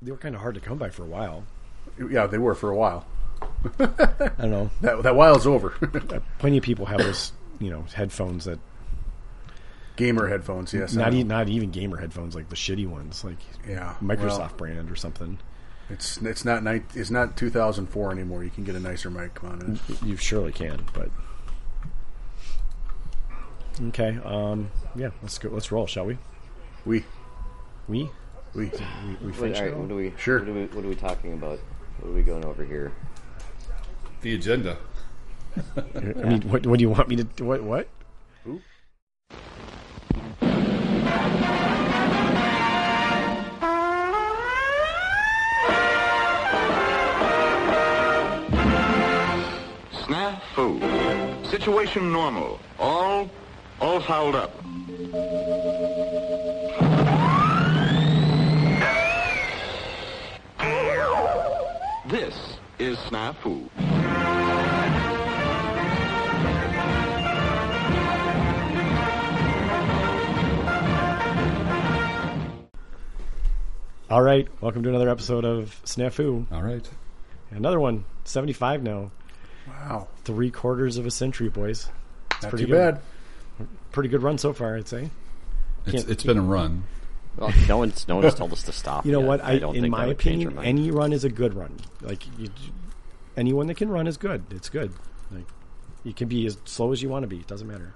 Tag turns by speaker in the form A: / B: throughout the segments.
A: they were kind of hard to come by for a while.
B: Yeah, they were for a while.
A: I don't know.
B: That that while's over.
A: Plenty of people have those, you know, headphones that
B: Gamer headphones, yes. I
A: not
B: know.
A: e- not even gamer headphones, like the shitty ones, like
B: yeah.
A: Microsoft
B: Well,
A: brand or something.
B: it's it's not ni- it's not 2004 anymore. You can get a nicer mic on it.
A: You surely can, but okay. Um, yeah, let's go. Let's roll, shall we?
B: We
A: We
B: we
A: we, we
C: Wait,
A: finish
C: all right,
A: now?
C: what are we?
B: Sure.
C: What are we, what are we talking about? What are we going over here?
D: The agenda.
A: I mean, what, what do you want me to? do? What what?
E: Snafu. Situation normal. All, all fouled up. This is Snafu.
A: All right, welcome to another episode of Snafu.
D: All right.
A: Another one, seventy-five now,
B: wow.
A: three quarters of a century, boys. It's
B: Not
A: pretty
B: too
A: good.
B: bad.
A: Pretty good run so far, I'd say.
D: It's,
A: Can't-
D: it's been a run.
C: Well, no one's no one's told us to stop.
A: You know
C: yet.
A: what? I,
C: I don't
A: in
C: think that
A: my
C: would change
A: opinion,
C: our mind.
A: any run is a good run. Like you, anyone that can run is good. It's good. Like you can be as slow as you want to be. It doesn't matter.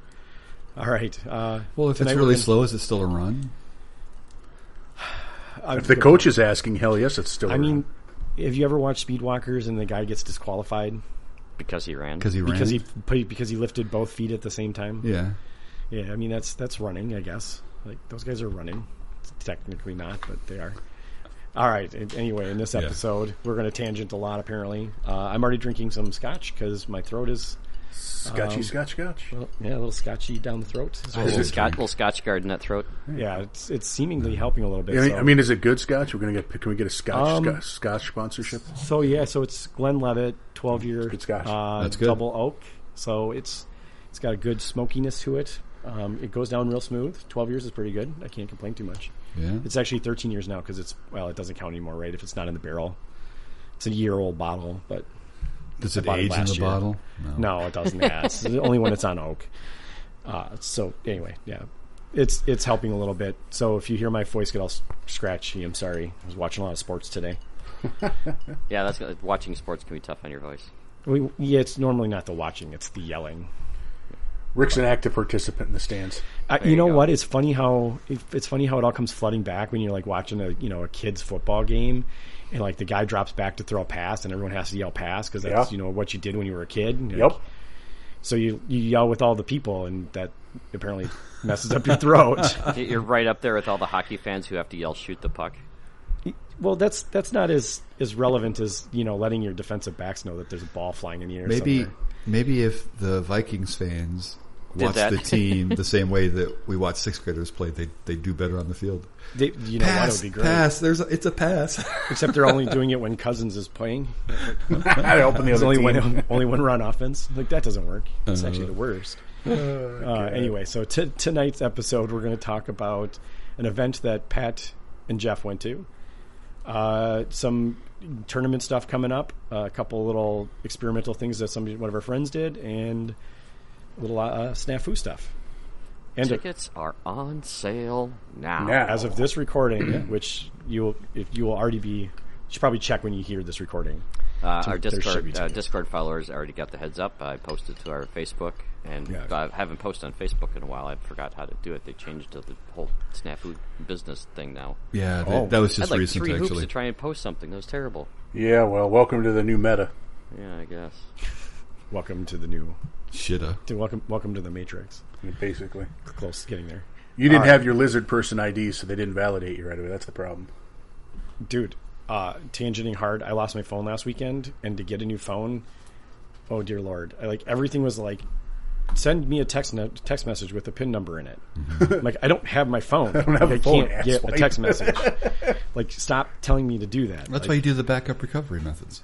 A: All right. Uh,
D: Well, if
A: tonight
D: it's
A: we're
D: really
A: gonna-
D: slow, is it still a run?
A: uh,
B: If the coach is asking, hell yes, it's still.
A: I
B: around.
A: mean, have you ever watched Speedwalkers and the guy gets disqualified
C: because he ran.
D: Because he ran.
A: because he because he lifted both feet at the same time?
D: yeah.
A: Yeah, I mean that's that's running, I guess. Like those guys are running. It's technically not, but they are. All right. an- Anyway, in this
D: Yeah.
A: episode, we're going to tangent a lot. Apparently, uh, I'm already drinking some scotch because my throat is um,
B: scotchy, scotch, scotch.
A: yeah a little scotchy down the throat. So,
C: little,
D: Is it
C: scotch,
D: drink?
C: little scotch guard in that throat.
A: yeah, it's it's seemingly helping a little bit.
B: I mean,
A: so.
B: I mean, is it good scotch? We're gonna get. Can we get a scotch
A: Um,
B: sco- scotch sponsorship?
A: so yeah, so it's Glenlivet, twelve year
B: Good scotch.
A: Uh,
D: That's good.
A: double oak. So it's it's got a good smokiness to it. Um, it goes down real smooth. Twelve years is pretty good. I can't complain too much.
D: Yeah.
A: It's actually 13 years now because it's well, it doesn't count anymore, right? If it's not in the barrel, it's a year old bottle. But
D: Does
A: I
D: it
A: bought it
D: age in
A: last
D: the
A: year.
D: bottle?
A: no, it doesn't. yeah, it's the only when it's on oak. Uh, so anyway, yeah, it's it's helping a little bit. So if you hear my voice get all s- scratchy, I'm sorry. I was watching a lot of sports today.
C: Yeah, that's uh, watching sports can be tough on your voice.
A: We, yeah, it's normally not the watching; it's the yelling.
B: Rick's an active participant in the stands.
A: Uh,
C: you
A: you know
C: go.
A: what? It's funny how it, it's funny how it all comes flooding back when you're like watching a you know a kids football game, and like the guy drops back to throw a pass, and everyone has to yell pass because that's
B: Yeah.
A: you know what you did when you were a kid. and, like,
B: Yep.
A: So you you yell with all the people, and that apparently messes up your throat.
C: You're right up there with all the hockey fans who have to yell "shoot the puck."
A: well, that's that's not as as relevant as you know letting your defensive backs know that there's a ball flying in the air.
D: Maybe
A: somewhere.
D: maybe if the Vikings fans
C: Did
D: watched
C: that.
D: the team the same way that we watch sixth graders play, they they do better on the field.
A: they, you know that
D: pass,
A: would be great.
D: pass. There's a, it's a pass.
A: Except they're only doing it when Cousins is playing.
B: I open the
A: There's only
B: other team. Uh-huh.
A: one only one run offense. Like that doesn't work. It's actually the worst. Uh, anyway, so t- tonight's episode, we're going to talk about an event that Pat and Jeff went to. Uh, some tournament stuff coming up. uh, a couple little experimental things that somebody, one of our friends did, and a little uh, snafu stuff. And a-
C: Tickets are on sale now.
B: Yeah.
A: as of this recording, which you will, if you will already be, you should probably check when you hear this recording.
C: Uh, our
A: there should be
C: Discord uh,
A: tickets.
C: Discord followers already got the heads up. I posted to our Facebook, and
A: Yeah.
C: I haven't posted on Facebook in a while. I forgot how to do it. They changed to the whole snafu business thing now.
D: yeah, that,
A: Oh.
D: that was just
C: I had like
D: recent
C: three hoops to
D: actually.
C: try and post something. That was terrible.
B: Yeah. Well, welcome to the new meta.
C: Yeah, I guess.
A: Welcome to the new,
D: Shitta.
A: to welcome, welcome to the Matrix.
B: Basically,
A: Close, getting there.
B: you didn't have your lizard person ID, so they didn't validate you right away. That's the problem.
A: dude uh tangenting hard i lost my phone last weekend and to get a new phone oh dear lord I, like everything was like send me a text no- text message with a pin number in it I'm like i don't have my phone i,
B: Mm-hmm. have a phone,
A: can't get a
B: asswipe.
A: text message like stop telling me to do that
D: That's why
A: Like,
D: you do the backup recovery methods.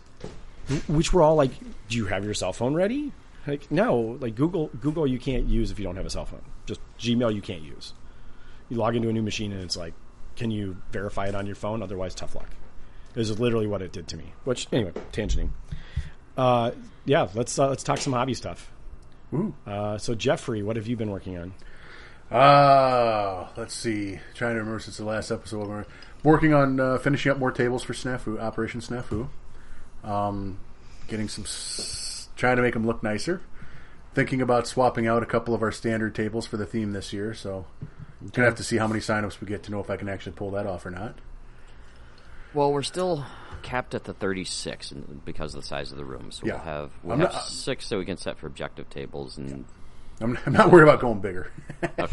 A: which were all like do you have your cell phone ready like no like google google you can't use if you don't have a cell phone just gmail you can't use you log into a new machine and it's like can you verify it on your phone otherwise tough luck is literally what it did to me. Which anyway, tangenting. Uh, yeah, let's uh, let's talk some hobby stuff.
B: Ooh.
A: Uh, so Jeffrey, what have you been working on?
B: Ah, let's see. Trying to remember since the last episode. We're working on uh, finishing up more tables for Snafu Operation Snafu. Um, getting some, s- trying to make them look nicer. Thinking about swapping out a couple of our standard tables for the theme this year. So, gonna have to see how many signups we get to know if I can actually pull that off or not.
C: Well, we're still capped at the 36 and- because of the size of the room. So
B: Yeah.
C: we'll have we'll
B: I'm
C: have
B: not-
C: six that we can set for objective tables. And
B: I'm, I'm not worried about going bigger.
C: all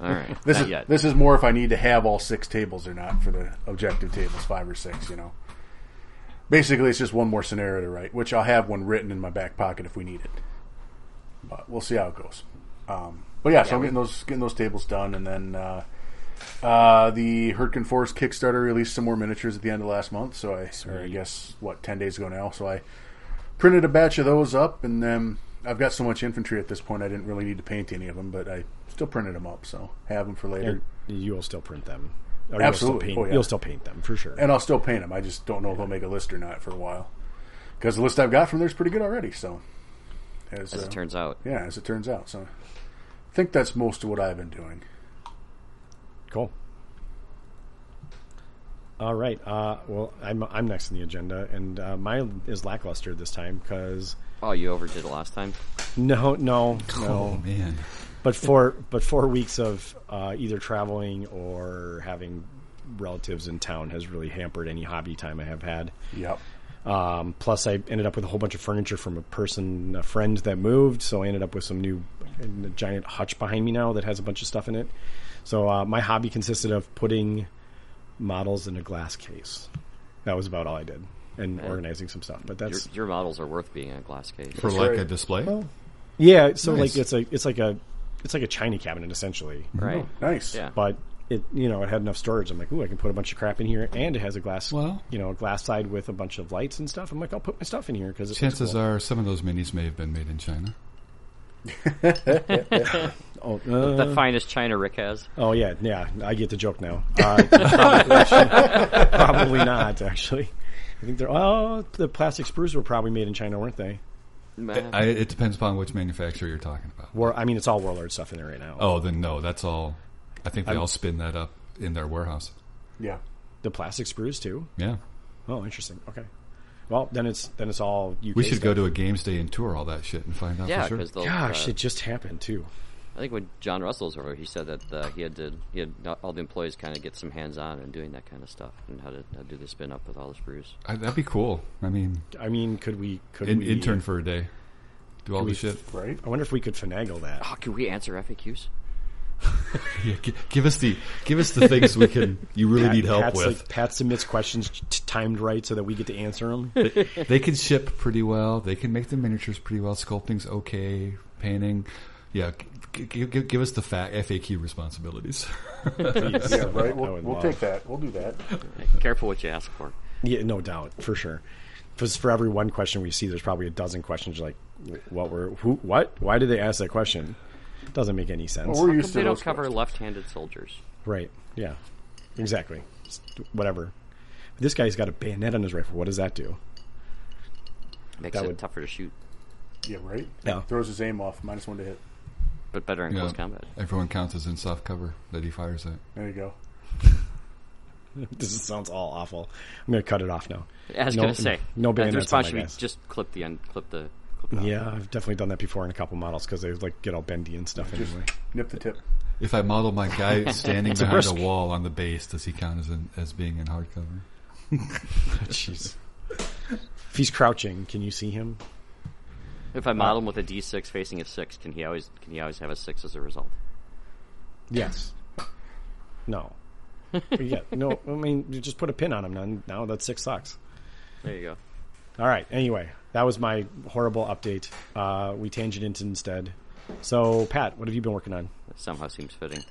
C: right,
B: This
C: not
B: is
C: yet.
B: this is more if I need to have all six tables or not for the objective tables, five or six. You know, basically it's just one more scenario to write, which I'll have one written in my back pocket if we need it. But we'll see how it goes. Um, but yeah, so I'm getting those getting those tables done, and then uh, uh, the Hurricane Forest Kickstarter released some more miniatures at the end of last month. So I, or I guess what ten days ago now. So I printed a batch of those up, and then I've got so much infantry at this point, I didn't really need to paint any of them, but I still printed them up, so have them for later.
A: And
B: And,
A: you'll still print them. Or
B: Absolutely.
A: You'll still, paint,
B: Oh, yeah.
A: you'll still paint them for sure.
B: I'll still paint them. I just don't know if I'll make a list or not for a while, because the list I've got from there is pretty good already. So, as,
C: as
B: uh,
C: it turns out,
B: yeah, as it turns out, so I think that's most of what I've been doing.
A: Cool. All right. Uh, well, I'm I'm next on the agenda, and uh, mine is lackluster this time because
C: oh, you overdid it last time.
A: no, no,
D: Oh,
A: no.
D: man.
A: But four but four weeks of uh, either traveling or having relatives in town has really hampered any hobby time I have had.
B: Yep.
A: Um, plus, I ended up with a whole bunch of furniture from a person, a friend that moved. So I ended up with some new, a giant hutch behind me now that has a bunch of stuff in it. So uh, my hobby consisted of putting models in a glass case. That was about all I did, and organizing some stuff. But
C: Your,
A: that's
C: your models are worth being in a glass case.
D: For like a display?
A: yeah. So
D: Nice.
A: like it's a it's like a it's like a chiny cabinet essentially.
C: Right.
B: Nice.
C: Yeah.
A: But it you know it had enough storage. I'm like, ooh, I can put a bunch of crap in here, and it has a glass
D: Well-
A: you know a glass side with a bunch of lights and stuff. I'm like, I'll put my stuff in here because
D: Chances are some of those minis may have been made in China.
A: Oh, uh,
C: The finest China Rick has.
A: Oh yeah, yeah. I get the joke now. Uh, probably, probably not, actually. I think they're. Oh, the plastic sprues were probably made in China, weren't they?
C: Meh.
D: I, it depends upon which manufacturer you're talking about.
A: War, I mean, it's all Warlord stuff in there right now.
D: Oh, then no, that's all. I think they all spin that up in their warehouse.
B: Yeah.
A: The plastic sprues too.
D: Yeah.
A: Oh, interesting. Okay. Well, then it's then it's all UK.
D: We should go
A: stuff.
D: to a games day and tour all that shit and find out
C: Yeah,
D: for sure.
C: because they'll.
A: Gosh,
C: uh,
A: it just happened too.
C: I think when John Russell's over, he said that uh, he had to he had not- all the employees kind of get some hands on and doing that kind of stuff and how to, how to do the spin up with all the sprues.
D: I, that'd be cool. I mean,
A: I mean, could we? Could
D: in,
A: we
C: uh,
D: intern for a day. Do all the shit.
B: Right.
A: I wonder if we could finagle that.
C: Oh, can we answer FAQs?
D: Yeah, gi- give us the give us the things we can. You really need help
A: Pat's
D: with.
A: Like, Pat submits questions t- timed right so that we get to answer them.
D: they can ship pretty well. They can make the miniatures pretty well. Sculpting's okay. Painting, yeah. G- g- g- give us the fa- FAQ responsibilities.
B: Yeah. Right.
A: I
B: We'll,
A: would
B: we'll
A: love-
B: take that. We'll do that.
C: Careful what you ask for.
A: Yeah, no doubt, for sure. Because for every one question we see, there's probably a dozen questions like, "What were who? What? Why did they ask that question?" Doesn't make any sense,
B: Well, we're used to
C: They don't
B: those
C: cover
B: questions.
C: left handed soldiers.
A: right? Yeah, exactly. Just Whatever. This guy's got a bayonet on his rifle. What does that do?
C: Makes
A: That
C: it
A: would-
C: tougher to shoot,
B: Yeah. Right.
A: Yeah.
B: Throws his aim off. Minus one to hit.
C: but better in
D: Yeah.
C: close combat.
D: Everyone counts as in soft cover that he fires at.
B: There you go.
A: This is- sounds all awful. I'm gonna cut it off now.
C: I was
A: No-
C: going to say.
A: no
C: uh,
A: bayonets
C: The
A: on
C: response
A: my
C: should be
A: guys.
C: just clip the end, clip the. Clip it off.
A: Yeah, I've definitely done that before in a couple models because they like get all bendy and stuff anyway.
B: Nip the tip.
D: If I model my guy standing
A: a
D: behind a
A: brisk.
D: wall on the base, does he count as in, as being in hardcover?
A: Jeez. If he's crouching, can you see him?
C: If I
A: Uh,
C: model him with a D six facing a six, can he always can he always have a six as a result?
A: Yes. No. yeah. No. I mean, you just put a pin on him. Now, now that six sucks.
C: There you go.
A: All right. Anyway, that was my horrible update. Uh, we tangented instead. So, Pat, what have you been working on
C: That somehow seems fitting.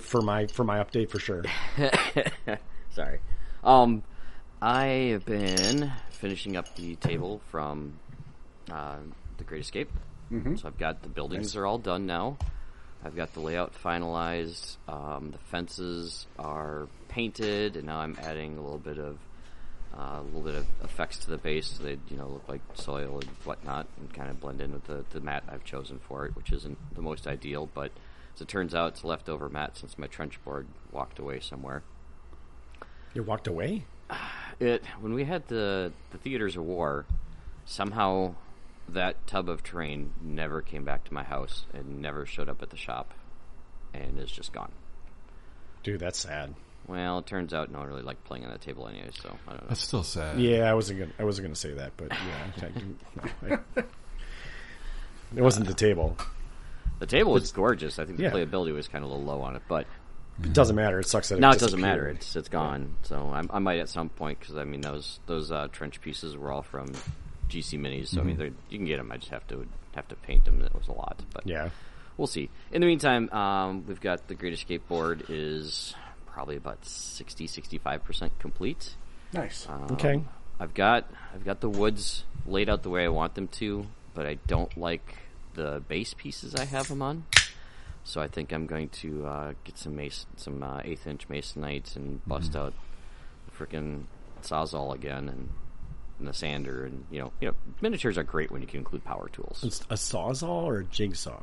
A: for my for my update for sure?
C: Sorry. Um, I have been finishing up the table from uh, the Great Escape. So I've got the buildings are all done now. I've got the layout finalized. Um, the fences are painted, and now I'm adding a little bit of uh, a little bit of effects to the base so they you know look like soil and whatnot and kind of blend in with the, the mat I've chosen for it, which isn't the most ideal, but as it turns out, it's a leftover mat since my trench board walked away somewhere.
A: You walked away?
C: It when we had the the theaters of war, somehow that tub of terrain never came back to my house and never showed up at the shop, and is just gone.
A: Dude, that's sad.
C: Well, it turns out no one really liked playing on that table anyway, so I don't know.
D: That's still sad.
A: Yeah, I wasn't gonna. I wasn't gonna say that, but yeah, I, do- no, I- it wasn't the table.
C: The table was gorgeous. I think the
A: yeah.
C: playability was kind of a little low on it, but
A: It doesn't matter. It sucks that
C: now
A: it
C: it doesn't matter.
A: disappeared.
C: It's it's gone. So I'm, I might at some point because I mean those those uh, trench pieces were all from GC minis. So I
A: Mm-hmm.
C: mean they're you can get them. I just have to have to paint them. That was a lot, but
A: Yeah,
C: we'll see. In the meantime, um, we've got the Great Escape board is probably about 60 65 percent complete.
B: Nice.
C: Uh,
A: Okay.
C: I've got I've got the woods laid out the way I want them to, but I don't like the base pieces I have them on. So I think I'm going to uh, get some mace, some uh, eighth inch masonites and bust
B: Mm-hmm.
C: out the freaking sawzall again and, and the sander and you know you know miniatures are great when you can include power tools.
A: It's a sawzall or a jigsaw.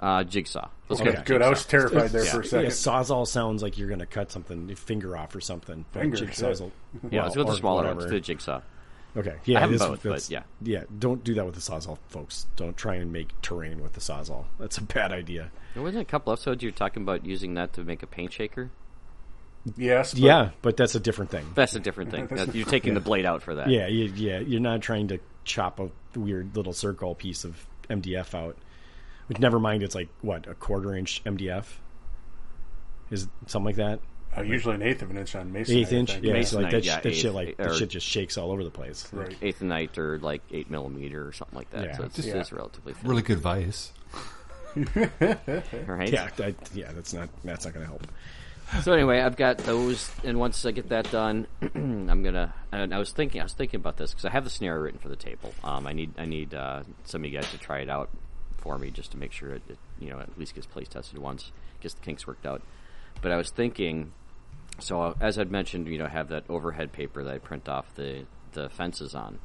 C: Uh, jigsaw. Let's
B: Good.
C: go. with
B: Good. I was
C: jigsaw.
B: terrified there
A: yeah.
B: for a
A: Yeah,
B: second.
A: sawzall sounds like you're gonna cut something, your finger off or something. but
B: Finger,
A: jigsaw's
B: shit.
A: a-
C: Yeah, let's go with
A: or
C: the smaller one.
A: whatever.
C: Let's do the jigsaw.
A: Okay. Yeah,
C: I have
A: it is-
C: both, but
A: that's-
C: yeah.
A: yeah. Don't do that with the sawzall, folks. Don't try and make terrain with the sawzall. That's a bad idea.
C: There wasn't a couple episodes you were talking about using that to make a paint shaker.
B: Yes. but-
A: Yeah, but that's a different thing.
C: That's a different thing. That- You're taking the blade out for that.
A: Yeah, you, yeah. You're not trying to chop a weird little circle piece of MDF out. Which, never mind, it's like what a quarter inch MDF is it something like that.
B: Uh, usually an eighth of an inch on Mason.
A: Eighth inch, yeah.
C: Masonite,
A: so like that, sh-
C: yeah,
A: that shit,
C: eighth,
A: like
C: or-
A: that shit just shakes all over the place.
B: Right.
C: eighth and ninth or like eight millimeter or something like that.
A: Yeah.
C: So it's,
A: Just-
C: it's relatively thin,
D: Really good vice.
C: right?
A: Yeah, that, yeah. That's not that's not gonna help.
C: So anyway, I've got those, and once I get that done, I'm gonna. And I was thinking, I was thinking about this because I have the scenario written for the table. Um, I need, I need uh, some of you guys to try it out for me just to make sure it, it you know, at least gets place tested once, gets the kinks worked out. But I was thinking, so uh, as I'd mentioned, you know, I have that overhead paper that I print off the the fences on.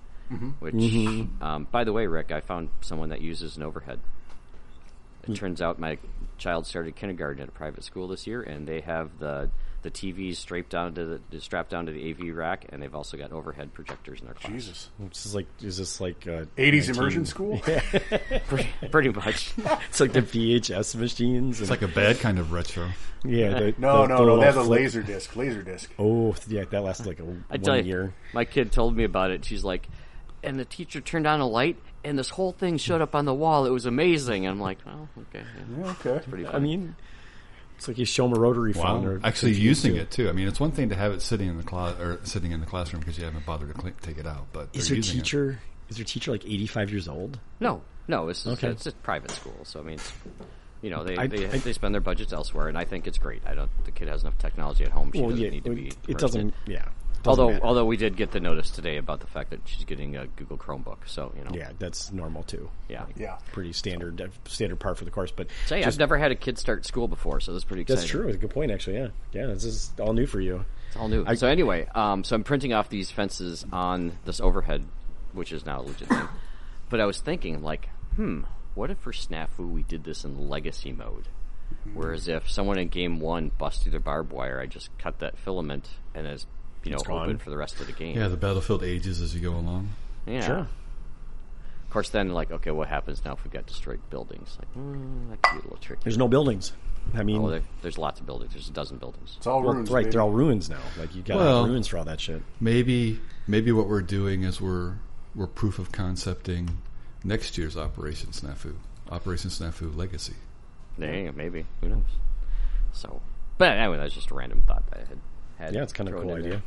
C: Which,
A: Mm-hmm.
C: um, by the way, Rick, I found someone that uses an overhead.
A: Mm.
C: It turns out my child started kindergarten at a private school this year, and they have the the TVs straight down to the strapped down to the AV rack, and they've also got overhead projectors in their class.
B: Jesus.
A: This is like is this like uh,
B: 80s
A: 19
B: immersion school?
C: Pretty much.
A: It's like the VHS machines. And,
D: It's like a bad kind of retro.
A: yeah, the,
B: No,
A: the- the
B: no, no.
A: little
B: They have a
A: flip-
B: laser disc. Laser disc.
A: Oh, yeah, that lasted like a
C: I tell
A: one
C: you,
A: year.
C: my kid told me about it. She's like, and the teacher turned on a light, and this whole thing showed up on the wall. It was amazing. And I'm like, oh, okay, yeah,
B: Okay.
C: pretty.
A: I
C: Funny.
A: mean, it's like you show them a rotary phone. Or
D: Actually, using it too. I mean, it's one thing to have it sitting in the closet or sitting in the classroom because you haven't bothered to cl- take it out. But
A: is
D: they're
A: your
D: using it.
A: teacher? Is your teacher like eighty five years old?
C: No, no, it's
A: Okay.
C: it's a private school, so I mean, it's, you know, they
A: I-
C: they,
A: I-
C: they spend their budgets elsewhere, and I think it's great. I don't. The kid has enough technology at home; she doesn't need to be.
A: it,
C: immersed in
A: doesn't.
C: it.
A: Yeah. doesn't
C: although,
A: matter.
C: although we did get the notice today about the fact that she's getting a Google Chromebook, so you know,
A: yeah, that's normal too.
C: yeah.
B: Yeah.
A: Pretty standard uh, standard part for the course, but
C: So, yeah, I've never had a kid start school before, so that's pretty exciting.
A: that's true. It's a good point, actually. Yeah, yeah. This is all new for you.
C: It's all new. so anyway, um, so I'm printing off these fences on this overhead, which is now a legit thing. But I was thinking, like, hmm, what if for Snafu we did this in legacy mode? Whereas if someone in game one busted their barbed wire, I just cut that filament and it's you know
A: gone.
C: open for the rest of the game.
D: Yeah, the battlefield ages as you go along.
C: Yeah.
A: Sure.
C: Of course, then like, okay, what happens now if we got destroyed buildings? Like, mm, that could be a little tricky.
A: There's no buildings. I mean,
C: Oh, there, there's lots of buildings. There's a dozen buildings.
B: It's all
A: well,
B: ruins.
A: right?
B: baby.
A: They're all ruins now. Like you got
D: Well-
A: ruins for all that shit.
D: Maybe maybe what we're doing is we're we're proof of concepting next year's Operation Snafu, Operation Snafu Legacy.
C: Yeah, maybe. Who knows? So, but anyway, that was just a random thought that I had. had
A: Yeah, it's kind of a
C: thrown
A: cool
C: in
A: idea.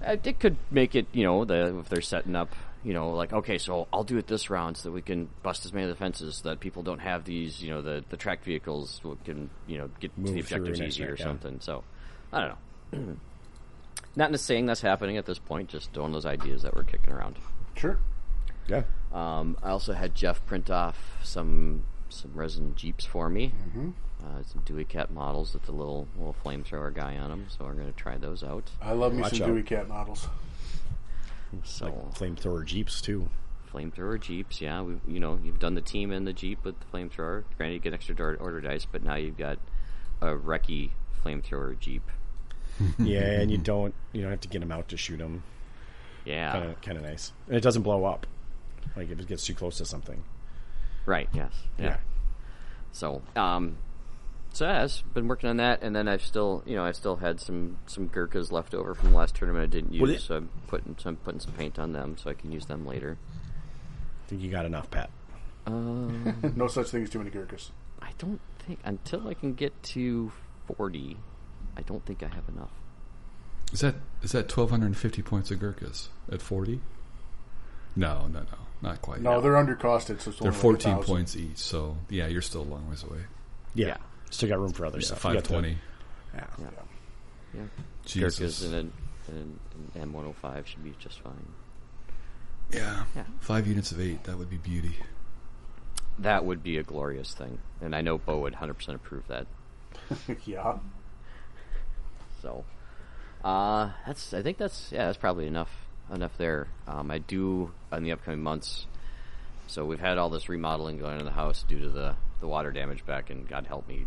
C: there. Uh, It could make it, you know, the, if they're setting up, you know, like okay, so I'll do it this round so that we can bust as many of the fences so that people don't have these, you know, the the tracked vehicles will- can, you know, get to the
A: Move through
C: objectives
A: next
C: easier or
A: round, yeah.
C: something. So, I don't know. Not just saying that's happening at this point, just throwing those ideas that we're kicking around.
B: Sure.
A: Yeah.
C: Um, I also had Jeff print off some some resin jeeps for me. Uh, some Dewey Cat models with the little little flamethrower guy on them. So we're gonna try those out.
B: I love me
A: Watch
B: some
A: out.
B: Dewey Cat models.
C: So
A: Flamethrower jeeps too.
C: flamethrower jeeps, yeah. We, you know, you've done the team and the jeep with the flamethrower. Granted, you get extra dart order dice, but now you've got a recce flamethrower jeep.
A: Yeah, and you don't you don't have to get them out to shoot them.
C: Yeah,
A: Kind of kind of nice, and it doesn't blow up. Like if it gets too close to something.
C: right. Yes. yeah. So, um, so yeah, I've been working on that, and then I've still, you know, I still had some some Gurkhas left over from the last tournament I didn't use,
A: Well, the-
C: so I'm putting some putting some paint on them so I can use them later.
A: I think you got enough, Pat.
B: No such thing as too many Gurkhas.
C: I don't think until I can get to forty, I don't think I have enough.
D: Is that is that twelve hundred and fifty points of Gurkhas at forty? No, no, no, not quite.
B: No, they're undercosted, so it's
D: they're
B: only like a
D: fourteen
B: 1,000.
D: points each. So yeah, you're still a long ways away.
A: Yeah. Still got room for other
D: Yeah,
A: stuff. You
D: five
A: got the-
D: twenty.
B: Yeah.
C: Yeah, Gurkhas
D: Jesus.
C: and an, and an M one hundred five should be just fine.
D: yeah.
C: Yeah.
D: five units of eight. That would be beauty.
C: That would be a glorious thing, and I know Bo would hundred percent approve that.
B: yeah.
C: So, uh, that's I think that's yeah, that's probably enough enough there. Um, I do in the upcoming months. So we've had all this remodeling going on in the house due to the the water damage back in God help me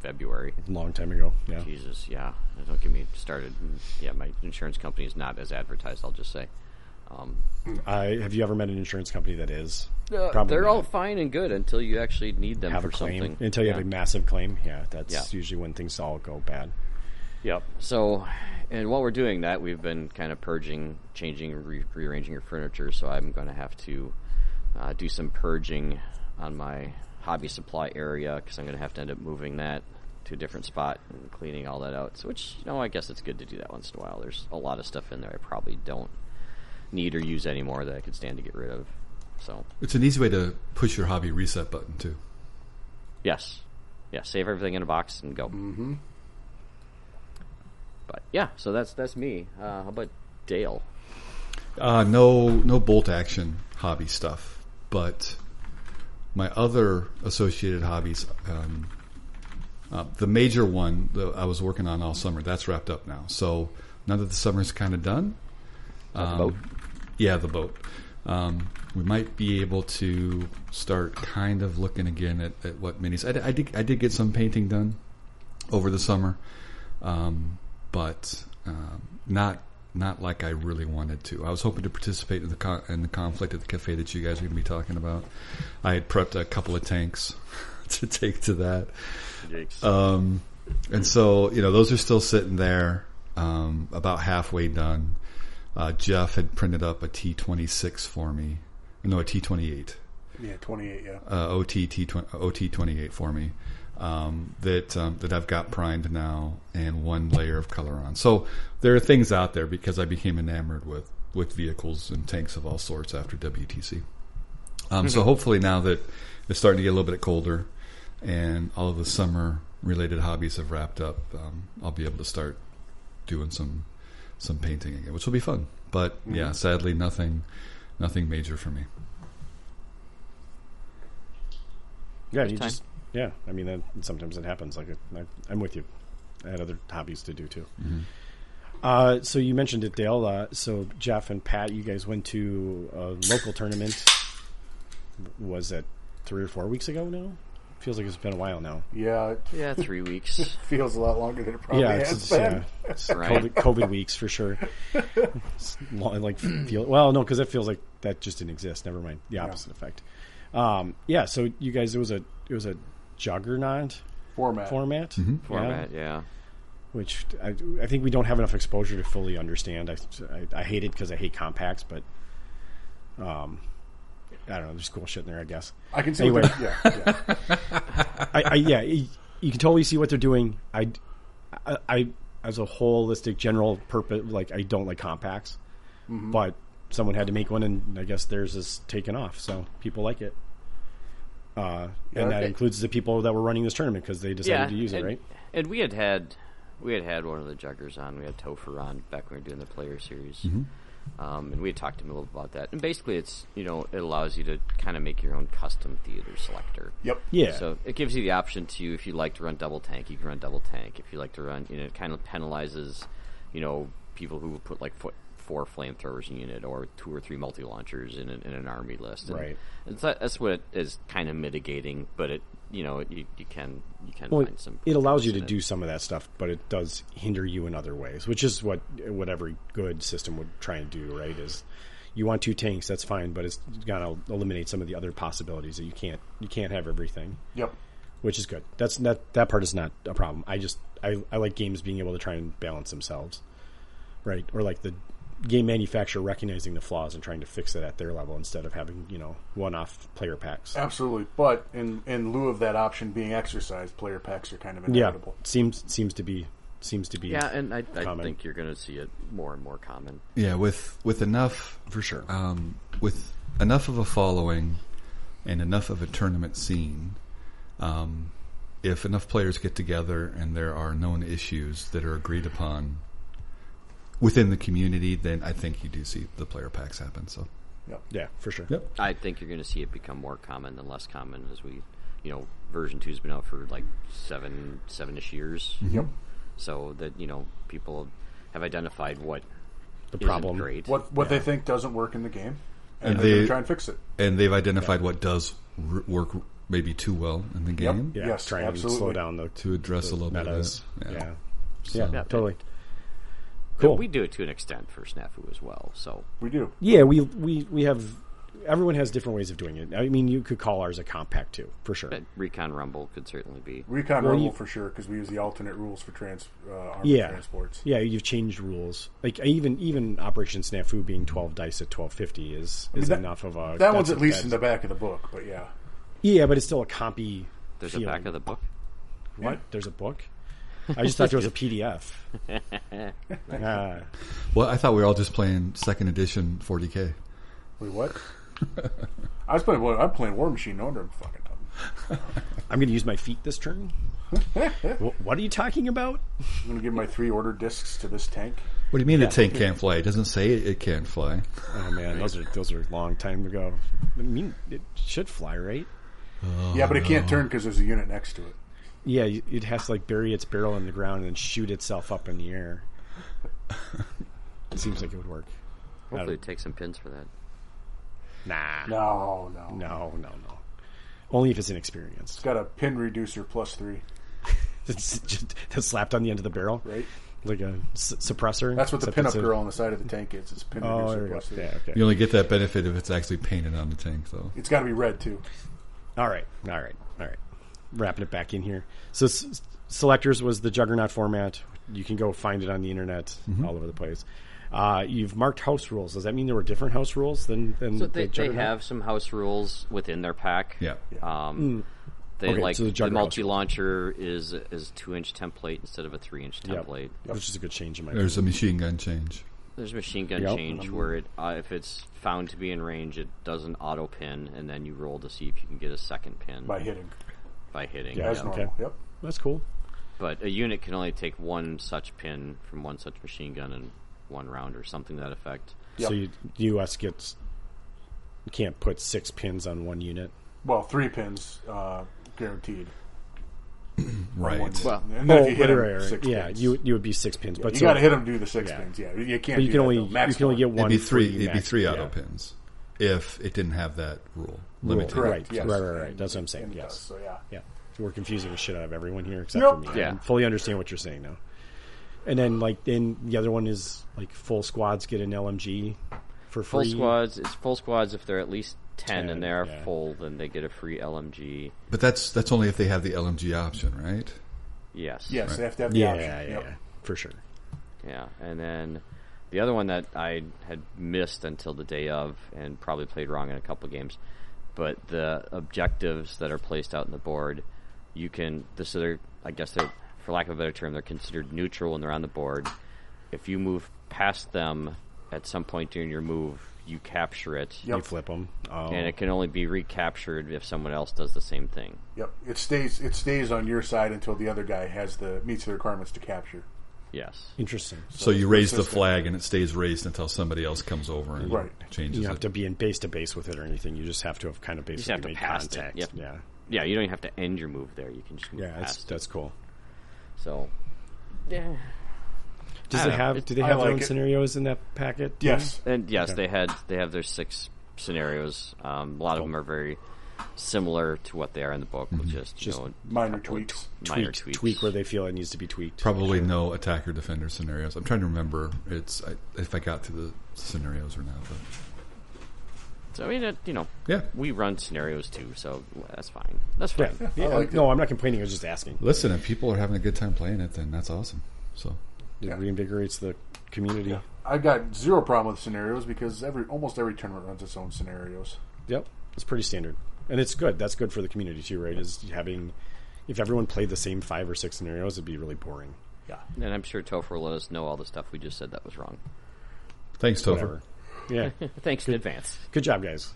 C: February.
A: Long time ago. Yeah.
C: Jesus, yeah, don't get me started. And, Yeah, my insurance company is not as advertised. I'll just say. Um,
A: I have you ever met an insurance company that is?
C: uh,
A: Probably
C: they're all
A: not.
C: fine and good until you actually need them
A: have
C: for
A: a claim
C: something.
A: until you
C: Yeah.
A: have a massive claim. Yeah, that's
C: Yeah.
A: usually when things all go bad.
C: Yep. So, and while we're doing that, we've been kind of purging, changing, re- rearranging your furniture. So I'm going to have to uh, do some purging on my hobby supply area because I'm going to have to end up moving that to a different spot and cleaning all that out. So, which you know, I guess it's good to do that once in a while. There's a lot of stuff in there I probably don't need or use anymore that I could stand to get rid of. So,
D: It's an easy way to push your hobby reset button too.
C: Yes. Yeah, save everything in a box and go. Mm-hmm. But yeah, so that's that's me. Uh, how about Dale?
D: Uh, no, no bolt action hobby stuff, but my other associated hobbies. Um, uh, the major one that I was working on all summer that's wrapped up now. So now that the summer's kind of done, um, yeah, the boat. Um, we might be able to start kind of looking again at, at what minis. I, d- I did I did get some painting done over the summer, um, but um, not not like I really wanted to. I was hoping to participate in the con- in the conflict at the cafe that you guys were going to be talking about. I had prepped a couple of tanks to take to that. Um, and so, you know, those are still sitting there, um, about halfway done. Uh, Jeff had printed up a T26 for me. No, a T28
B: Yeah, 28, yeah.
D: uh, OT OT twenty eight for me um, that um, that I've got primed now and one layer of color on. So there are things out there because I became enamored with with vehicles and tanks of all sorts after WTC. Um, So hopefully now that it's starting to get a little bit colder and all of the summer related hobbies have wrapped up, um, I'll be able to start doing some some painting again, which will be fun. But yeah, sadly nothing nothing major for me.
A: Yeah,
C: There's
A: you
C: time.
A: just yeah. I mean, that, sometimes it happens. Like I, I'm with you. I had other hobbies to do too. Uh, so you mentioned it, Dale. Uh, so Jeff and Pat, you guys went to a local tournament. Was it three or four weeks ago now? Feels like it's been a while now.
B: Yeah, it
C: Yeah, three weeks.
B: feels a lot longer than it probably
A: Oh, yeah,
B: has
A: it's, it's,
B: been.
A: yeah, it's
C: Right.
A: COVID, COVID weeks for sure. It's lo- like feel well, no, because that feels like that just didn't exist. Never mind the opposite effect. Um, yeah, so you guys, it was a it was a juggernaut
B: Format.
A: format,
C: Format, yeah.
A: which I, I think we don't have enough exposure to fully understand. I I, I hate it because I hate compacts, but um, I don't know. There's cool shit in there, I guess.
B: I can see.
A: Anyway.
B: what they're- yeah, yeah.
A: I, I yeah, y- you can totally see what they're doing. I, I, I- as a holistic general purpose, like I don't like compacts, but someone had to make one, and I guess theirs is taken off, so people like it. Uh, and that
B: Okay.
A: includes the people that were running this tournament because they decided
C: yeah,
A: to use
C: and,
A: it, right?
C: And we had had we had had one of the juggers on. We had Topher on back when we were doing the player series, um, and we had talked to him a little about that. And basically, it's you know it allows you to kind of make your own custom theater selector.
B: Yep.
A: Yeah.
C: So it gives you the option to, if you like to run double tank, you can run double tank. If you like to run, you know, it kind of penalizes, you know, people who put like foot, four flamethrowers in a unit or two or three multi launchers in, an in an army list. And,
A: Right.
C: And so that's what it is kind of mitigating, but it, you know, you, you can you can
A: Well,
C: find some.
A: it allows you to
C: positives in
A: do some of that stuff, but it does hinder you in other ways, which is what what every good system would try and do. Right? Is you want two tanks, that's fine, but it's gonna eliminate some of the other possibilities that you can't you can't have everything,
B: Yep.
A: which is good. That's that that part is not a problem. I just I, I like games being able to try and balance themselves, right? Or like the game manufacturer recognizing the flaws and trying to fix it at their level instead of having you know one off player packs.
B: Absolutely. But in in lieu of that option being exercised, player packs are kind of
A: Yeah,
B: inevitable.
A: seems seems to be seems to be
C: Yeah, and I, I
A: Common.
C: think you're going to see it more and more common.
D: Yeah, with with enough
A: for sure.
D: um, with enough of a following and enough of a tournament scene, um, if enough players get together and there are known issues that are agreed upon within the community, then I think you do see the player packs happen. So
A: yeah, for sure.
D: Yep.
C: I think you're going to see it become more common than less common as we, you know, version two's been out for like seven, seven-ish years.
A: Mm-hmm.
C: Yep. So that you know, people have identified what the
A: problem.
C: Great.
B: What what they think doesn't work in the game, and,
D: And
B: they're going
D: they-
B: to try and fix it.
D: and they've identified what does r- work maybe too well in the game
A: Yeah,
B: Yes,
A: try and slow
B: absolutely.
A: down the
D: to address a little bit of
A: metas.
D: that.
A: Yeah. Yeah.
D: So-
A: totally.
C: But
A: Cool.
C: We do it to an extent for snafu as well. So
B: We do.
A: yeah, we we we have everyone has different ways of doing it. I mean, you could call ours a compact too, for sure.
C: but Recon Rumble could certainly be.
B: Recon
A: Well,
B: Rumble
A: you-
B: for sure because we use the alternate rules for trans uh, armor
A: Yeah,
B: transports.
A: yeah, you've changed rules. Like even even Operation Snafu being twelve dice at twelve fifty is is
B: that-
A: enough of a
B: That one's
A: that's
B: at
A: a-
B: least in the
A: that's-
B: back of the book, but yeah,
A: yeah, but it's still a compy.
C: There's
A: feeling.
C: a back of the book.
A: what? There's a book. I just thought there was a PDF. Ah,
D: Well, I thought we were all just playing second edition 40k.
B: Wait, what? I was playing. Well, I'm playing War Machine. No wonder I'm fucking up.
A: I'm going to use my feet this turn. Wh- what are you talking about?
B: I'm gonna give my three order discs to this tank.
D: What do you mean the tank can't fly? It doesn't say it, it can't fly.
A: Oh man, those are those are long time ago. I mean, it should fly, right?
B: yeah, but it can't turn because there's a unit next to it.
A: Yeah, y- it has to like bury its barrel in the ground and then shoot itself up in the air. It seems like it would work.
C: Hopefully, take some pins for that.
A: Nah, no,
B: No, no,
A: no, no. Only if it's inexperienced.
B: It's got a pin reducer plus three.
A: It's just that's slapped on the end of the barrel,
B: Right.
A: Like a s- suppressor.
B: That's what the
A: except it's
B: pinup
A: a-
B: girl on the side of the tank is. It's a pin
A: Oh, there
B: reducer
A: we go.
B: plus three.
A: Yeah, okay.
D: You only get that benefit if it's actually painted on the tank, though.
B: It's got to be red too.
A: All right, all right, all right. Wrapping it back in here. So, s- selectors was the juggernaut format. You can go find it on the internet
D: Mm-hmm.
A: all over the place. Uh, you've marked house rules. Does that mean there were different house rules than than
C: So they,
A: the
C: they
A: juggernaut?
C: have some house rules within their pack.
D: Yeah.
C: Um, They
A: Okay,
C: like
A: so the
C: the,
A: Juggernaut's-
C: multi launcher is is two inch template instead of a three inch
A: Yep.
C: template.
A: Which is a good change in my
D: There's a machine gun change.
C: There's machine gun
A: Yep.
C: change where it uh, if it's found to be in range, it does an auto pin, and then you roll to see if you can get a second pin
B: By hitting,
C: by hitting.
A: Yeah.
B: as
C: Yep.
B: normal.
A: okay.
B: Yep.
A: That's cool.
C: But a unit can only take one such pin from one such machine gun in one round or something to that effect.
A: So
B: Yep.
A: you, the U.S. gets you can't put six pins on one unit.
B: Well, three pins uh, guaranteed.
D: Right.
B: One
D: Well,
B: pin. and then if you hit
A: right,
B: 'em,
A: oh, right, right.
B: six
A: yeah,
B: pins.
A: you you would be six pins, but
B: you
A: so-
B: got to hit them to do the six
A: yeah.
B: pins. Yeah, you can't.
A: But you can
B: do that,
A: only
B: though. Max
A: you can only get
B: one.
A: one.
D: it'd be three.
A: free
D: It'd be
A: max-
D: three
A: yeah.
D: auto pins if it didn't have that rule limited.
A: Right.
B: Correct. Yes.
A: Right, right, right.
B: And-
A: That's what I'm saying,
B: and it
A: yes.
B: does, So yeah.
A: Yeah, we're confusing the shit out of everyone here except
B: Yep.
A: for me.
C: Yeah.
A: I fully understand what you're saying now. And then like then the other one is like full squads get an LMG for
C: Full
A: free.
C: squads, it's full squads if they're at least 10,
A: Ten,
C: and they're
A: yeah.
C: full, then they get a free LMG.
D: But that's that's only if they have the LMG option, right?
C: Yes.
B: Yes, they have to have the
A: Yeah,
B: option.
A: yeah, yeah,
B: Yep.
A: yeah, for sure.
C: Yeah, and then the other one that I had missed until the day of, and probably played wrong in a couple games, but the objectives that are placed out on the board, you can. This so they're, I guess they're, for lack of a better term, they're considered neutral when they're on the board. If you move past them at some point during your move, you capture it,
A: You flip them. Oh,
C: and it can only be recaptured if someone else does the same thing.
B: Yep. It stays. It stays on your side until the other guy has the meets the requirements to capture.
C: Yes.
A: Interesting.
D: So you raise the flag and it stays raised until somebody else comes over and
B: Right.
D: changes
A: You don't have
D: it.
A: to be in base to base with it or anything. You just have to have kind of
C: just
A: basically
C: have to
A: made
C: pass it,
A: contact.
C: yep.
A: Yeah,
C: Yeah, you don't even have to end your move there. You can just move
A: yeah, that's
C: past.
A: that's cool.
C: So, yeah.
A: Does
C: I
A: they
C: don't know.
A: have?
C: It-
A: Do they
B: I
A: have their
B: like
A: own
B: it.
A: scenarios in that packet? too?
B: Yes.
C: And yes, they had they have their six scenarios. Um, a lot of them are very similar to what they are in the book, with just, you
A: Mm-hmm. Just
C: know,
B: Minor
C: couple of
B: tweaks.
C: t- minor
A: Tweak,
C: tweaks.
A: tweak where they feel it needs to be tweaked.
D: Probably no attacker defender scenarios. I'm trying to remember it's I, if I got to the scenarios or not. But
C: So I mean, it, you know,
D: yeah,
C: we run scenarios too, so that's fine. That's
A: Yeah.
C: fine.
A: Yeah,
B: I like
A: no, I'm not complaining. I was just asking.
D: listen, if people are having a good time playing it, then that's awesome. So
A: It
B: Yeah.
A: reinvigorates the community.
B: I've got zero problem with scenarios because every almost every tournament runs its own scenarios.
A: Yep, it's pretty standard, and it's good. That's good for the community too, right? Is having if everyone played the same five or six scenarios, it'd be really boring.
C: And I'm sure Topher will let us know all the stuff we just said that was wrong.
D: thanks, Topher.
A: Whatever. Yeah,
C: Thanks in advance.
A: good job, guys.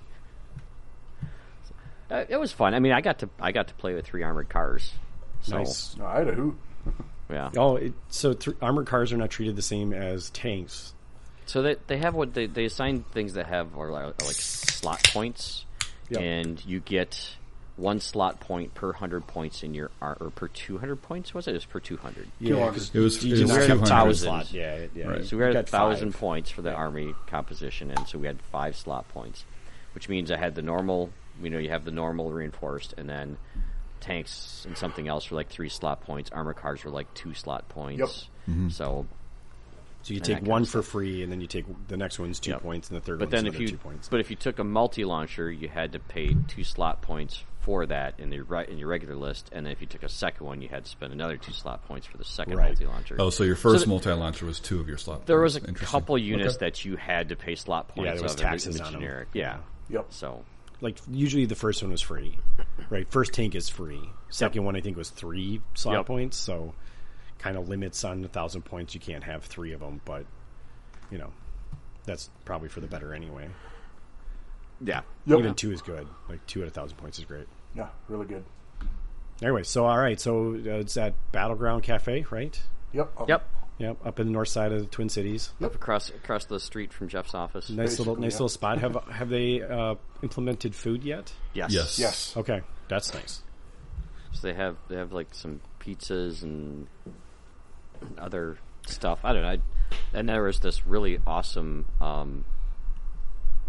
C: Uh, it was fun. I mean, I got to I got to play with three armored cars. So,
A: Nice.
B: No, I had a hoot.
C: Yeah.
A: Oh, it, so th- armored cars are not treated the same as tanks.
C: So they they have what they they assign things that have are, li- are like slot points,
A: Yep.
C: and you get one slot point per hundred points in your ar- or per two hundred points was it? It was per two hundred.
A: Yeah,
B: 'cause
D: It was,
A: you
D: it
A: just
D: was
A: ran a
D: 200.
A: thousand.
C: Slot.
A: Yeah, yeah.
D: Right.
C: So we had
A: You
C: a
A: got
C: thousand
A: five.
C: points for the army composition, and so we had five slot points, which means I had the normal. You know, you have the normal reinforced, and then tanks and something else were like three slot points. Armor cars were like two slot points. So
A: So you take
C: And that kind
A: one
C: of
A: for free, and then you take the next one's two
C: Yep.
A: points, and the third
C: But
A: one's
C: then if
A: another
C: you
A: two points.
C: but if you took a multi launcher, you had to pay two slot points for that in the right in your regular list, and then if you took a second one, you had to spend another two slot points for the second
A: Right.
C: multi launcher.
D: Oh, so your first
C: the-
D: multi launcher was two of your slot.
C: there was a
D: points. Interesting.
C: couple units
D: Okay.
C: that you had to pay slot points.
A: Yeah, there was
C: of in the-
A: taxes
C: in the
A: on 'em.
C: generic. Yeah,
B: Yep.
C: so
A: like usually the first one was free, right? First tank is free. Second one I think was three slot
C: Yep.
A: points, so kind of limits on a thousand points. You can't have three of them, but you know that's probably for the better anyway.
C: yeah,
B: Yep.
A: Even two is good. Like two at a thousand points is great.
B: Yeah, really good.
A: Anyway, so all right, so uh, it's at Battleground Cafe, right?
B: Yep. Oh,
C: yep.
A: Yep, up in the north side of the Twin Cities.
C: Up across across the street from Jeff's office.
A: Nice little,
B: Basically,
A: nice
B: yeah.
A: little spot. Have have they uh, implemented food yet?
C: Yes.
D: Yes.
B: Yes.
A: Okay, that's nice.
C: So they have they have like some pizzas and other stuff. I don't know. I, and there was this really awesome um,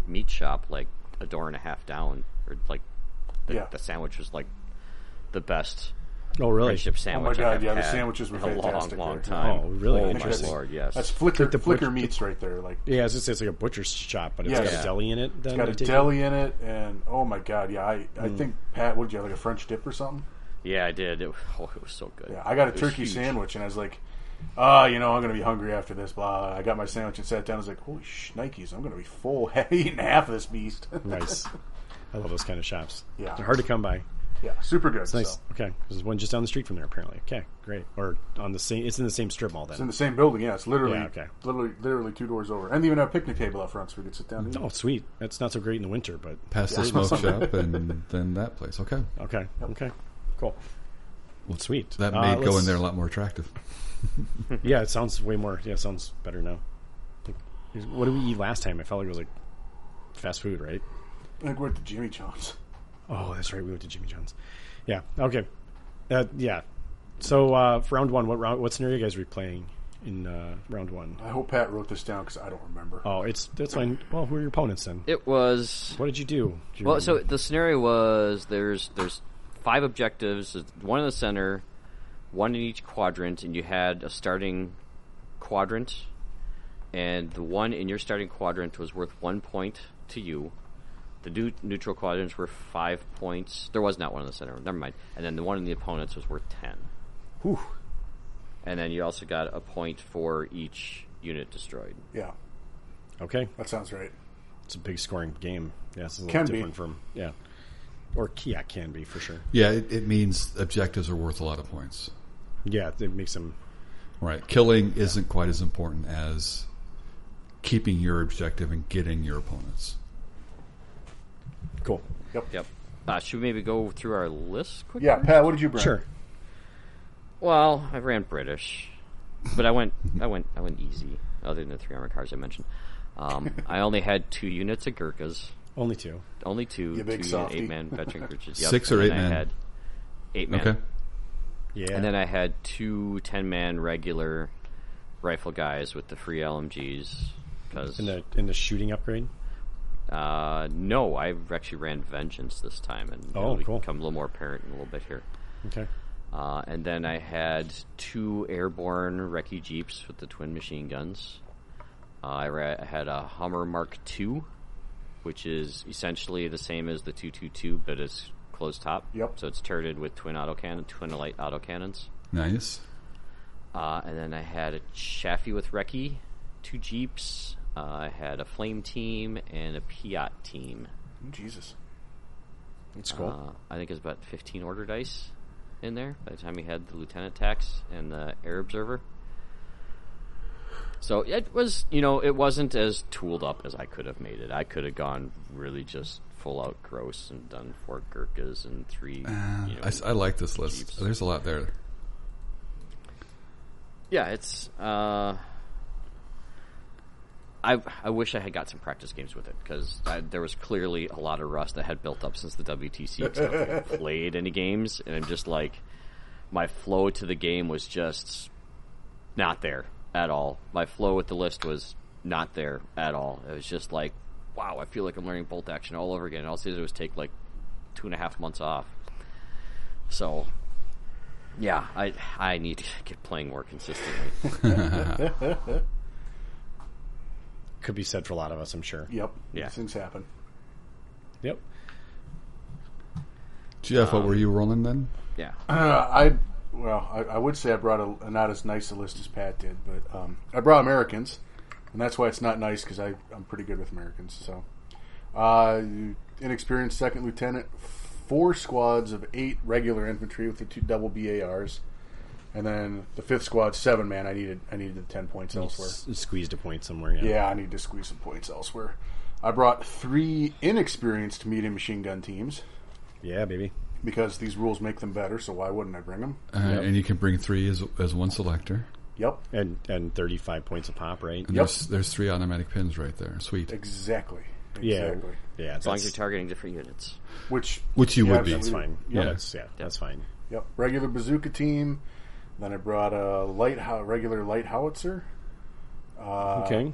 C: meat shop, like a door and a half down, or like the,
B: Yeah.
C: the sandwich was like the best
A: Oh, really?
C: friendship sandwich.
B: God,
C: I have
B: yeah, the
C: had
B: sandwiches were
C: in a long,
B: fantastic
C: long
B: there.
C: time.
A: Oh, really?
C: Oh my
A: Interesting.
C: lord, yes.
B: That's flicker
A: Like the
B: flicker
A: butcher-
B: meats right there. Like
A: Yeah, I was gonna say it's like a butcher's shop, but it's
B: Yeah.
A: got
B: Yeah.
A: a deli in it. Then
B: got
A: I
B: a
A: take it?
B: deli in it, and oh my god, yeah. I I
C: Mm.
B: think Pat, what did you have like a French dip or something?
C: yeah, I did. It, oh, it was so good.
B: Yeah, I got a
C: It was
B: turkey
C: huge.
B: sandwich, and I was like, ah, you know, I'm gonna be hungry after this. Blah. I got my sandwich and sat down. I was like, holy shnikes, I'm gonna be full eating half of this beast.
A: Nice. I love those kind of shops.
B: Yeah.
A: they're hard to come by.
B: yeah, super good.
A: Nice.
B: So.
A: Okay, there's one just down the street from there apparently. Okay, great. Or on the same. It's in the same strip mall
B: It's in
A: then.
B: the same building. Yeah, it's literally,
A: Yeah, okay.
B: literally, literally two doors over, and they even have a picnic table out front so we could sit down. and eat.
A: Oh, sweet. That's not so great in the winter, but
D: Past the smoke shop and then that place. Okay,
A: okay, okay, cool. Well, sweet.
D: that
A: Uh,
D: made going
A: let's-
D: there a lot more attractive.
A: Yeah, it sounds way more. Yeah, it sounds better now. Like, what did we eat last time? I felt like it was like fast food, right?
B: I think we're at the Jimmy John's.
A: Oh, that's right. We went to Jimmy John's. Yeah. Okay. Uh, yeah. So uh, for round one, what round? What scenario you guys were playing in uh, round one?
B: I hope Pat wrote this down because I don't remember.
A: Oh, it's that's fine. Well, who are your opponents then?
C: It was
A: What did you do? Do you
C: Well, so
A: remember?
C: the scenario was there's there's five objectives, there's one in the center, one in each quadrant, and you had a starting quadrant, and the one in your starting quadrant was worth one point to you. The new neutral quadrants were five points. There was not one in the center. Never mind. And then the one in the opponents was worth ten.
A: Whew.
C: And then you also got a point for each unit destroyed.
B: Yeah,
A: okay,
B: that sounds right.
A: it's a big scoring game. Yeah, this is a
B: Can
A: little
B: be.
A: different from yeah, or yeah, can be for sure.
D: Yeah, it, it means objectives are worth a lot of points.
A: Yeah, it makes them
D: Right. Killing isn't quite as important as keeping your objective and getting your opponents.
A: cool.
C: Yep. Uh, should we maybe go through our list quickly?
B: Yeah, Pat, what did you bring?
A: Sure.
C: Well, I ran British. but I went, I went, I went easy. Other than the three armored cars I mentioned, um, I only had two units of Gurkhas,
A: Only two.
C: only two,
B: You big
C: two
B: softy.
C: eight man veteran Gurkhas. Yep.
D: Six
C: and
D: or
C: then
D: eight
C: I
D: man?
C: had eight man.
D: Okay.
A: Yeah.
C: And then I had two 10 man regular rifle guys with the free LMGs. Because
A: in the in the shooting upgrade.
C: uh, no, I actually ran Vengeance this time, and
A: Oh,
C: it'll
A: cool.
C: become a little more apparent in a little bit here.
A: Okay.
C: Uh, and then I had two airborne recce jeeps with the twin machine guns. Uh, I, ra- I had a Hummer Mark II, which is essentially the same as the 222, but it's closed top.
B: Yep.
C: So it's turreted with twin autocannon, twin light autocannons.
D: Nice.
C: Uh, and then I had a Chaffee with Recce, two Jeeps. Uh, I had a Flame team and a Piat team.
B: Jesus.
A: That's cool.
C: Uh, I think it was about 15 order dice in there by the time we had the Lieutenant Tax and the Air Observer. So it was, you know, it wasn't as tooled up as I could have made it. I could have gone really just full out gross and done four Gurkhas and three. you know,
D: I, s- I like this list.
C: Jeeps.
D: There's a lot there.
C: Yeah, it's. Uh, I I wish I had got some practice games with it because there was clearly a lot of rust that had built up since the WTC. 'cause I haven't played any games, and I'm just like, my flow to the game was just not there at all. My flow with the list was not there at all. It was just like, wow, I feel like I'm learning bolt action all over again. All I did was take like two and a half months off. So, yeah, I I need to get playing more consistently.
A: Could be said for a lot of us, I'm sure.
B: Yep.
C: Yeah.
B: These things happen.
A: Yep.
D: Jeff,
C: Um,
D: what were you rolling then?
C: yeah.
B: Uh, I well, I, I would say I brought a, a not as nice a list as Pat did, but um, I brought Americans, and that's why it's not nice because I I'm pretty good with Americans. So, uh, inexperienced second lieutenant, four squads of eight regular infantry with the two double BARs, and then the fifth squad seven man. I needed I needed the ten points elsewhere.
A: S- squeezed a point somewhere. Yeah.
B: Yeah, I need to squeeze some points elsewhere. I brought three inexperienced medium machine gun teams
A: Yeah, baby.
B: because these rules make them better. So why wouldn't I bring them?
D: Uh, And you can bring three as, as one selector.
B: Yep.
A: And and 35 points a pop, right?
D: And
B: Yep.
D: there's, there's three automatic pins right there. Sweet.
B: Exactly.
A: Yeah.
B: Exactly.
A: Yeah.
C: As long as
A: that's-
C: you're targeting different units.
B: Which
D: Which you would be.
A: That's fine.
B: Yeah.
A: Yeah, that's yeah, that's fine.
B: yep, regular bazooka team. Then I brought a light ho- regular light howitzer.
A: okay.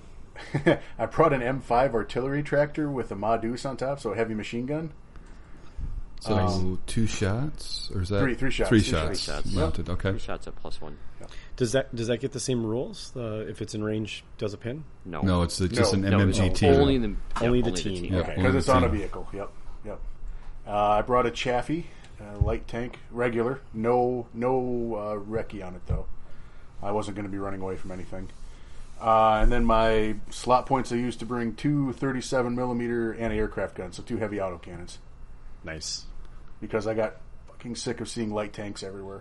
B: I brought an M5 artillery tractor with a Madus on top, so a heavy machine gun.
D: So two shots? Or is that?
B: Three- three shots.
D: Three
B: Three
D: shots.
C: shots.
D: Mounted. Okay.
C: Three shots at plus one.
A: Does that does that get the same rules? The if it's in range, does a pin?
C: No.
D: No, it's the, just
B: No,
D: an
C: No, it's
D: MMG
C: Only
D: team.
C: the, yeah,
A: Only the team.
D: Yeah,
C: Mm,
A: Okay.
D: only
B: Because it's
D: the
B: on a
D: team.
B: vehicle. Yep, yep. Uh, I brought a Chaffee, a light tank, regular. No, no uh, recce on it though. I wasn't going to be running away from anything. Uh, and then my slot points I used to bring two 37 millimeter anti-aircraft guns, so two heavy autocannons,
A: Nice.
B: because I got fucking sick of seeing light tanks everywhere.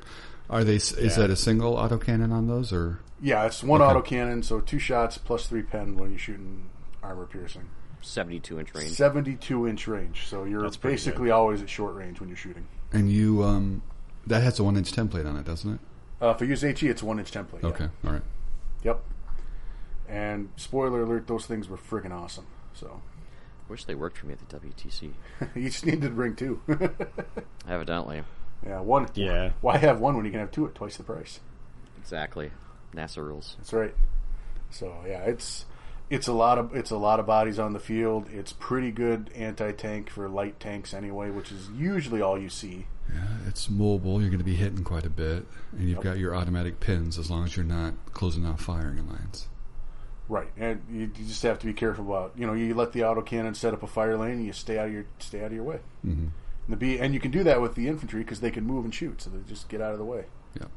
D: Are they? Is that a single autocannon on those, or
B: Yeah, it's one autocannon, so two shots plus three pen when you're shooting armor piercing.
C: 72 inch range.
B: 72 inch range, so you're
A: That's pretty
B: basically always at short range when you're shooting.
D: and you? Um, that has a one-inch template on it, doesn't it?
B: Uh, if I use HE, it's a one inch template. yeah.
D: Okay. All right.
B: Yep. And spoiler alert, those things were friggin' awesome. So
C: Wish they worked for me at the WTC.
B: you just needed to bring two.
C: Evidently.
B: yeah, one.
A: Yeah.
B: Why have one when you can have two at twice the price?
C: Exactly. NASA rules.
B: That's right. So yeah, it's it's a lot of it's a lot of bodies on the field. It's pretty good anti tank for light tanks anyway, which is usually all you see.
D: It's mobile. You're going to be hitting quite a bit, and you've got your automatic pins as long as you're not closing off firing lines.
B: Right, and you, you just have to be careful about you know you let the autocannon set up a fire lane and you stay out of your stay out of your way. Mm-hmm. And the B and you can do that with the infantry because they can move and shoot, so they just get out of the way.
D: Yep.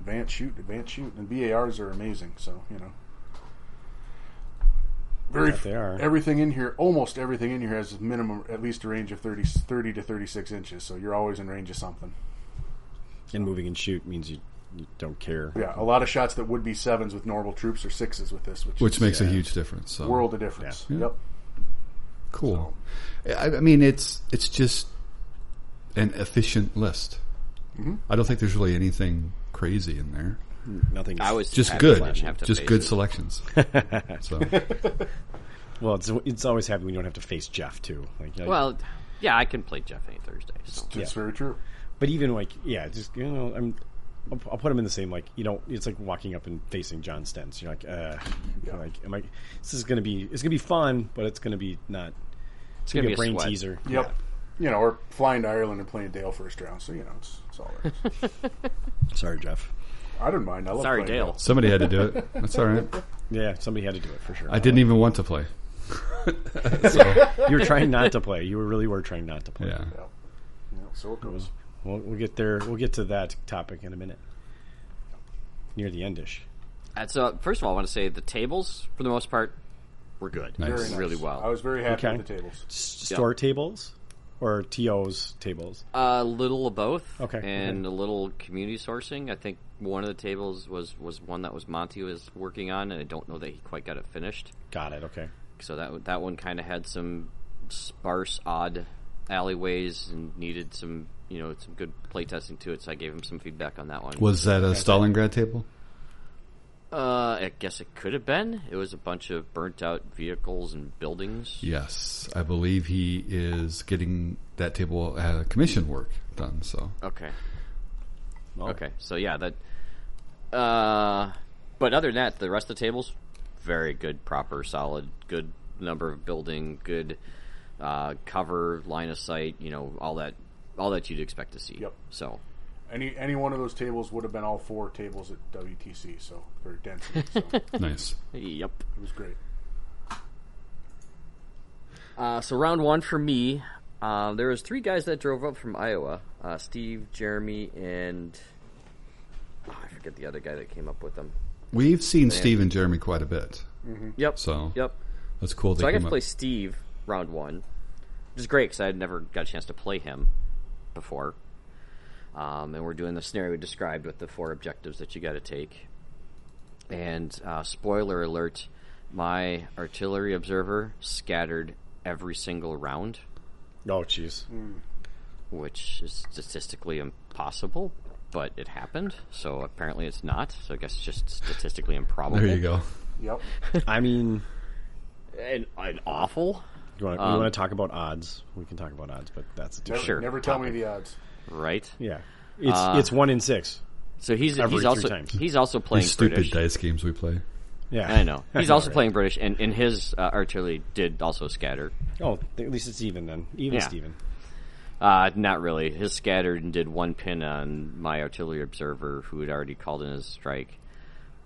B: advance shoot, advance shoot, and BARs are amazing. So you know, very
A: Yeah, they are.
B: everything in here, almost everything in here has a minimum at least a range of 30, 30 to thirty six inches. So you're always in range of something.
A: And moving and shoot means you, you don't care.
B: Yeah, a lot of shots that would be sevens with normal troops or sixes with this, which,
D: Which
B: is
D: makes a
A: Yeah.
D: huge difference. So.
B: a world of difference.
D: Yeah.
B: Yep.
D: cool. I, I mean, it's it's just an efficient list. I don't think there's really anything crazy in there.
A: Nothing.
C: I was
D: Just
C: happy I
D: good,
C: didn't have to
D: just
C: face
D: good
C: it.
D: selections. so
A: Well, it's it's always happy when you don't have to face Jeff too. Like, like-
C: Well, yeah, I can play Jeff any Thursday. So.
B: That's very true.
A: but even like yeah, just you know, I'm I'll, I'll put him in the same like you know, it's like walking up and facing John Stentz. You're like, uh, you're like am I? This is gonna be it's gonna be fun, but it's gonna be not. It's gonna, be
C: gonna be
A: a
C: a
A: brain
C: sweat.
A: teaser.
B: Yep. You know, or flying to Ireland and playing Dale first round. So you know, it's, it's all right.
A: Sorry, Jeff.
B: I don't mind. I love
C: Sorry,
B: playing
C: Dale.
D: somebody had to do it. That's all right.
A: Yeah, somebody had to do it for sure.
D: I didn't even want to play.
A: You were trying not to play. You were really were trying not to play.
D: Yeah.
B: Dale. You know, so it goes.
A: We'll, we'll get there. We'll get to that topic in a minute. Near the endish.
C: Uh, So first of all, I want to say the tables for the most part were good.
D: Nice.
B: Very nice.
C: Really
B: I
C: well.
B: was very happy
A: Okay.
B: with the tables.
A: S- Store tables or TOs tables.
C: A little of both.
A: Okay,
C: And
A: okay.
C: a little community sourcing. I think one of the tables was was one that was Monty was working on, and I don't know that he quite got it finished.
A: Got it. Okay.
C: So that that one kind of had some sparse, odd alleyways and needed some you know some good playtesting to it. So I gave him some feedback on that one.
D: Was that a Stalingrad table?
C: Uh, I guess it could have been. It was a bunch of burnt out vehicles and buildings.
D: Yes, I believe he is getting that table uh, commission work done. So
C: Okay.
A: Well,
C: Okay. So yeah, that. Uh, but other than that, the rest of the tables, very good, proper, solid, good number of building, good uh, cover, line of sight. You know, all that, all that you'd expect to see.
B: Yep.
C: So
B: Any any one of those tables would have been all four tables at WTC. So very density. So it
D: nice.
C: yep.
B: was great.
C: Uh, so round one for me, uh, there was three guys that drove up from Iowa: uh, Steve, Jeremy, and oh, I forget the other guy that came up with them.
D: We've seen Steve and Jeremy quite a bit.
C: Yep.
D: So
C: Yep.
D: that's cool. They
C: So I got
D: came
C: to
D: up-
C: play Steve round one, which is great because I had never got a chance to play him before. Um, and we're doing the scenario we described with the four objectives that you got to take. And uh, spoiler alert, my artillery observer scattered every single round,
A: Oh, jeez.
C: which is statistically impossible, but it happened. So apparently it's not. So I guess it's just statistically improbable
D: There you go.
B: Yep.
A: I mean,
C: and, and awful.
A: you want,
C: Um,
A: we want to talk about odds. We can talk about odds, but that's a
B: Never,
A: different.
C: Sure,
B: Never tell me
C: topic.
B: the odds.
C: Right?
A: Yeah. It's
C: Uh,
A: it's one in six.
C: So he's
A: Every
C: he's
A: three
C: also
A: times.
C: he's also playing
D: These stupid
C: British.
D: dice games we play.
A: Yeah.
C: I know he's
A: know,
C: also
A: right?
C: playing British, and and his uh, artillery did also scatter.
A: Oh, th- at least it's even then. Even
C: Yeah.
A: Steven.
C: Uh, not really. His scattered and did one pin on my artillery observer, who had already called in his strike.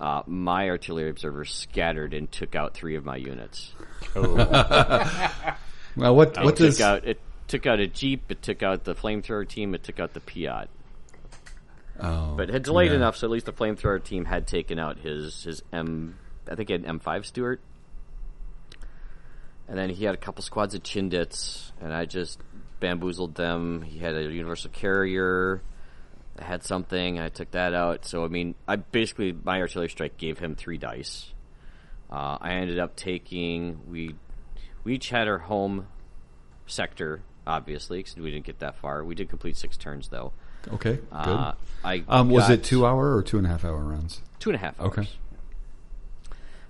C: Uh, my artillery observer scattered and took out three of my units.
D: Well, Uh, what what
C: it took
D: does
C: out it took out a jeep. It took out the flamethrower team. It took out the Piat.
D: oh,
C: But it had delayed
D: yeah.
C: enough, so at least the flamethrower team had taken out his his M. I think he had an M5 Stewart, and then he had a couple squads of Chindits, and I just bamboozled them. He had a Universal Carrier. I had something. I took that out. So I mean, I basically my artillery strike gave him three dice. Uh, I ended up taking we we each had our home sector, obviously, because we didn't get that far. We did complete six turns though.
D: Okay, good.
C: Uh, I
D: um, was
C: got-
D: it two hour or two and a half hour rounds?
C: two and a half hours.
D: Okay.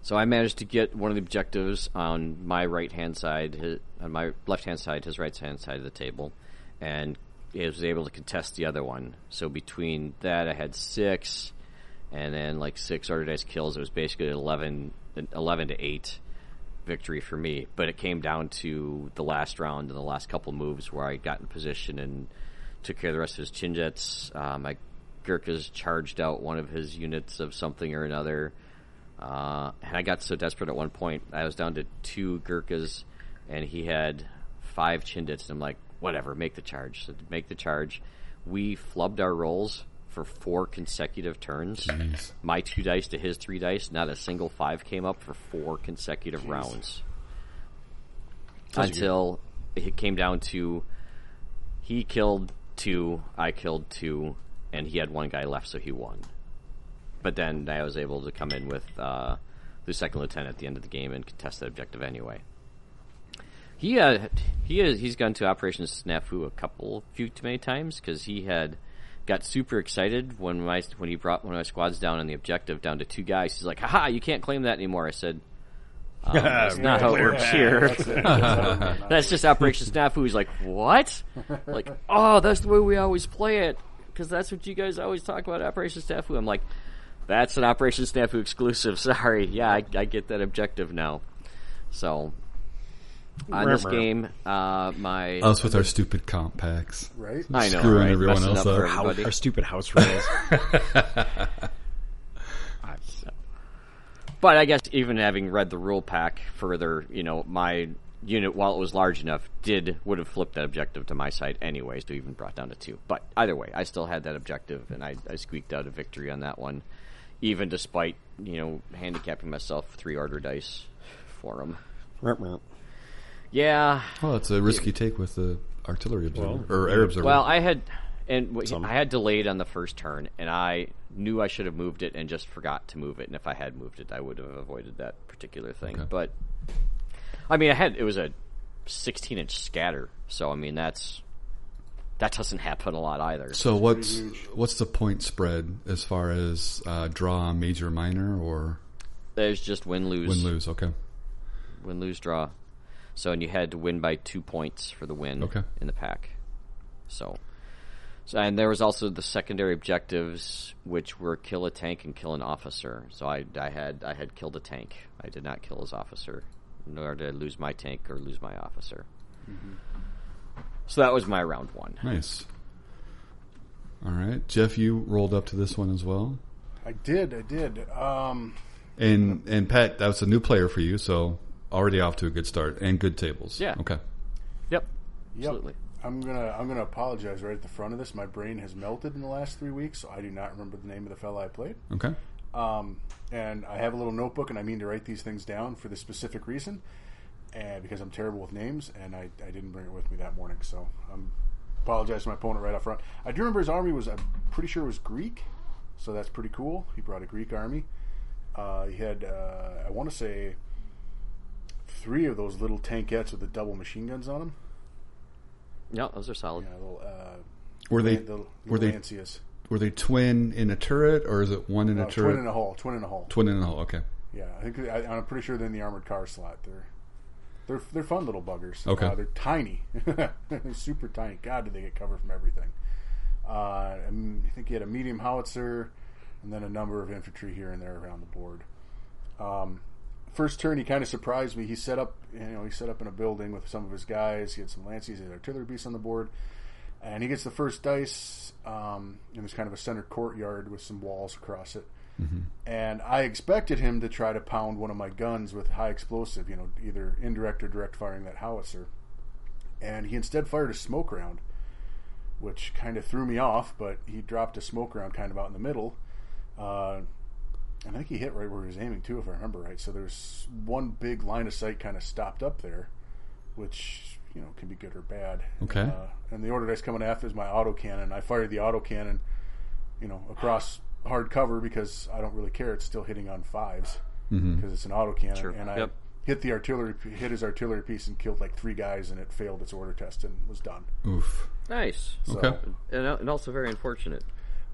C: So I managed to get one of the objectives on my right hand side, his, on my left hand side, his right hand side of the table, and I was able to contest the other one. So between that, I had six, and then like six order dice kills. It was basically 11, an 11 to eight victory for me. But it came down to the last round and the last couple moves where I got in position and took care of the rest of his chin jets. Uh, my Gurkhas charged out one of his units of something or another. Uh, and I got so desperate at one point, I was down to two Gurkhas, and he had five Chindits, and I'm like, whatever, make the charge. So make the charge. We flubbed our rolls for four consecutive turns. My two dice to his three dice, not a single five came up for four consecutive rounds. Until it came down to he killed two, I killed two, and he had one guy left, so he won but then I was able to come in with uh, the second lieutenant at the end of the game and contest that objective anyway. He uh, he is he's gone to Operation Snafu a couple few too many times because he had got super excited when my when he brought one of my squads down on the objective down to two guys. He's like, "Haha, you can't claim that anymore." I said, um, "That's not how it works here. that's just Operation Snafu." He's like, "What?" like, "Oh, that's the way we always play it because that's what you guys always talk about Operation Snafu." I'm like, "That's an Operation Snafu exclusive. Sorry, yeah, I, I get that objective now." So. On this
A: Rumor.
C: game, uh, my
D: Us with our stupid comp packs.
B: Right?
C: I know,
D: Oh, screwing
C: right?
D: everyone
C: Messing
D: else
C: up for
D: up.
A: How,
C: everybody.
A: our stupid house rules.
C: But I guess even having read the rule pack further, you know, my unit, while it was large enough, did would have flipped that objective to my side anyways to even brought down to two. But either way, I still had that objective, and I, I squeaked out a victory on that one, even despite you know handicapping myself with three order dice for them.
A: Rumor.
C: Yeah,
D: Well, it's a risk you take with the artillery observer or air observer.
C: Well, I had and w- I had delayed on the first turn, and I knew I should have moved it and just forgot to move it. And if I had moved it, I would have avoided that particular thing.
D: Okay.
C: But I mean, I had it was a 16 inch scatter, so I mean that's that doesn't happen a lot either.
D: so what's what's the point spread as far as uh, draw major minor or
C: There's just win lose
D: win lose? Okay,
C: win lose draw. So and you had to win by two points for the win
D: Okay.
C: in the pack. So, so and there was also the secondary objectives, which were kill a tank and kill an officer. So I, I had I had killed a tank. I did not kill his officer, nor did I lose my tank or lose my officer. Mm-hmm. So that was my round one.
D: nice. All right, Jeff, you rolled up to this one as well,
B: I did, I did. Um,
D: and and Pat, that was a new player for you, so already off to a good start and good tables.
C: Yeah.
D: Okay.
C: Yep,
B: yep.
C: absolutely.
B: I'm gonna I'm gonna apologize right at the front of this. My brain has melted in the last three weeks, so I do not remember the name of the fella I played.
D: Okay.
B: Um, and I have a little notebook, and I mean to write these things down for this specific reason, and because I'm terrible with names, and I, I didn't bring it with me that morning, so I'm apologize to my opponent right up front. I do remember his army was I'm pretty sure it was Greek, so that's pretty cool. He brought a Greek army. Uh, he had uh, I want to say three of those little tankettes with the double machine guns on them.
C: No, those are solid.
B: Yeah, little uh,
D: Were they
B: the,
D: were they
B: Lancias.
D: were they twin in a turret or is it one in
B: No,
D: a turret?
B: twin in a hole. Twin in a hole.
D: Twin in a hole. Okay.
B: Yeah, I think I, I'm pretty sure they're in the armored car slot. They're they're they're fun little buggers.
D: Okay.
B: Uh, they're tiny. they're super tiny. God, did they get cover from everything? Uh, I mean, I think he had a medium howitzer, and then a number of infantry here and there around the board. Um, first turn, he kind of surprised me. He set up, you know, he set up in a building with some of his guys. He had some lances, he had artillery beasts on the board, and he gets the first dice. Um, and there's kind of a center courtyard with some walls across it. And I expected him to try to pound one of my guns with high explosive, you know, either indirect or direct firing that howitzer. And he instead fired a smoke round, which kind of threw me off. But he dropped a smoke round kind of out in the middle. Uh, and I think he hit right where he was aiming too, if I remember right. So there's one big line of sight kind of stopped up there, which you know can be good or bad.
D: Okay.
B: Uh, and the order that's coming after is my autocannon. I fired the autocannon, you know, across hard cover because I don't really care. It's still hitting on 5s because it's an autocannon,
C: Mm-hmm. Sure.
B: and I
C: Yep.
B: hit the artillery, hit his artillery piece, and killed like three guys, and it failed its order test and was done.
D: Oof.
C: Nice
B: So,
D: Okay.
C: and, uh, and also very unfortunate.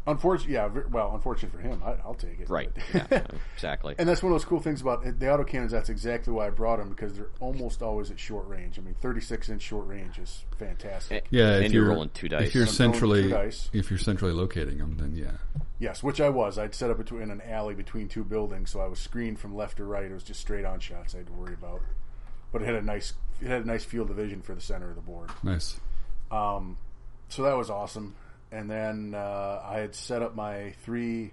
B: Unfortunate, yeah. ver- Well, unfortunate for him, I, I'll take it.
C: Right. yeah, exactly.
B: And that's one of those cool things about the autocannons. That's exactly why I brought them because they're almost always at short range. I mean, 36 inch short range is fantastic.
D: Yeah.
C: And
D: if
C: you're
D: you're
C: rolling two dice.
D: If you're
B: I'm rolling
D: centrally
B: two dice.
D: if you're centrally locating them, then yeah.
B: Yes, which I was. I'd set up between, in an alley between two buildings, so I was screened from left to right. It was just straight on shots I had to worry about. But it had a nice it had a nice field of vision for the center of the board.
D: Nice.
B: so that was awesome. And then uh, I had set up my three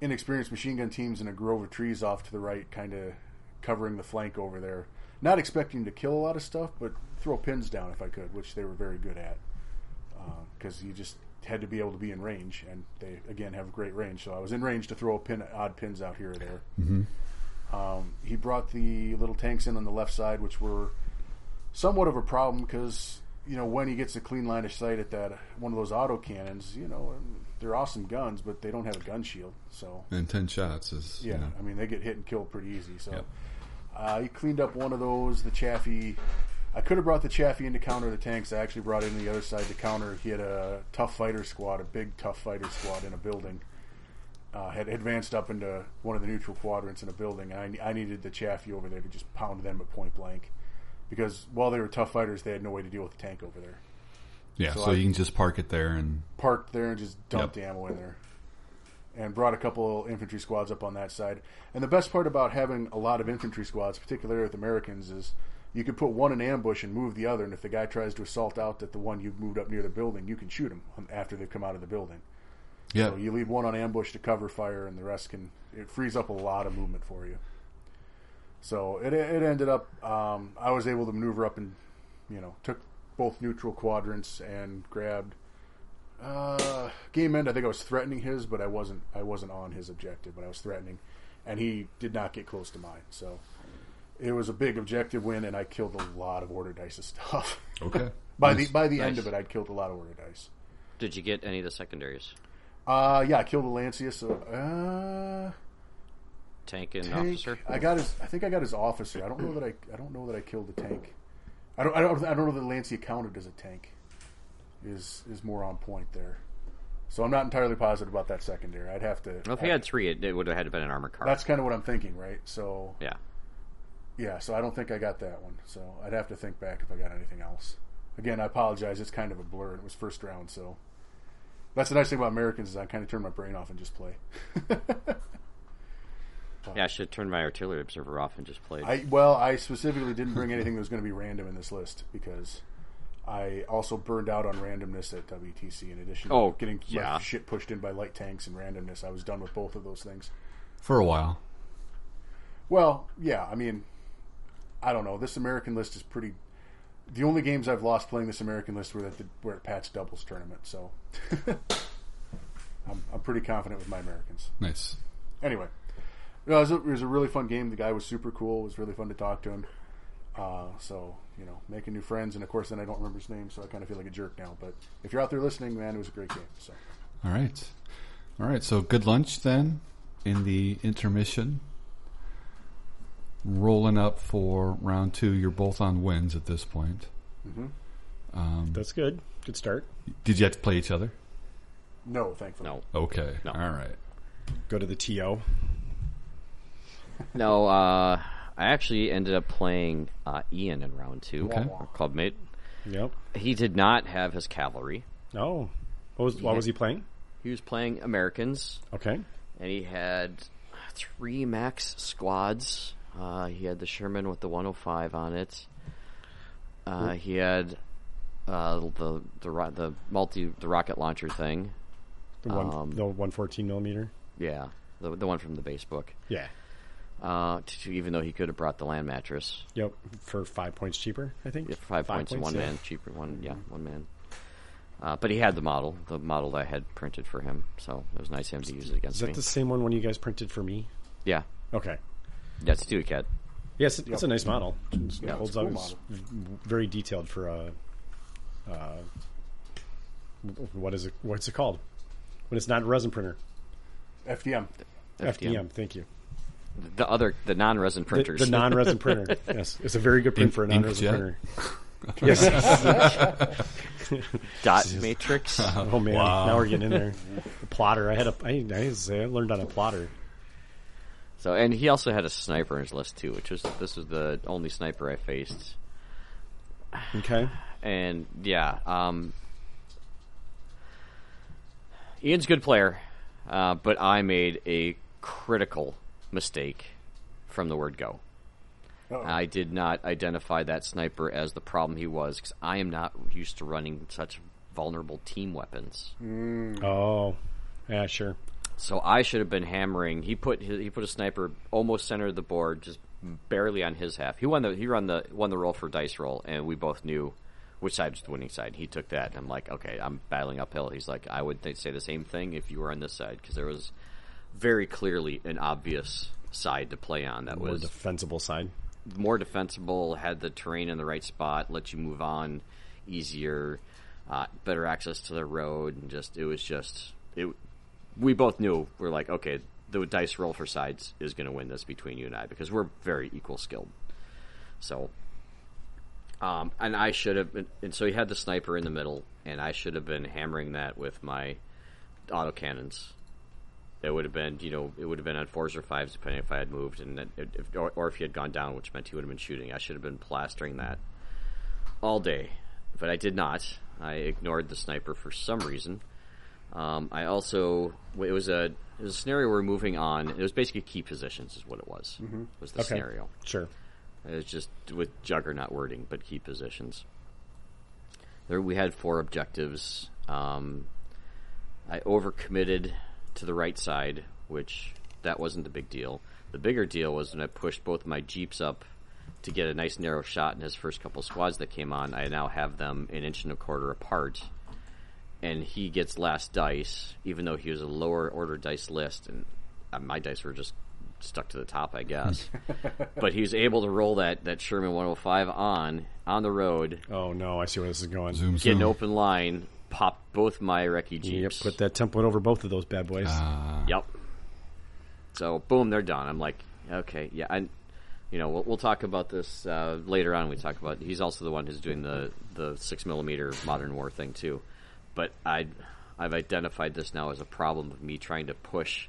B: inexperienced machine gun teams in a grove of trees off to the right, kind of covering the flank over there. Not expecting to kill a lot of stuff, but throw pins down if I could, which they were very good at. Because you just had to be able to be in range, and they again have great range. So I was in range to throw a pin, odd pins out here or there. Um, he brought the little tanks in on the left side, which were somewhat of a problem because you know when he gets a clean line of sight at that one of those auto cannons, you know they're awesome guns, but they don't have a gun shield. So
D: And ten shots is
B: yeah,
D: You know,
B: I mean they get hit and killed pretty easy. So
D: Yep.
B: uh, he cleaned up one of those, the Chaffee I could have brought the Chaffee in to counter the tanks. I actually brought in the other side to counter. He had a tough fighter squad, a big tough fighter squad in a building. Uh, had advanced up into one of the neutral quadrants in a building. And I, I needed the Chaffee over there to just pound them at point blank. Because while they were tough fighters, they had no way to deal with the tank over there.
D: Yeah,
B: I-
D: so, you can just park it there and
B: parked there and just dumped
D: Yep.
B: ammo in there. And brought a couple infantry squads up on that side. And the best part about having a lot of infantry squads, particularly with Americans, is you could put one in ambush and move the other. And if the guy tries to assault out that the one you've moved up near the building, you can shoot him after they've come out of the building.
D: yeah,
B: So you leave one on ambush to cover fire, and the rest can. It frees up a lot of movement for you. So it it ended up. Um, I was able to maneuver up and, you know, took both neutral quadrants and grabbed. Uh, game end. I think I was threatening his, but I wasn't. I wasn't on his objective, but I was threatening, and he did not get close to mine. So it was a big objective win, and I killed a lot of order dice stuff.
D: okay.
B: by
D: Nice.
B: the by the end
C: Nice.
B: of it, I'd killed a lot of order dice.
C: Did you get any of the secondaries?
B: Uh, yeah, I killed a Lancia. So, uh,
C: Tank and
B: tank.
C: officer?
B: I got his. I think I got his officer. I don't know that I. I don't know that I killed the tank. I don't. I don't. I don't know that Lancia counted as a tank. Is is more on point there. So I'm not entirely positive about that secondary. I'd have to.
C: Well, if you had three, it, it would have had to been an armored car.
B: that's kind of what I'm thinking, right? So
C: yeah.
B: yeah. So I don't think I got that one. So I'd have to think back if I got anything else. Again, I apologize. It's kind of a blur. It was first round, so that's the nice thing about Americans is I kind of turn my brain off and just play.
C: Yeah, I should have turned my artillery observer off and just played.
B: I well, I specifically didn't bring anything that was going to be random in this list because I also burned out on randomness at WTC. In addition,
C: Oh,
B: to getting my
C: yeah.
B: shit pushed in by light tanks and randomness, I was done with both of those things.
D: for a while.
B: Well, yeah, I mean, I don't know. This American list is pretty. The only games I've lost playing this American list were at the were at Pat's doubles tournament, so I'm, I'm pretty confident with my Americans.
D: Nice.
B: anyway, no, it, was a, it was a really fun game. The guy was super cool. It was really fun to talk to him. Uh, so you know, making new friends, and of course, then I don't remember his name, so I kind of feel like a jerk now. But if you're out there listening, man, it was a great game. So
D: All right, all right. So good lunch then in the intermission. Rolling up for round two. You're both on wins at this point.
A: That's good. Good start.
D: Did you have to play each other?
B: no, thankfully,
C: no.
D: Okay.
C: No.
D: All right.
A: Go to the TO.
C: No, uh, I actually ended up playing uh, Ian in round two,
D: Okay.
C: our clubmate.
A: Yep.
C: He did not have his cavalry.
A: Oh. What was, what was he playing?
C: He was playing Americans,
A: Okay.
C: and he had three max squads. Uh, he had the Sherman with the 105 on it. Uh, he had uh, the the ro- the multi the rocket launcher thing.
A: The one,
C: Um,
A: the one fourteen millimeter.
C: Yeah, the the one from the base book.
A: Yeah.
C: Uh, t- t- even though he could have brought the land mattress.
A: Yep. For five points cheaper, I think.
C: Yeah, five, points, and one
A: yeah.
C: man, cheaper one, yeah, Mm-hmm. one man. Uh, but he had the model, the model that I had printed for him, so it was nice of him to use it
A: Is
C: against me.
A: that the same one when you guys printed for me?
C: Yeah,
A: Okay.
C: that's Stewie Cat.
A: Yes, it's, it's a nice model. It's-
B: Yeah,
A: holds
B: it's a cool
A: out. It's v- very detailed for a. Uh, w- what is it? What's it called? When it's not a resin printer.
B: FDM.
A: FDM. Thank you.
C: The other, the non-resin
A: The,
C: printers.
A: the non-resin printer. Yes, it's a very good print
D: Ink-
A: for a non-resin
D: inkjet?
A: printer. yes.
C: dot matrix.
A: Oh man, now we're getting in there. The plotter. I had a. I, I, used to say I learned on a plotter.
C: So, and he also had a sniper in his list too, which was this was the only sniper I faced.
A: Okay.
C: And yeah, um, Ian's a good player, uh, but I made a critical mistake from the word go.
B: Uh-oh.
C: I did not identify that sniper as the problem he was because I am not used to running such vulnerable team weapons.
A: Oh, yeah, sure.
C: So I should have been hammering. He put his, he put a sniper almost center of the board, just barely on his half. He won the he run the won the roll for dice roll, and we both knew which side was the winning side. He took that, and I'm like, okay, I'm battling uphill. He's like, I would th- say the same thing if you were on this side because there was very clearly an obvious side to play on that
A: More
C: was
A: defensible side.
C: more defensible, had the terrain in the right spot, let you move on easier, uh, better access to the road, and just it was just it. We both knew we're like okay, the dice roll for sides is going to win this between you and I because we're very equal skilled. So Um, and I should have, been, and so he had the sniper in the middle, and I should have been hammering that with my auto cannons. That would have been, you know, it would have been on fours or fives depending if I had moved, and then if, or, or if he had gone down, which meant he would have been shooting. I should have been plastering that all day, but I did not. I ignored the sniper for some reason. Um, I also it was a it was a scenario we were moving on. It was basically key positions, is what it was. Was the
A: Okay.
C: scenario?
A: Sure.
C: It's just with juggernaut wording, but key positions. There, we had four objectives. Um, I overcommitted to the right side, which that wasn't the big deal. The bigger deal was when I pushed both my jeeps up to get a nice narrow shot in his first couple squads that came on. I now have them an inch and a quarter apart, and he gets last dice, even though he was a lower order dice list, and uh, my dice were just stuck to the top, I guess. but he was able to roll that that Sherman 105 on on the road,
A: Oh no, I see where this is going.
D: Zoom,
C: get an
D: zoom.
C: open line, pop both my recce
A: Hmm. Yep,
C: jeeps.
A: put that template over both of those bad boys.
C: Yep. So boom, they're done. I'm like, okay, yeah, and you know we'll, we'll talk about this uh, later on. when We talk about he's also the one who's doing the the six millimeter modern war thing too. But I I've identified this now as a problem of me trying to push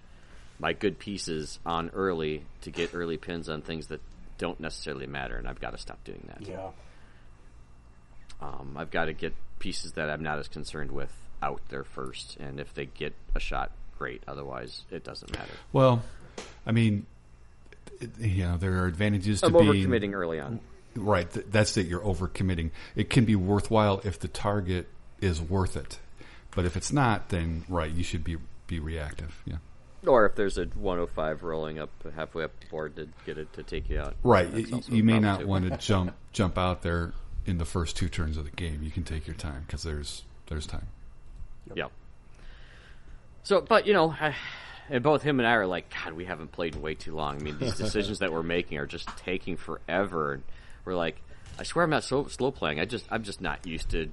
C: my good pieces on early to get early pins on things that don't necessarily matter, and I've got to stop doing that.
B: Yeah.
C: Um, I've got to get pieces that I'm not as concerned with out there first, and if they get a shot, great. Otherwise, it doesn't matter.
D: Well, I mean, it- you know, there are advantages
C: I'm
D: to being
C: overcommitting early on.
D: Right. Th- that's it. You're overcommitting. It can be worthwhile if the target is worth it, but if it's not, then right, you should be be reactive. Yeah.
C: Or if there's a 105 rolling up halfway up the board to get it to take you out.
D: Right.
C: That's
D: You,
C: also a
D: you may
C: problem,
D: not
C: too.
D: want to jump jump out there in the first two turns of the game. You can take your time because there's there's time.
C: Yeah. So, but you know, I, and both him and I are like, God, we haven't played in way too long. I mean, these decisions that we're making are just taking forever. And we're like, I swear I'm not so slow playing. I just I'm just not used to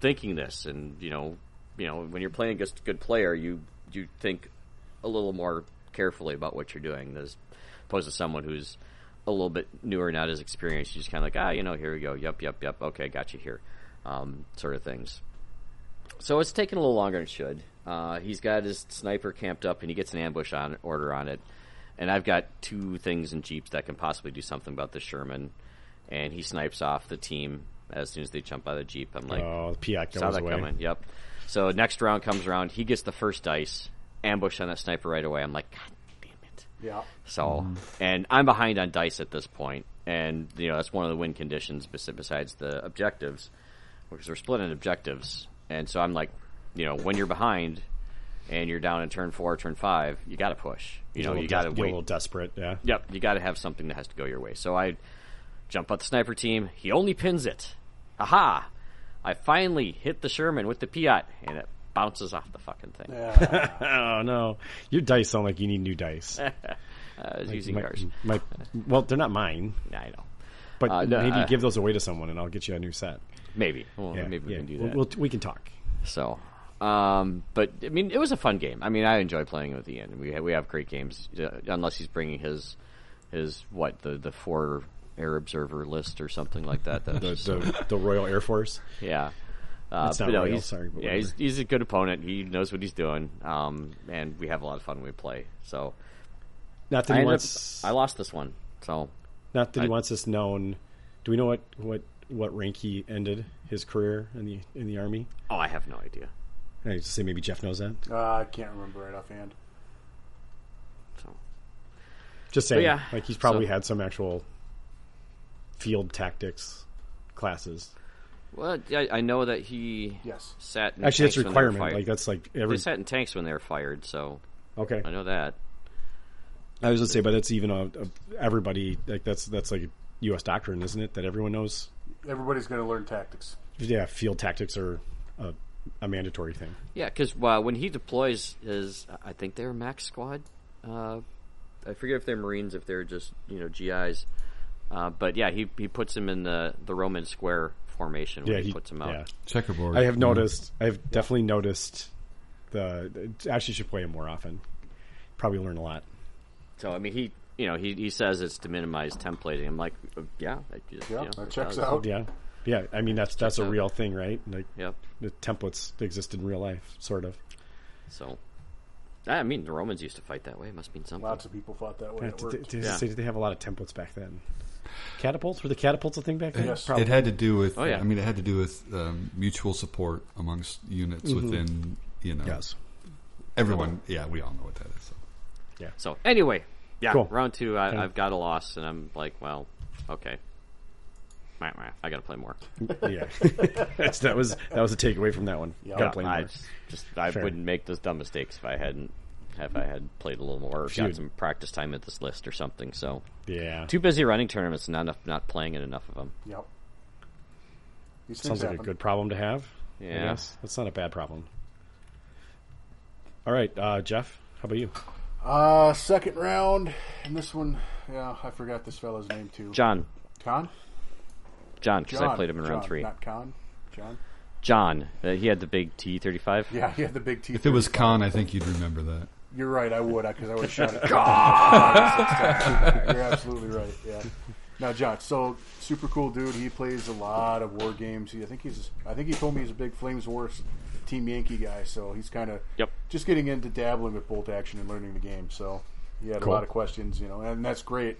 C: thinking this. And you know, you know, when you're playing against a good player, you you think a little more carefully about what you're doing as opposed to someone who's a little bit newer, not as experienced. You're just kind of like, ah, you know, here we go. Yep, yep, yep. Okay, got you here. Um, sort of things. So it's taken a little longer than it should. Uh, he's got his sniper camped up, and he gets an ambush on order on it. And I've got two things in jeeps that can possibly do something about the Sherman. And he snipes off the team as soon as they jump out of the jeep. I'm like,
A: Oh, the PIAC
C: saw
A: goes
C: that
A: away.
C: coming. Yep. So next round comes around, he gets the first dice, ambush on that sniper right away. I'm like, God damn it!
B: Yeah.
C: So,
A: Mm-hmm.
C: and I'm behind on dice at this point, and you know that's one of the win conditions bes- besides the objectives, because we're split in objectives. And so I'm like, you know, when you're behind and you're down in turn four, turn five, you got to push.
A: Get
C: You
A: a
C: know,
A: little
C: you got to
A: des- get a
C: wait
A: little desperate. Yeah.
C: Yep, you got to have something that has to go your way. So I jump out the sniper team. He only pins it. Aha! I finally hit the Sherman with the Piat, and it bounces off the fucking thing.
A: Oh no, your dice sound like you need new dice.
C: I was using
A: My-
C: yours.
A: my- well, they're not mine,
C: I know.
A: but
C: Uh, no,
A: maybe
C: uh,
A: give those away to someone, and I'll get you a new set.
C: Maybe. Well,
A: Yeah,
C: maybe we
A: yeah.
C: can do
A: We'll-
C: that.
A: we'll- we can talk.
C: So, um, but I mean, it was a fun game. I mean, I enjoy playing with Ian. We have, we have great games, uh, unless he's bringing his his what the the four air observer list or something like that. That's
A: The, the, the Royal Air Force.
C: Yeah. Uh,
A: It's not
C: but no,
A: royal,
C: he's,
A: sorry, but
C: yeah, he's, he's a good opponent. He knows what he's doing, um, and we have a lot of fun when we play. So
A: Not that
C: I,
A: he
C: ended up-
A: wants.
C: I lost this one. So
A: not that he
C: I-
A: wants us known. Do we know what what what rank he ended his career in the in the army?
C: oh, I have no idea.
A: I just say maybe Jeff knows that.
B: Uh, I can't remember right offhand.
C: So
A: Just saying,
C: yeah,
A: like he's probably
C: so-
A: had some actual field tactics classes.
C: well, I, I know that he
B: Yes.
C: sat. In
A: Actually, that's
C: tanks
A: a
C: when they were
A: requirement.
C: fired.
A: Like uh, that's like
C: they
A: every
C: sat in tanks when they were fired. So
A: okay.
C: I know that.
A: I was gonna say, but it's even a, a everybody like that's that's like U.S. doctrine, isn't it? That everyone knows.
B: Everybody's going to learn tactics.
A: Yeah, field tactics are a, a mandatory thing.
C: Yeah, because uh, when he deploys his, I think they're Max Squad. Uh, I forget if they're Marines, if they're just you know GIs. Uh, but yeah, he he puts him in the the Roman square formation when
A: Yeah,
C: he,
A: he
C: puts him out.
A: Yeah.
D: Checkerboard.
A: I have noticed. I've definitely noticed. The actually should play him more often. Probably learn a lot.
C: So I mean, he you know he he says it's to minimize templating. I'm like, uh, yeah, I,
B: Yeah,
C: you know,
B: that
C: it
B: checks
C: does.
B: out.
A: Yeah, yeah, I mean that's that's a real thing, right? Like
C: Yep.
A: the templates exist in real life, sort of.
C: So, I mean, the Romans used to fight that way. It must mean something.
B: Lots of people fought that way.
A: Yeah,
B: It
A: did,
B: worked.
A: did,
C: Yeah.
A: say, did they have a lot of templates back then? Catapults were the catapults a thing back then?
B: Yes.
D: It had to do with.
C: Oh, yeah.
D: I mean, it had to do with um, mutual support amongst units within. You know,
A: Mm-hmm. Yes.
D: everyone. Yeah, we all know what that is. So.
C: So anyway, yeah,
A: Cool.
C: round two, I,
A: Okay.
C: I've got a loss, and I'm like, well, okay, Meh, meh, I got to play more.
A: yeah. That's, that was that was a takeaway from that one. Gotta play
C: I
A: more.
C: just, just I
A: Fair.
C: wouldn't make those dumb mistakes if I hadn't if I had played a little more, or got
A: Shoot.
C: some practice time at this list or something. So
A: Yeah.
C: too busy running tournaments, and not enough, not playing in enough of them.
B: Yep. These things
A: Sounds like a
B: happen.
A: good problem to have. I
C: Yeah.
A: guess. That's not a bad problem. All right, uh, Jeff, how about you?
B: Uh, second round, and this one, yeah, I forgot this fella's name too.
C: John,
B: Con?
C: John, because I
B: John.
C: played him in round
B: John,
C: three.
B: Not Con. John?
C: John, uh, he had the big T thirty five.
B: Yeah, yeah, the big T.
D: If it was Khan, I think you'd remember that.
B: You're right, I would, because I would have shouted. You're absolutely right, yeah. Now, John, so super cool dude. He plays a lot of war games. He, I think he's, I think he told me he's a big Flames Wars Team Yankee guy. So he's kind of
C: Yep.
B: just getting into dabbling with bolt action and learning the game. So he had a lot of questions, you know, and that's great.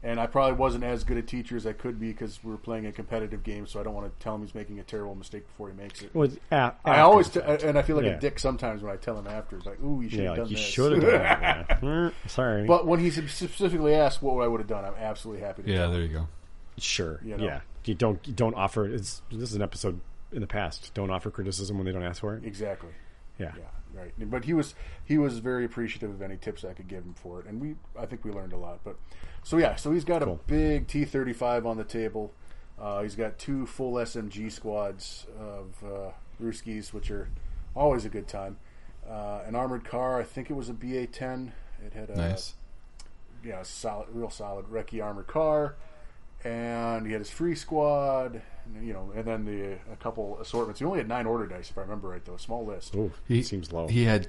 B: And I probably wasn't as good a teacher as I could be because we were playing a competitive game. So I don't want to tell him he's making a terrible mistake before he makes it.
A: Well, a-
B: I
A: after
B: always
A: the
B: t- uh,
A: fact.
B: and I feel like
A: Yeah.
B: a dick sometimes when I tell him after. It's like, ooh, you should
A: yeah,
B: have
A: like
B: done
A: you
B: this.
A: should have done that. Yeah. Mm, Sorry.
B: But when he specifically asked what I would have done, I'm absolutely happy to.
D: Yeah,
B: tell him.
D: there you go.
A: sure.
B: you know.
A: Yeah. You don't you don't offer it's this is an episode in the past. Don't offer criticism when they don't ask for it.
B: exactly.
A: Yeah.
B: Yeah, right. But he was he was very appreciative of any tips I could give him for it, and we I think we learned a lot. But so yeah, so he's got
A: Cool.
B: a big T thirty five on the table. Uh, he's got two full SMG squads of uh, Ruskies, which are always a good time. Uh, an armored car, I think it was a BA ten. It had a
D: Nice.
B: you know, solid, real solid recce armored car, and he had his free squad, and, you know, and then the a couple assortments. He only had nine order dice, if I remember right, though. A small list.
A: Ooh,
D: He
A: seems low.
D: He had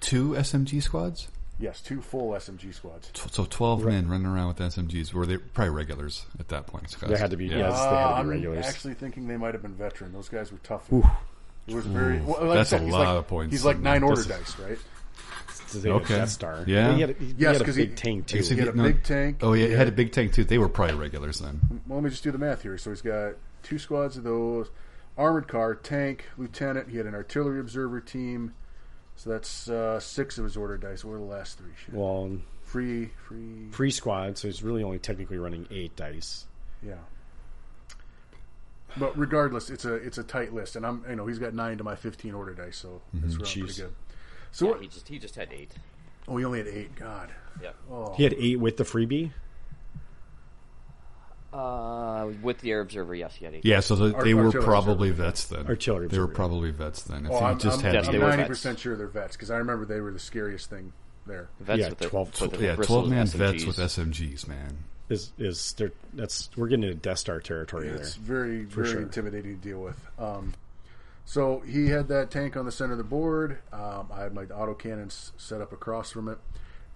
D: two SMG squads,
B: Yes, two full SMG squads.
D: Tw- so twelve men running around with SMGs. Were they probably regulars at that point? Scott?
A: They had to be- yes. they had to be
B: Ah, I'm
A: regulars.
B: actually thinking they might have been veteran. Those guys were tough. It was very. Well, like I
D: That's
B: said,
D: a
B: he's
D: lot
B: like-
D: of points.
B: He's like nine
D: That's
B: order
D: a-
B: dice, right?
A: Does he have a
D: Okay.
A: Death Star.
D: Yeah.
A: He had, a- he, he
B: Yes,
A: had a
B: 'cause he-
A: big tank
D: I
A: too.
D: guess
B: He
D: if
B: had a big tank.
D: Oh yeah,
B: He
D: he
B: had-
D: had a big tank too. They were probably regulars then.
B: Well, let me just do the math here. So he's got two squads of those armored car, tank, lieutenant. He had an artillery observer team. So that's uh, six of his order dice. What are the last three? Shit.
A: Well,
B: Free, free.
A: free squad, so he's really only technically running eight dice.
B: Yeah. But regardless, it's a it's a tight list, and I'm you know he's got nine to my fifteen order dice, so
D: Mm-hmm.
B: that's really pretty
A: Jeez.
B: good. So what
C: He just he just had eight.
B: oh, he only had eight. God,
C: Yeah.
B: Oh.
A: He had eight with the freebie.
C: Uh, with the air observer, yes, he had eight.
D: Yeah, so the,
B: Ar-
D: they were
B: artillery
D: probably
B: observer.
D: vets then.
A: Artillery
D: They were
A: observer.
D: probably vets then. If
B: oh,
D: he
B: I'm,
D: just
B: I'm,
D: had
C: Yes,
D: eight.
C: they were
B: ninety percent
C: vets.
B: sure they're vets because I remember they were the scariest thing there.
C: Vets
A: Yeah,
C: with the,
A: 12
C: with the
D: yeah,
C: bristles
D: twelve man
C: and
D: vets
C: SMGs.
D: with SMGs, man.
A: Is is there, that's we're getting into Death Star territory there.
B: It's very, very
A: sure.
B: intimidating to deal with. Um, so he had that tank on the center of the board. Um, I had my autocannons set up across from it.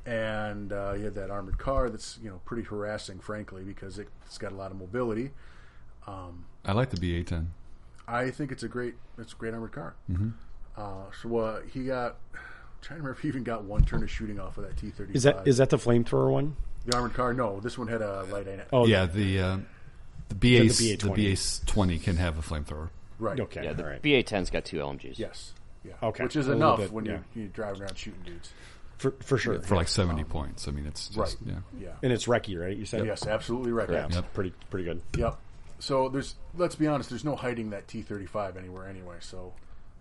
B: And uh, he had that armored car that's, you know, pretty harassing, frankly, because it, it's got a lot of mobility.
D: I like the BA ten.
B: I think it's a great, it's a great armored car.
A: Mm-hmm.
B: Uh, so uh, he got, I'm trying to remember if he even got one turn of shooting off of that T-35.
A: Is that is that the flamethrower one?
B: the armored car? No, this one had a light in it.
A: Oh,
D: Yeah, the uh, the
A: The
D: BA the
A: BA-20.
D: BA twenty can have a flamethrower.
B: right.
A: okay,
C: Yeah, the
A: all right.
C: BA 10's got two LMGs.
B: Yes. Yeah.
A: Okay.
B: Which is
A: A little
B: enough
A: bit,
B: when
A: yeah.
B: you're, you're driving around shooting dudes.
A: for for sure.
D: for like 70 points. I mean, it's just,
B: Right.
D: yeah.
B: Yeah.
A: and it's Reki, right? You said
B: Yes, absolutely right.
A: yeah,
D: Yep.
A: pretty pretty good.
B: Yep. So there's let's be honest, there's no hiding that T thirty five anywhere anyway. So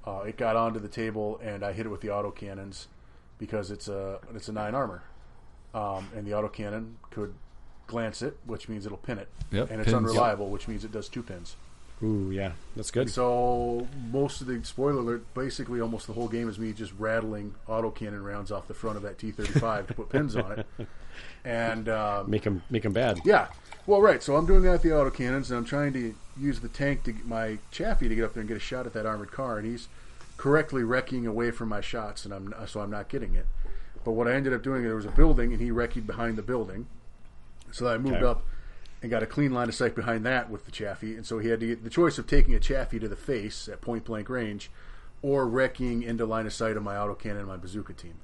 B: uh, it got onto the table and I hit it with the auto cannons because it's a it's a nine armor, um, and the auto cannon could glance it, which means it'll pin it,
D: Yep,
B: and it's
D: pins.
B: unreliable, which means it does two pins.
A: Ooh, yeah, that's good.
B: So most of the spoiler alert, basically almost the whole game is me just rattling auto cannon rounds off the front of that T thirty five to put pins on it, and um,
A: Make him make him bad.
B: Yeah. Well, right. So I'm doing that with the autocannons, and I'm trying to use the tank to get my Chaffee to get up there and get a shot at that armored car, and he's correctly wrecking away from my shots, and I'm so I'm not getting it. But what I ended up doing, there was a building, and he wrecked behind the building, so I moved
A: Okay.
B: up, and got a clean line of sight behind that with the Chaffee. And so he had to get the choice of taking a Chaffee to the face at point blank range or wrecking into line of sight of my autocannon and my bazooka team.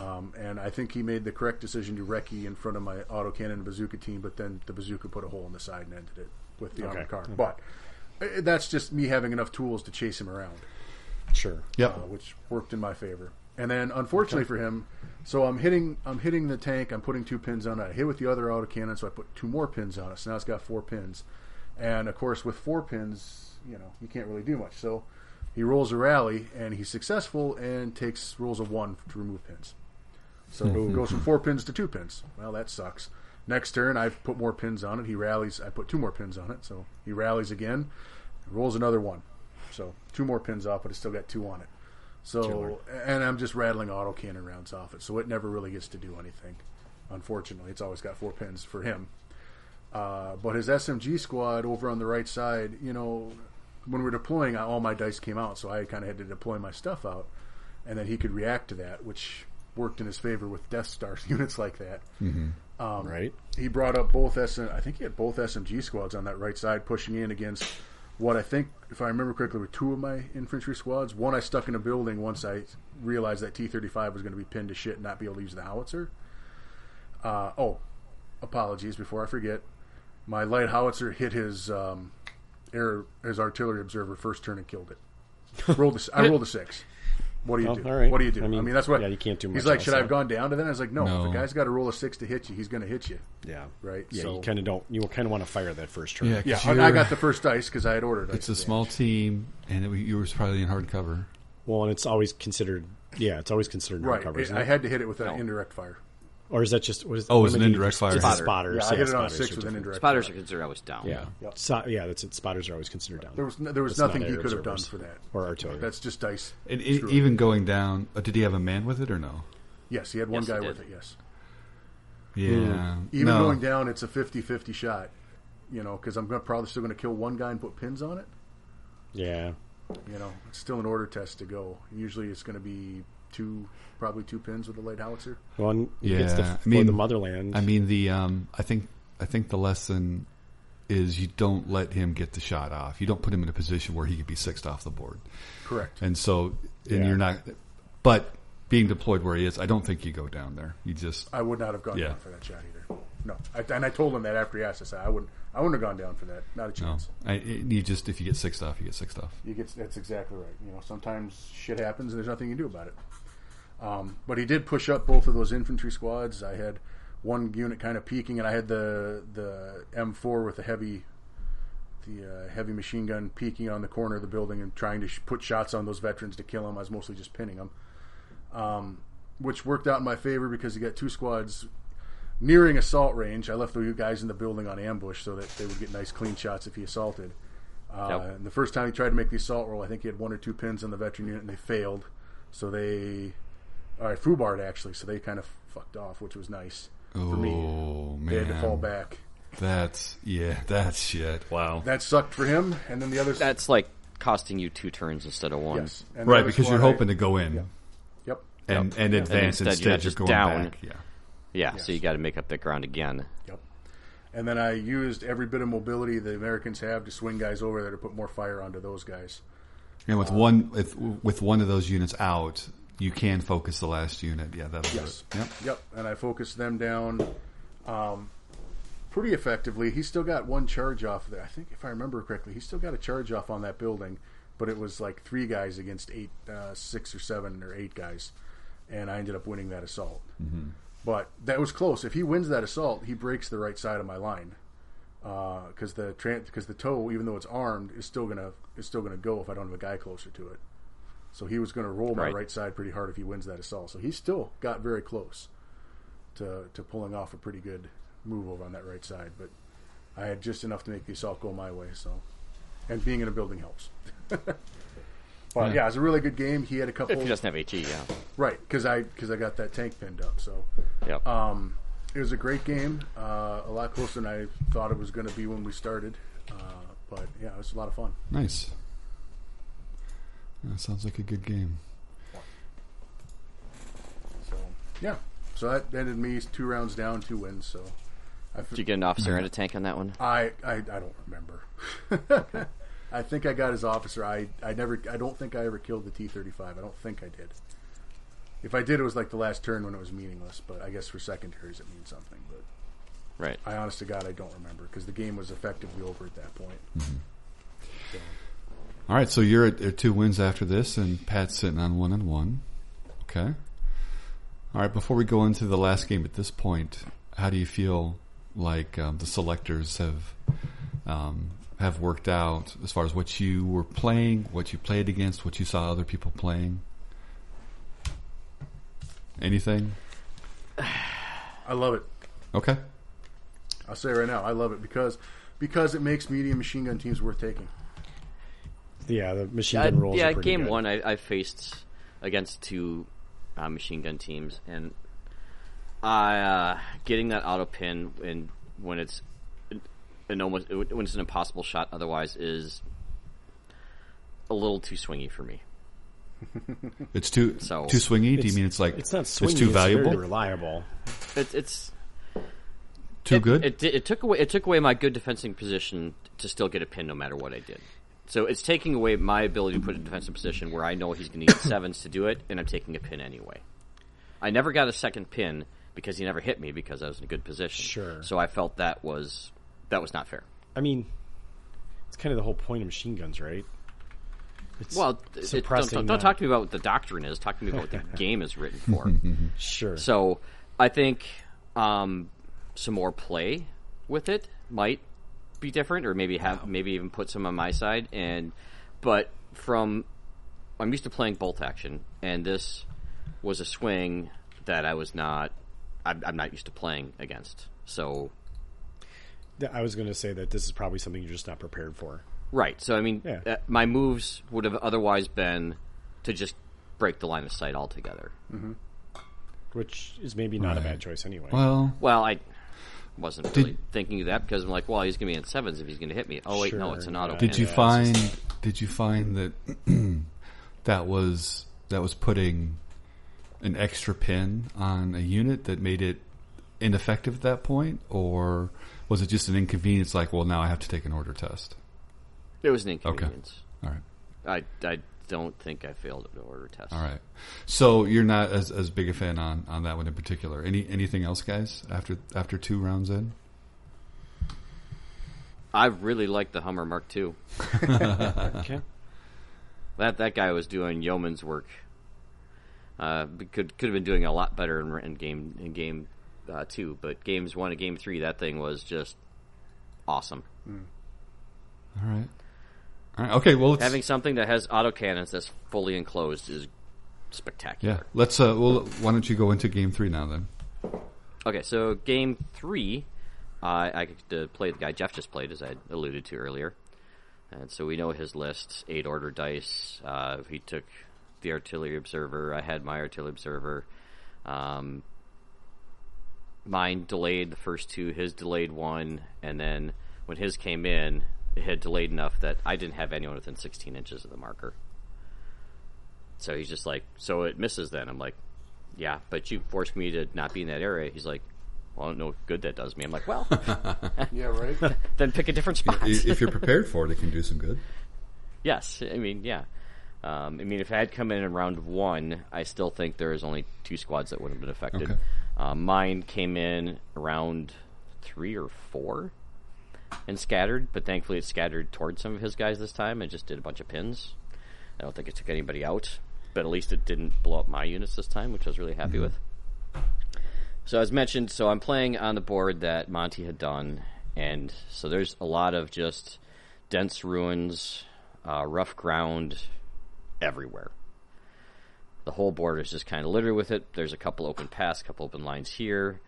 B: Um, and I think he made the correct decision to recce in front of my autocannon and bazooka team, but then the bazooka put a hole in the side and ended it with the armored car. But uh, that's just me having enough tools to chase him around
A: Sure.
D: Yep.
B: uh, which worked in my favor. And then, unfortunately for him, so I'm hitting, I'm hitting the tank. I'm putting two pins on it. I hit with the other autocannon, so I put two more pins on it. So now it's got four pins. And of course, with four pins, you know, you can't really do much. So he rolls a rally, and he's successful, and takes rolls of one to remove pins. So it goes from four pins to two pins. Well, that sucks. Next turn, I put more pins on it. He rallies. I put two more pins on it. So he rallies again, rolls another one. So two more pins off, but it's still got two on it. So and I'm just rattling autocannon rounds off it. So it never really gets to do anything. Unfortunately, it's always got four pins for him. Uh, but his SMG squad over on the right side, you know, when we're deploying, all my dice came out, so I kind of had to deploy my stuff out, and then he could react to that, which worked in his favor with Death Star units like that. Um,
A: right.
B: He brought up both SM, I think he had both SMG squads on that right side pushing in against what I think, if I remember correctly, were two of my infantry squads. One I stuck in a building once I realized that T thirty five was going to be pinned to shit and not be able to use the howitzer. Uh, oh, apologies before I forget. My light howitzer hit his um, air his artillery observer first turn and killed it. Rolled a s I rolled a six. What do you
A: Well,
B: do?
A: all right.
B: What do you do? I
A: I
B: mean,
A: mean,
B: that's what
A: yeah, you can't do
B: He's
A: much
B: like,
A: else,
B: should I have
A: yeah.
B: gone down to that? I was like, no. If
D: No.
B: a guy's got to roll a six to hit you, he's going to hit you.
A: Yeah.
B: Right,
A: Yeah.
B: so-
A: you kind of don't. You kind of want to fire that first turn.
D: Yeah,
B: Yeah,
D: 'cause
B: I, I
D: you're-
B: got the first dice because I had ordered.
D: It's a
B: ice
D: small team, and it, you were probably in hardcover.
A: Well, and it's always considered. Yeah, it's always considered
B: advantage.
A: hardcover,
B: right.
A: isn't
B: I
A: it?
B: had to hit it with an indirect fire.
A: or is that just? What is
D: Oh, it's
A: what
D: an
A: am I doing?
D: indirect fire.
A: Just the
C: Spotter.
A: spotters.
B: Yeah, I hit it on a
A: spotters are
B: six with an
A: different.
B: indirect.
C: Spotters are
B: fire.
C: considered always down.
A: Yeah.
B: Yep.
A: So- yeah, that's it. Spotters are always considered down.
B: There was no, there was
A: It's not
B: nothing he
A: air
B: could have done
A: observers
B: for that.
A: Or artillery.
B: That's just dice.
D: And e-
B: Screw it.
D: even going down, uh, did he have a man with it or no?
B: Yes, he had one
C: Yes, he
B: guy
C: did.
B: with it. Yes,
D: Yeah,
B: even
D: no.
B: going down, it's a 50-50 shot. You know, because I'm gonna, probably still going to kill one guy and put pins on it.
A: yeah.
B: You know, it's still an order test to go. Usually, it's going to be two, probably two pins with a light howitzer.
A: One
D: Yeah,
A: gets the,
D: I
A: for
D: mean-
A: the motherland.
D: I mean the um, I think I think the lesson is you don't let him get the shot off. You don't put him in a position where he could be sixed off the board.
B: Correct.
D: And so and
A: Yeah.
D: you're not but being deployed where he is, I don't think you go down there. You just
B: I would not have gone
D: Yeah.
B: down for that shot either. No, I, and I told him that after he asked. I said I wouldn't. I wouldn't have gone down for that. Not a
D: no.
B: chance.
D: I, you just if you get sixed off, you get sixed off.
B: You get that's exactly right. You know, sometimes shit happens and there's nothing you can do about it. Um, but he did push up both of those infantry squads. I had one unit kind of peeking, and I had the the M4 with the heavy the uh, heavy machine gun peeking on the corner of the building and trying to sh- put shots on those veterans to kill them. I was mostly just pinning them, um, which worked out in my favor because he got two squads nearing assault range. I left the guys in the building on ambush so that they would get nice clean shots if he assaulted. Uh,
C: Yep.
B: And the first time he tried to make the assault roll, I think he had one or two pins on the veteran unit, and they failed. So they, all right, Fubard actually. So they kind of fucked off, which was nice for me.
D: Oh man.
B: They had to fall back.
D: That's yeah, that's shit. Wow.
B: That sucked for him. And then the other,
C: That's like costing you two turns instead of one.
B: yes, and the
D: right,
B: other
D: because you're
B: squad I-
D: hoping to go in
B: Yep.
D: and, and advance
C: instead you
D: instead,
C: have
D: you're
C: to
D: going
C: down.
D: back. Yeah.
C: Yeah, so you got to make up that ground again.
B: Yep. And then I used every bit of mobility the Americans have to swing guys over there to put more fire onto those guys.
D: And with one with, with one of those units out, you can focus the last unit. Yeah, that'll
B: Yes.
D: do it. Yep.
B: Yep. And I focused them down um, pretty effectively. He still got one charge off there. I think, if I remember correctly, he still got a charge off on that building, but it was like three guys against eight, uh, six or seven or eight guys. And I ended up winning that assault. But that was close. If he wins that assault, he breaks the right side of my line. because the tran because the toe, even though it's armed, is still gonna is still gonna go if I don't have a guy closer to it. So he was gonna roll my
C: Right.
B: right side pretty hard if he wins that assault. So he still got very close to to pulling off a pretty good move over on that right side. But I had just enough to make the assault go my way. So and being in a building helps. but yeah. it was a really good game. He had a couple
C: If he doesn't have AT, yeah.
B: right because I because I got that tank pinned up. So
C: Yep.
B: um, it was a great game, uh, a lot closer than I thought it was going to be when we started. Uh, but yeah, it was a lot of fun.
D: Nice. That sounds like a good game.
B: So yeah, so that ended me two rounds down, two wins. So I,
C: Did you get an officer and a tank on that one?
B: I, I, I don't remember. I think I got his officer. I, I never. I don't think I ever killed the T thirty five. I don't think I did. If I did, it was like the last turn when it was meaningless. But I guess for secondaries, it means something. But
C: Right.
B: I honest to God, I don't remember because the game was effectively over at that point.
D: All right, so you're at, at two wins after this, and Pat's sitting on one and one. Okay. All right, before we go into the last game at this point, how do you feel like um, the selectors have um, have worked out as far as what you were playing, what you played against, what you saw other people playing? Anything?
B: I love it.
D: Okay.
B: I'll say it right now, I love it because because it makes medium machine gun teams worth taking.
A: Yeah, the machine
C: I-
A: gun rolls.
C: yeah,
A: are pretty
C: game
A: good.
C: one, I, I faced against two uh, machine gun teams, and I uh, getting that auto pin and when it's an almost when it's an impossible shot otherwise is a little too swingy for me.
D: It's too
C: So-
D: too swingy. Do you
A: It's-
D: mean it's like
A: It's not swinging.
D: it's too valuable,
A: Very reliable.
C: It's it's
D: too
C: it,
D: good?
C: It, di- it took away it took away my good defensive position to still get a pin no matter what I did. So it's taking away my ability to put a defensive position where I know he's going to need sevens to do it, and I'm taking a pin anyway. I never got a second pin because he never hit me because I was in a good position.
A: Sure.
C: So I felt that was that was not fair.
A: I mean, it's kind of the whole point of machine guns, right? It's
C: Well, it- it- don't,
A: suppressing
C: don't, don't
A: the-
C: talk to me about what the doctrine is. Talk to me about what the game is written for.
A: Sure.
C: So I think um, some more play with it might be different, or maybe have maybe even put some on my side. And but from I'm used to playing bolt action, and this was a swing that I was not I'm, I'm not used to playing against. So
A: Th- I was going to say that this is probably something you're just not prepared for.
C: right, so I mean,
A: Yeah.
C: uh, my moves would have otherwise been to just break the line of sight altogether.
A: Which is maybe not a
D: Right.
A: bad choice anyway.
D: well,
C: Well, I wasn't really thinking of that because I'm like, well, he's going to be in sevens if he's going to hit me. Oh wait, no,
A: Sure,
C: it's an auto.
A: yeah.
C: pin.
D: Did you
A: Yeah,
D: find? Did you find that that was that was putting an extra pin on a unit that made it ineffective at that point, or was it just an inconvenience? Like, well, now I have to take an order test.
C: It was an inconvenience.
D: All right,
C: I, I don't think I failed an order test.
D: all right. So you're not as, as big a fan on, on that one in particular. Any anything else, guys? After after two rounds in,
C: I really liked the Hummer Mark II.
A: Okay.
C: That that guy was doing yeoman's work. Uh, but could could have been doing a lot better in, in game in game uh, two, but games one and game three, that thing was just awesome.
D: all right, all right. Okay, well, let's,
C: Having something that has auto cannons that's fully enclosed is
D: yeah,
C: spectacular.
D: let's. Uh, well, why don't you go into game three now then?
C: Okay, so game three, uh, I get to play the guy Jeff just played, as I alluded to earlier. And so we know his lists: eight order dice. Uh, he took the artillery observer. I had my artillery observer. Um, mine delayed the first two. His delayed one, and then when his came in, it had delayed enough that I didn't have anyone within 16 inches of the marker. So he's just like, so it misses. Then I'm like, yeah, but you forced me to not be in that area. He's like, well, I don't know what good that does me. I'm like, well,
B: Yeah, right.
C: then pick a different spot.
D: I- if you're prepared for it, it can do some good.
C: Yes, I mean, yeah. Um, I mean, if I had come in in round one, I still think there is only two squads that would have been affected.
D: Okay.
C: Uh, mine came in round three or four and scattered, but thankfully it scattered towards some of his guys this time and just did a bunch of pins. I don't think it took anybody out, but at least it didn't blow up my units this time, which I was really happy with. So as mentioned, so I'm playing on the board that Monty had done, and so there's a lot of just dense ruins, uh, rough ground everywhere. The whole board is just kind of littered with it. There's a couple open paths, a couple open lines here,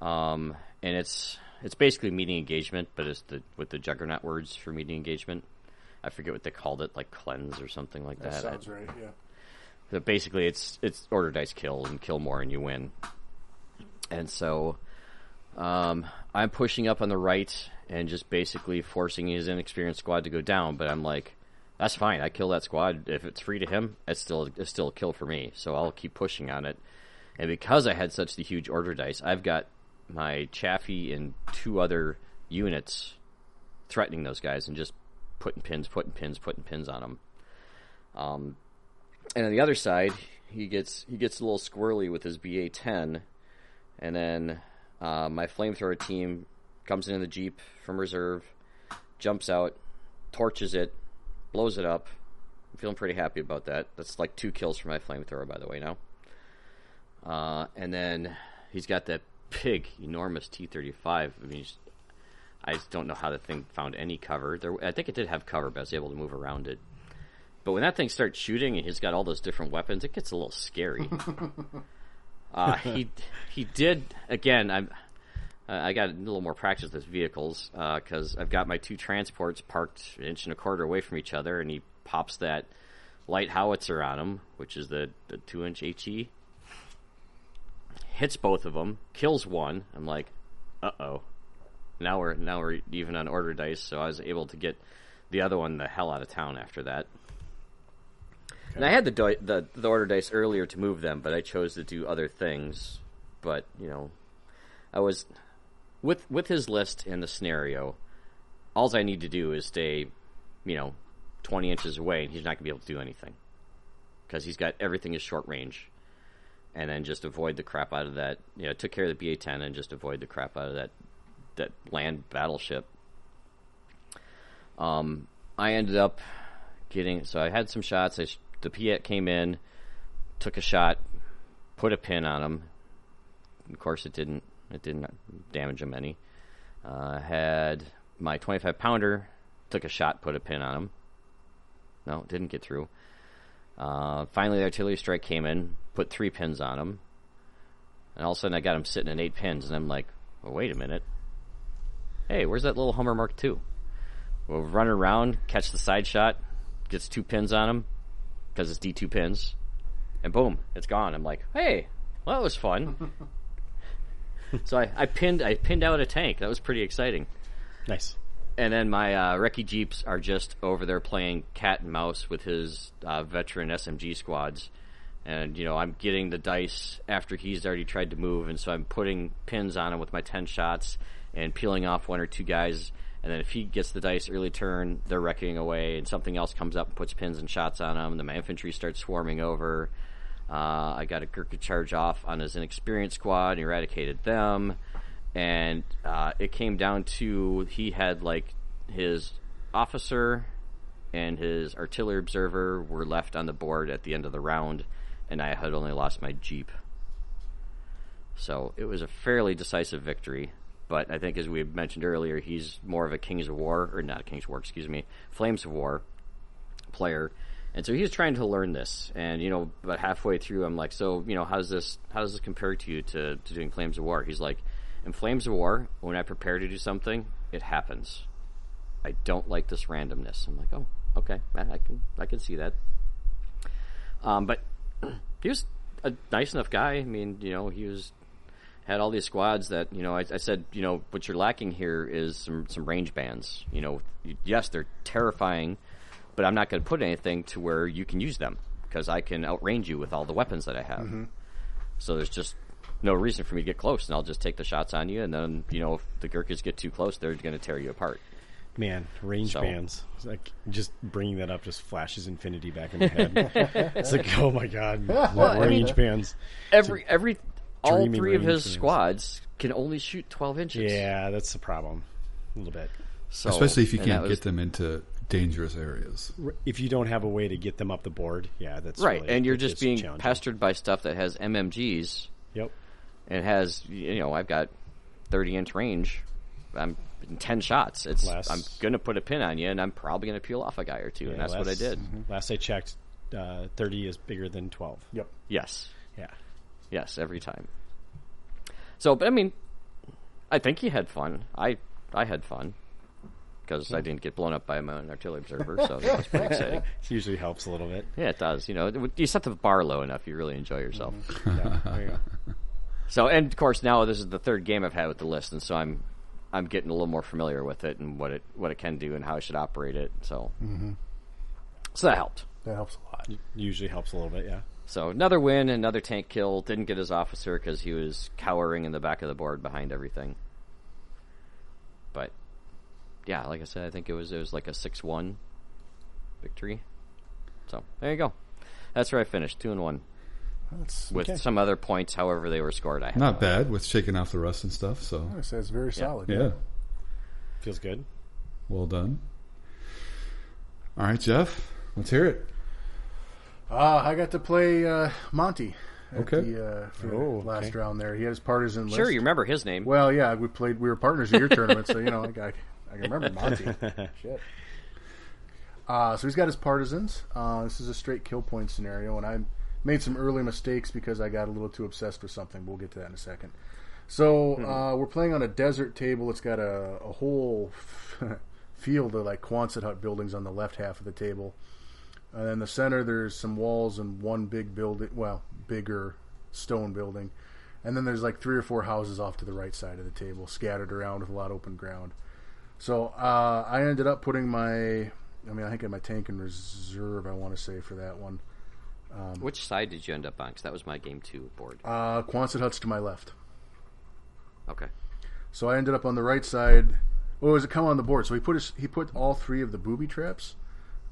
C: um, and it's it's basically meeting engagement, but it's the with the juggernaut words for meeting engagement. I forget what they called it, like cleanse or something like that.
B: That
C: I-
B: sounds right. Yeah.
C: that basically it's it's order dice kill and kill more and you win. And so um, I'm pushing up on the right and just basically forcing his inexperienced squad to go down. But I'm like, that's fine. I kill that squad if it's free to him. It's still it's still a kill for me. So I'll keep pushing on it. And because I had such the huge order dice, I've got my Chaffee and two other units threatening those guys and just putting pins, putting pins, putting pins on them. Um, and on the other side, he gets he gets a little squirrely with his BA-10, and then uh, my flamethrower team comes in the jeep from reserve, jumps out, torches it, blows it up. I'm feeling pretty happy about that. That's like two kills for my flamethrower, by the way. Now, uh, and then he's got that big, enormous T-35. I mean, just- I just don't know how the thing found any cover. There, I think it did have cover, but I was able to move around it. But when that thing starts shooting and he's got all those different weapons, it gets a little scary. uh, he he did again. I'm uh, I I got a little more practice with vehicles because I've got my two transports parked an inch and a quarter away from each other, and he pops that light howitzer on him, which is the, the two inch HE. Hits both of them, kills one. I'm like, uh oh. Now we're now we're even on order dice, so I was able to get the other one the hell out of town after that. And I had the, di- the the order dice earlier to move them, but I chose to do other things. But you know, I was with with his list and the scenario. All I need to do is stay, you know, twenty inches away, and he's not going to be able to do anything because he's got everything is short range. And then just avoid the crap out of that. You know, took care of the BA ten and just avoid the crap out of that that land battleship. Um, I ended up getting so I had some shots. I sh- the Piet came in, took a shot, put a pin on him. Of course, it didn't. It didn't damage him any. Uh, had my 25 pounder, took a shot, put a pin on him. No, it didn't get through. Uh, finally, the artillery strike came in, put three pins on him, and all of a sudden I got him sitting at eight pins, and I'm like, well, wait a minute. Hey, where's that little Hummer Mark II? We'll run around, catch the side shot, gets two pins on him because it's D two pins, and boom, it's gone. I'm like, hey, well, that was fun. so I, I pinned I pinned out a tank. That was pretty exciting.
A: Nice.
C: And then my uh, recce jeeps are just over there playing cat and mouse with his uh, veteran SMG squads. And you know I'm getting the dice after he's already tried to move, and so I'm putting pins on him with my ten shots and peeling off one or two guys. And then if he gets the dice early turn, they're wrecking away, and something else comes up and puts pins and shots on him. Then my infantry starts swarming over. Uh, I got a Gurkha charge off on his inexperienced squad, and eradicated them and uh, it came down to he had like his officer and his artillery observer were left on the board at the end of the round, and I had only lost my jeep. So it was a fairly decisive victory. But I think, as we had mentioned earlier, he's more of a Kings of War, or not a Kings of War, excuse me, Flames of War player. And so he was trying to learn this. And, you know, about halfway through, I'm like, so, you know, how does this, how does this compare to you to, to doing Flames of War? He's like, in Flames of War, when I prepare to do something, it happens. I don't like this randomness. I'm like, oh, okay, I I can, I can see that. Um, but he was a nice enough guy. I mean, you know, he was had all these squads that you know. I, I said, you know, what you're lacking here is some some range bands. You know, yes, they're terrifying, but I'm not going to put anything to where you can use them because I can outrange you with all the weapons that I have.
A: Mm-hmm.
C: So there's just no reason for me to get close, and I'll just take the shots on you. And then you know, if the Gurkhas get too close, they're going to tear you apart.
A: Man, range
C: So-
A: bands. It's like just bringing that up just flashes infinity back in my head. it's like, oh my god, range bands.
C: Every every all
A: dreaming
C: three of his
A: range is-
C: squads can only shoot 12 inches.
A: Yeah, that's the problem. A little bit.
C: So,
D: especially if you
C: and that
D: can't
C: was-
D: get them into dangerous areas.
A: If you don't have a way to get them up the board, yeah, that's
C: Right,
A: really-
C: and you're
A: it's
C: just being
A: challenging.
C: pestered by stuff that has MMGs
A: Yep.
C: and has you know I've got 30 inch range. I'm in 10 shots. It's
A: Last-
C: I'm going to put a pin on you, and I'm probably going to peel off a guy or two, and
A: Yeah, Mm-hmm.
C: that's what I
A: last-
C: did.
A: Last I checked, uh, thirty is bigger than twelve.
B: Yep.
C: Yes,
A: Yeah.
C: yes, every time. So, but I mean, I think he had fun. I I had fun because I didn't get blown up by my own artillery observer, so that was pretty exciting.
A: It usually helps a little bit.
C: Yeah, it does. You know, it- you set the bar low enough, you really enjoy yourself.
A: Yeah, there you go.
C: So, and of course, now this is the third game I've had with the list, and so I'm I'm getting a little more familiar with it and what it what it can do and how I should operate it. So, so that helped.
B: That helps a lot.
A: Usually helps a little bit. Yeah.
C: So another win, another tank kill. Didn't get his officer because he was cowering in the back of the board behind everything. But yeah, like I said, I think it was it was like a six one victory. So there you go. That's where I finished two and one
B: That's
C: with
B: okay.
C: some other points, however they were scored. I have
D: Not bad with shaking off the rust and stuff. So
B: I say it's very solid.
D: yeah,
A: Feels good.
D: well done. All right, Jeff, let's hear it.
B: Uh, I got to play uh, Monty. at
D: Okay.
B: The, uh, for the
A: Oh,
B: last
A: okay.
B: round there, he had his partisan list.
C: Sure, you remember his name?
B: Well, yeah, we played. We were partners at your tournament, so you know, I, I, I can remember Monty. Shit. Uh, so he's got his partisans. Uh, this is a straight kill point scenario, and I made some early mistakes because I got a little too obsessed with something. We'll get to that in a second. So uh, we're playing on a desert table. It's got a, a whole field of like Quonset hut buildings on the left half of the table, and then the center there's some walls and one big building. Well, bigger stone building, and then there's like three or four houses off to the right side of the table, scattered around with a lot of open ground. So uh, I ended up putting my, I mean, I think I had my tank in reserve. I want to say for that one,
C: Which side did you end up on? 'Cause that was my game two board.
B: uh, Quonset huts to my left.
C: Okay.
B: So I ended up on the right side. What was it come on the board? So he put his, he put all three of the booby traps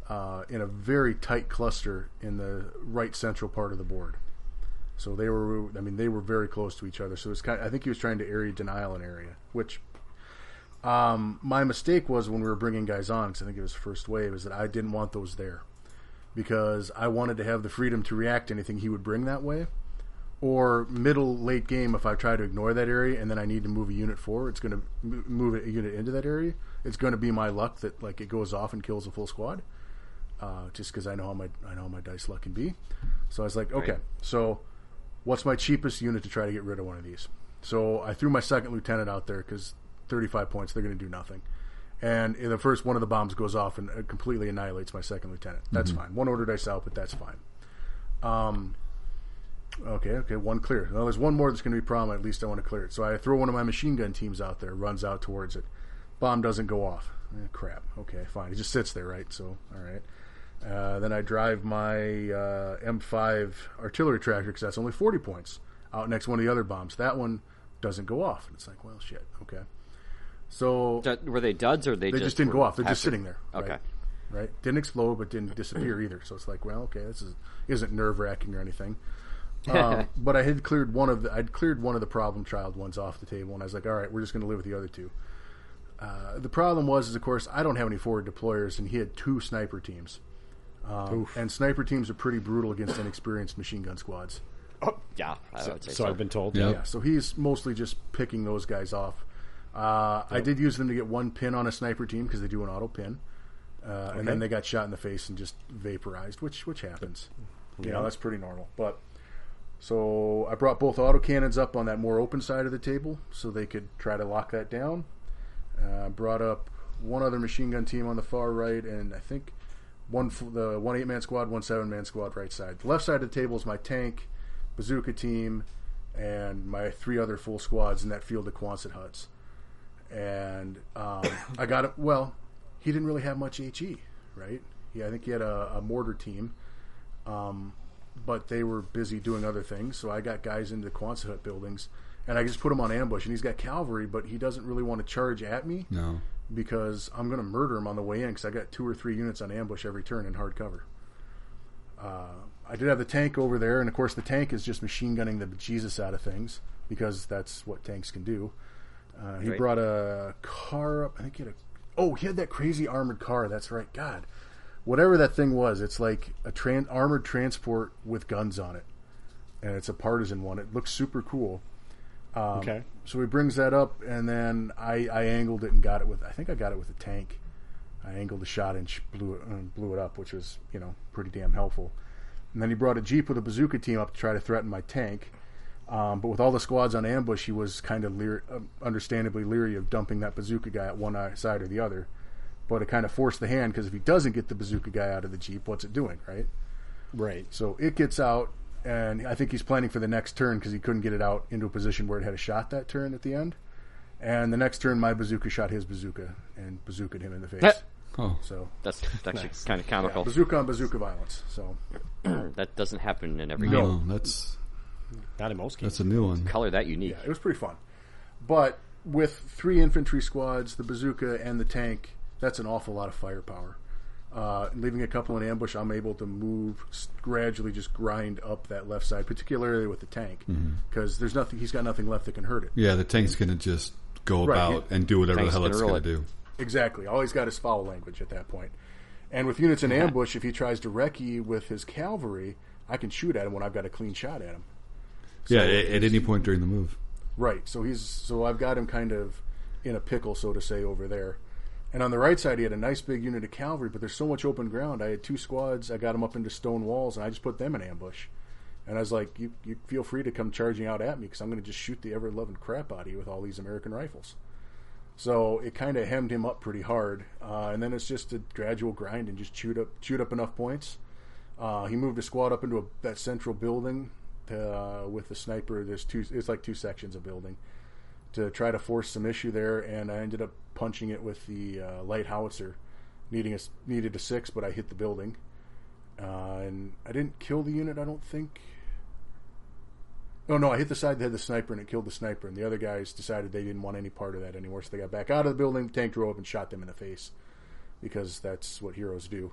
B: uh, in a very tight cluster in the right central part of the board. So they were, I mean, they were very close to each other. So it's kind. I think he was trying to area denial an area, which um, my mistake was when we were bringing guys on because I think it was first wave is that I didn't want those there because I wanted to have the freedom to react to anything he would bring that way or middle late game if I try to ignore that area and then I need to move a unit forward, it's going to move a unit into that area. It's going to be my luck that like it goes off and kills a full squad, uh, just because I know how my I know how my dice luck can be. So I was like, okay,
C: Right.
B: so what's my cheapest unit to try to get rid of one of these? So I threw my second lieutenant out there because thirty five points they're going to do nothing. And in the first one of the bombs goes off and uh, completely annihilates my second lieutenant. That's fine. One order dice out, but that's fine. Okay, okay, one clear. Well, there's one more that's going to be a problem. At least I want to clear it. So I throw one of my machine gun teams out there, runs out towards it. Bomb doesn't go off. Eh, crap. Okay, fine. It just sits there, right? So, all right. Uh, then I drive my uh, M5 artillery tractor because that's only 40 points out next to one of the other bombs. That one doesn't go off. And it's like, well, shit. Okay. So
C: D- were they duds or they,
B: they just didn't
C: were
B: go off. They're just
C: passive?
B: sitting there.
C: Okay.
B: Right? right? Didn't explode, but didn't disappear either. So it's like, well, okay, this is, isn't nerve wracking or anything. Um, but I had cleared one of the I'd cleared one of the problem child ones off the table, and I was like, all right, we're just going to live with the other two. Uh, the problem was, is of course, I don't have any forward deployers, and he had two sniper teams. Um, and sniper teams are pretty brutal against inexperienced machine gun squads.
C: Yeah, I would say
A: So
C: so.
A: I've been told.
D: Yep.
B: Yeah, so he's mostly just picking those guys off. Uh, I did use them to get one pin on a sniper team because they do an auto pin, uh, and then they got shot in the face and just vaporized, which which happens. You know that's pretty normal. But so I brought both auto cannons up on that more open side of the table so they could try to lock that down. Uh, brought up one other machine gun team on the far right, and I think one f- the one eight man squad, one seven man squad, right side. The left side of the table is my tank, bazooka team, and my three other full squads in that field of Quonset huts. And um, I got it. Well, he didn't really have much HE, right? Yeah, I think he had a, a mortar team, um, but they were busy doing other things. So I got guys into the Quonset hut buildings, and I just put him on ambush. And he's got cavalry, but he doesn't really want to charge at me
D: No,
B: because I'm going to murder him on the way in because I got two or three units on ambush every turn in hard cover. Uh, I did have the tank over there, and of course the tank is just machine gunning the bejesus out of things because that's what tanks can do. Uh, he
C: Right.
B: brought a car up. I think he had a. Oh, he had that crazy armored car. That's right. God, whatever that thing was, it's like a tran- armored transport with guns on it, and it's a partisan one. It looks super cool.
A: okay.
B: So he brings that up, and then I, I angled it and got it with. I think I got it with a tank. I angled the shot and sh- blew it, and blew it up, which was you know pretty damn helpful. And then he brought a jeep with a bazooka team up to try to threaten my tank. Um, but with all the squads on ambush, he was kind of leer, um, understandably leery of dumping that bazooka guy at one eye- side or the other. But it kind of forced the hand because if he doesn't get the bazooka guy out of the jeep, what's it doing, right?
A: Right.
B: So it gets out, and I think he's planning for the next turn because he couldn't get it out into a position where it had a shot that turn at the end. And the next turn, my bazooka shot his bazooka and bazookaed him in the face.
D: Oh,
B: So
C: That's that's kind of comical.
B: bazooka on bazooka violence. So
C: that doesn't happen in every game.
D: no, that's
A: Not in most games.
D: that's a new one.
C: Color that unique.
B: yeah, it was pretty fun. But with three infantry squads, the bazooka and the tank, that's an awful lot of firepower. Uh, leaving a couple in ambush, I'm able to move s- gradually, just grind up that left side, particularly with the tank, because there's nothing. He's got nothing left that can hurt it.
D: Yeah, the tank's going to just go
B: Right,
D: about
B: yeah.
D: and do whatever
C: Tank's
D: the hell
C: gonna
D: it's
C: roll
D: going
C: it.
D: to do.
B: Exactly. All he's got is foul language at that point. And with units in ambush, if he tries to recce with his cavalry, I can shoot at him when I've got a clean shot at him.
D: yeah, at, at any point during the move.
B: Right. So he's so I've got him kind of in a pickle, so to say, over there. And on the right side, he had a nice big unit of cavalry, but there's so much open ground. I had two squads. I got them up into stone walls, and I just put them in ambush. And I was like, "You, you feel free to come charging out at me because I'm going to just shoot the ever loving crap out of you with all these American rifles." So it kind of hemmed him up pretty hard. Uh, and then it's just a gradual grind and just chewed up, chewed up enough points. Uh, he moved a squad up into a, that central building to, uh, with the sniper. There's two. It's like two sections of building to try to force some issue there, and I ended up punching it with the uh, light howitzer, needing a s- needed a six, but I hit the building, uh, and I didn't kill the unit. I don't think. Oh no! I hit the side that had the sniper, and it killed the sniper. And the other guys decided they didn't want any part of that anymore, so they got back out of the building. Tank drove up and shot them in the face, because that's what heroes do.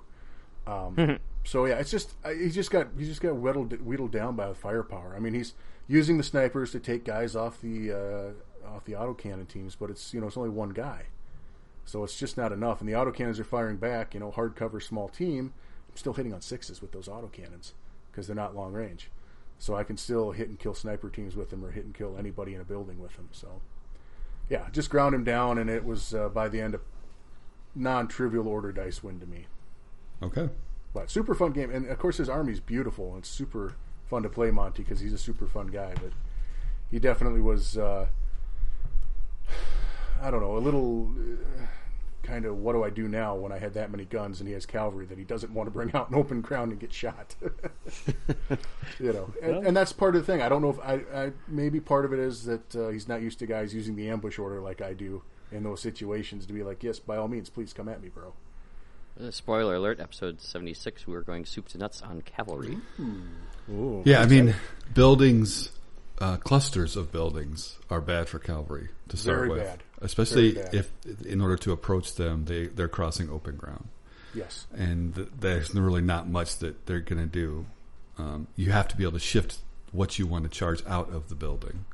B: Um, so yeah, it's just I- he just got he just got whittled whittled down by the firepower. I mean, he's using the snipers to take guys off the uh, off the autocannon teams, but it's you know it's only one guy, so it's just not enough. And the autocannons are firing back. You know, hard cover, small team. I'm still hitting on sixes with those autocannons because they're not long range, so I can still hit and kill sniper teams with them or hit and kill anybody in a building with them. So yeah, just ground him down, and it was uh, by the end of non-trivial order dice win to me.
D: Okay.
B: But super fun game, and of course his army's beautiful, and it's super fun to play Monty because he's a super fun guy. But he definitely was, uh, I don't know, a little uh, kind of what do I do now when I had that many guns and he has cavalry that he doesn't want to bring out in open ground and get shot. you know, and, and that's part of the thing. I don't know if I, I maybe part of it is that uh, he's not used to guys using the ambush order like I do in those situations to be like, yes, by all means, please come at me, bro.
C: Uh, Spoiler alert: Episode seventy-six. We were going soup to nuts on cavalry.
A: Ooh.
D: Yeah, I mean, buildings, uh, clusters of buildings are bad for cavalry to start
B: Very
D: with,
B: bad.
D: especially
B: Very bad.
D: if, in order to approach them, they they're crossing open ground,
B: Yes.
D: and th- there's really not much that they're going to do. Um, you have to be able to shift what you want to charge out of the building.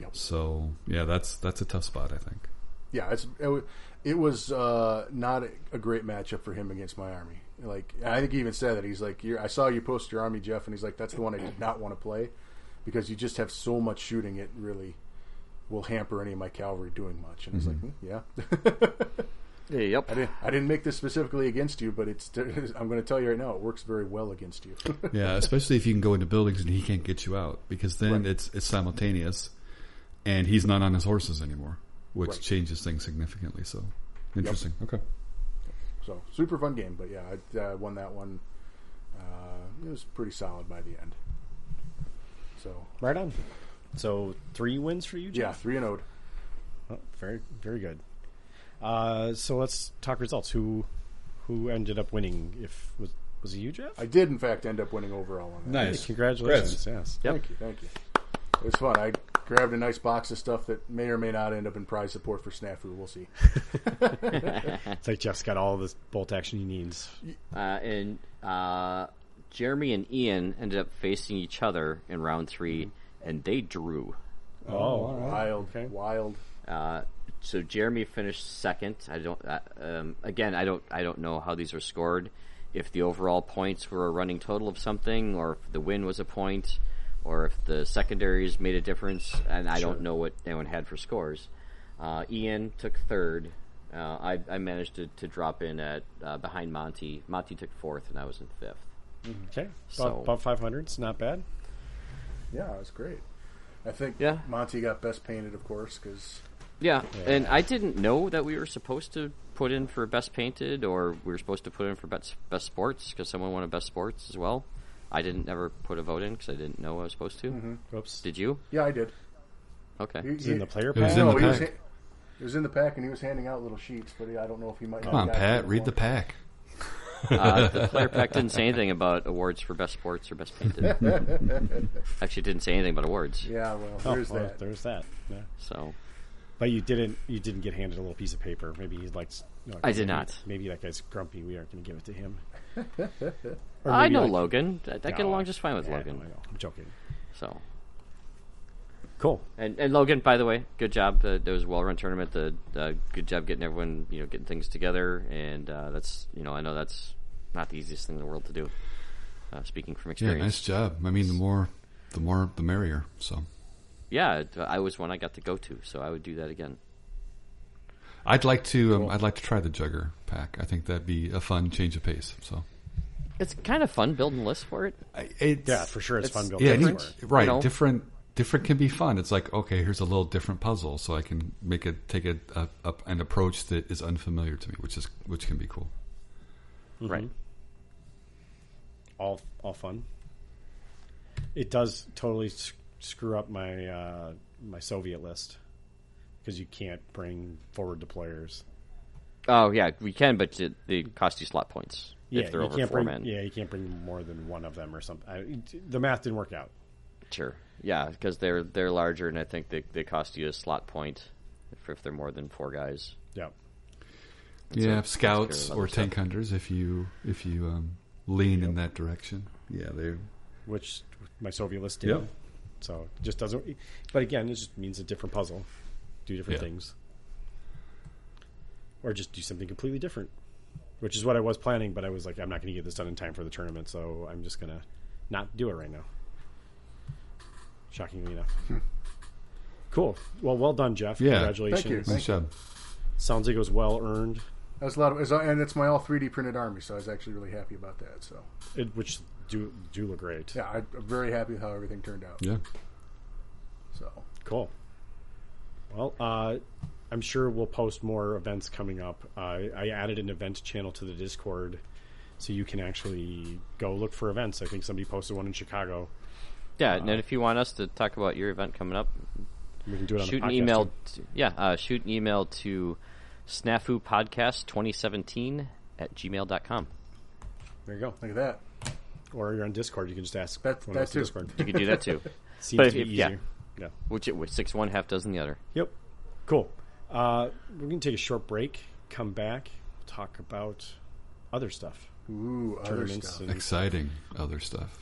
B: Yep.
D: So yeah, that's that's a tough spot, I think.
B: yeah, it's it, wa- it was uh, not a great matchup for him against my army. Like I think he even said that he's like, You're, I saw you post your army, Jeff, and he's like, that's the one I did not want to play because you just have so much shooting. It really will hamper any of my cavalry doing much. And he's like, "Hmm, yeah,
C: Yep.
B: I didn't I didn't make this specifically against you, but it's I'm going to tell you right now, it works very well against you.
D: Yeah, especially if you can go into buildings and he can't get you out because then
B: Right.
D: it's it's simultaneous, and he's not on his horses anymore, which
B: Right.
D: changes things significantly. So, interesting. Okay.
B: so super fun game, but yeah, I uh, won that one. Uh, it was pretty solid by the end. So
A: Right on. So three wins for you,
B: yeah,
A: Jeff.
B: three and zero.
A: Oh, very, very good. Uh, so let's talk results. Who, who ended up winning? If was was it you, Jeff?
B: I did, in fact, end up winning overall on that.
A: Hey, congratulations! Yes.
C: Yep.
B: Thank you, thank you. It was fun. I grabbed a nice box of stuff that may or may not end up in prize support for Snafu. We'll see.
A: It's like Jeff's got all this bolt action he needs.
C: Uh, and uh, Jeremy and Ian ended up facing each other in round three,
B: Mm-hmm.
C: and they drew.
A: Oh, all right.
B: Wild,
A: Okay.
B: wild.
C: Uh, so Jeremy finished second. I don't. Uh, um, again, I don't. I don't know how these are scored. If the overall points were a running total of something, or if the win was a point, or if the secondaries made a difference, and I don't know what anyone had for scores. Uh, Ian took third. Uh, I, I managed to, to drop in at uh, behind Monty. Monty took fourth, and I was in fifth.
A: Okay, about,
C: So-
A: about five hundred. It's not bad.
B: Yeah, it was great. I think
C: Yeah.
B: Monty got best painted, of course, because
C: Yeah, and I didn't know that we were supposed to put in for best painted, or we were supposed to put in for best best sports because someone won a best sports as well. I didn't ever put a vote in because I didn't know I was supposed to.
A: Oops,
C: Did you?
B: yeah, I did.
C: Okay.
B: He,
A: it's in the player
D: It was
A: pack.
D: in
B: no,
D: the
B: he was
D: pack.
B: ha- It was in the pack, and he was handing out little sheets, but I don't know if he might.
D: Come on, Pat, read the pack.
C: Uh, the player pack didn't say anything about awards for best sports or best painted. Actually, it didn't say anything about awards.
B: Yeah, well,
D: Oh,
B: there's
A: well,
B: that.
A: Oh, There's that. Yeah.
C: So
A: But you didn't. You didn't get handed a little piece of paper. Maybe he's like. no,
C: I did
A: maybe-
C: not.
A: Maybe that guy's grumpy. We aren't going to give it to him. Or
C: I
A: maybe
C: know
A: like-
C: Logan. I, I get
A: No,
C: along just fine with
A: yeah, I know, I
C: Logan.
A: know. I'm joking.
C: So
A: Cool.
C: and and Logan, by the way, good job. Uh, there was a well-run tournament. The uh, good job getting everyone you know getting things together. And uh, that's you know I know that's not the easiest thing in the world to do. Uh, speaking from
D: Yeah, nice
C: experience,
D: job. I mean, the more, the more, the merrier. So
C: yeah, it- I was one I got to go to, so I would do that again.
D: I'd like to, um, I'd like to try the Jugger pack. I think that'd be a fun change of pace. So
C: It's kind of fun building lists for it.
D: I- it's,
A: Yeah, for sure. It's, fun building.
D: Yeah,
A: Yeah,
D: any- right.
C: you know?
D: Different, different can be fun. It's like okay, here's a little different puzzle, so I can make a take a, a, a an approach that is unfamiliar to me, which is which can be cool.
A: Mm-hmm.
C: Right.
A: all all fun. It does totally s- screw up my uh, my Soviet list because you can't bring forward to players.
C: Oh yeah, we can, but it, they cost you slot points if they're
A: you
C: over
A: can't
C: four
A: bring.
C: men.
A: Yeah, you can't bring more than one of them or something. I, it- the math didn't work out.
C: Sure. Yeah, because they're they're larger, and I think they they cost you a slot point if, if they're more than four guys.
A: Yeah,
D: yeah,
C: so-
D: scouts
C: that's good.
D: or tank hunters, if you if you um, lean in that direction. Yeah, they.
A: which my Soviet list did.
D: Yep.
A: So it just doesn't. But again, it just means a different puzzle, do different
D: Yeah.
A: things, or just do something completely different. Which is what I was planning, but I was like, I'm not going to get this done in time for the tournament, so I'm just going to not do it right now. Shockingly enough. cool. Well, well done, Jeff.
D: Yeah.
A: Congratulations.
B: Hmm. Thank you.
D: Nice job.
A: Sounds like it was well earned.
B: That's a lot of, it's- and it's my all 3D printed army, so I was actually really happy about that. So
A: It, which do do look great.
B: yeah, I- I'm very happy with how everything turned out.
D: Yeah.
B: So
A: Cool. Well, uh, I'm sure we'll post more events coming up. Uh, I added an event channel to the Discord, so you can actually go look for events. I think somebody posted one in Chicago.
C: Yeah,
D: Uh,
C: and then if you want us to talk about your event coming up,
A: We can do it on
C: shoot
A: the
C: an
A: podcast
C: email.
A: too.
C: To, yeah, uh, shoot an email to snafu podcast 2017 at gmail.com.
A: There you go.
B: look at that.
A: Or you're on Discord. You can just ask.
B: That-
A: one
B: that
A: of us on
B: too.
C: You
A: Discord.
C: can do that too.
A: Seems
C: But
A: to be
C: if- yeah.
A: easier. Yeah.
C: Which it was six one half dozen the other.
A: Yep. Cool. Uh, we're gonna take a short break. Come back. Talk about other stuff.
B: Ooh, other
A: Tournaments
B: stuff.
A: and
D: Exciting other stuff.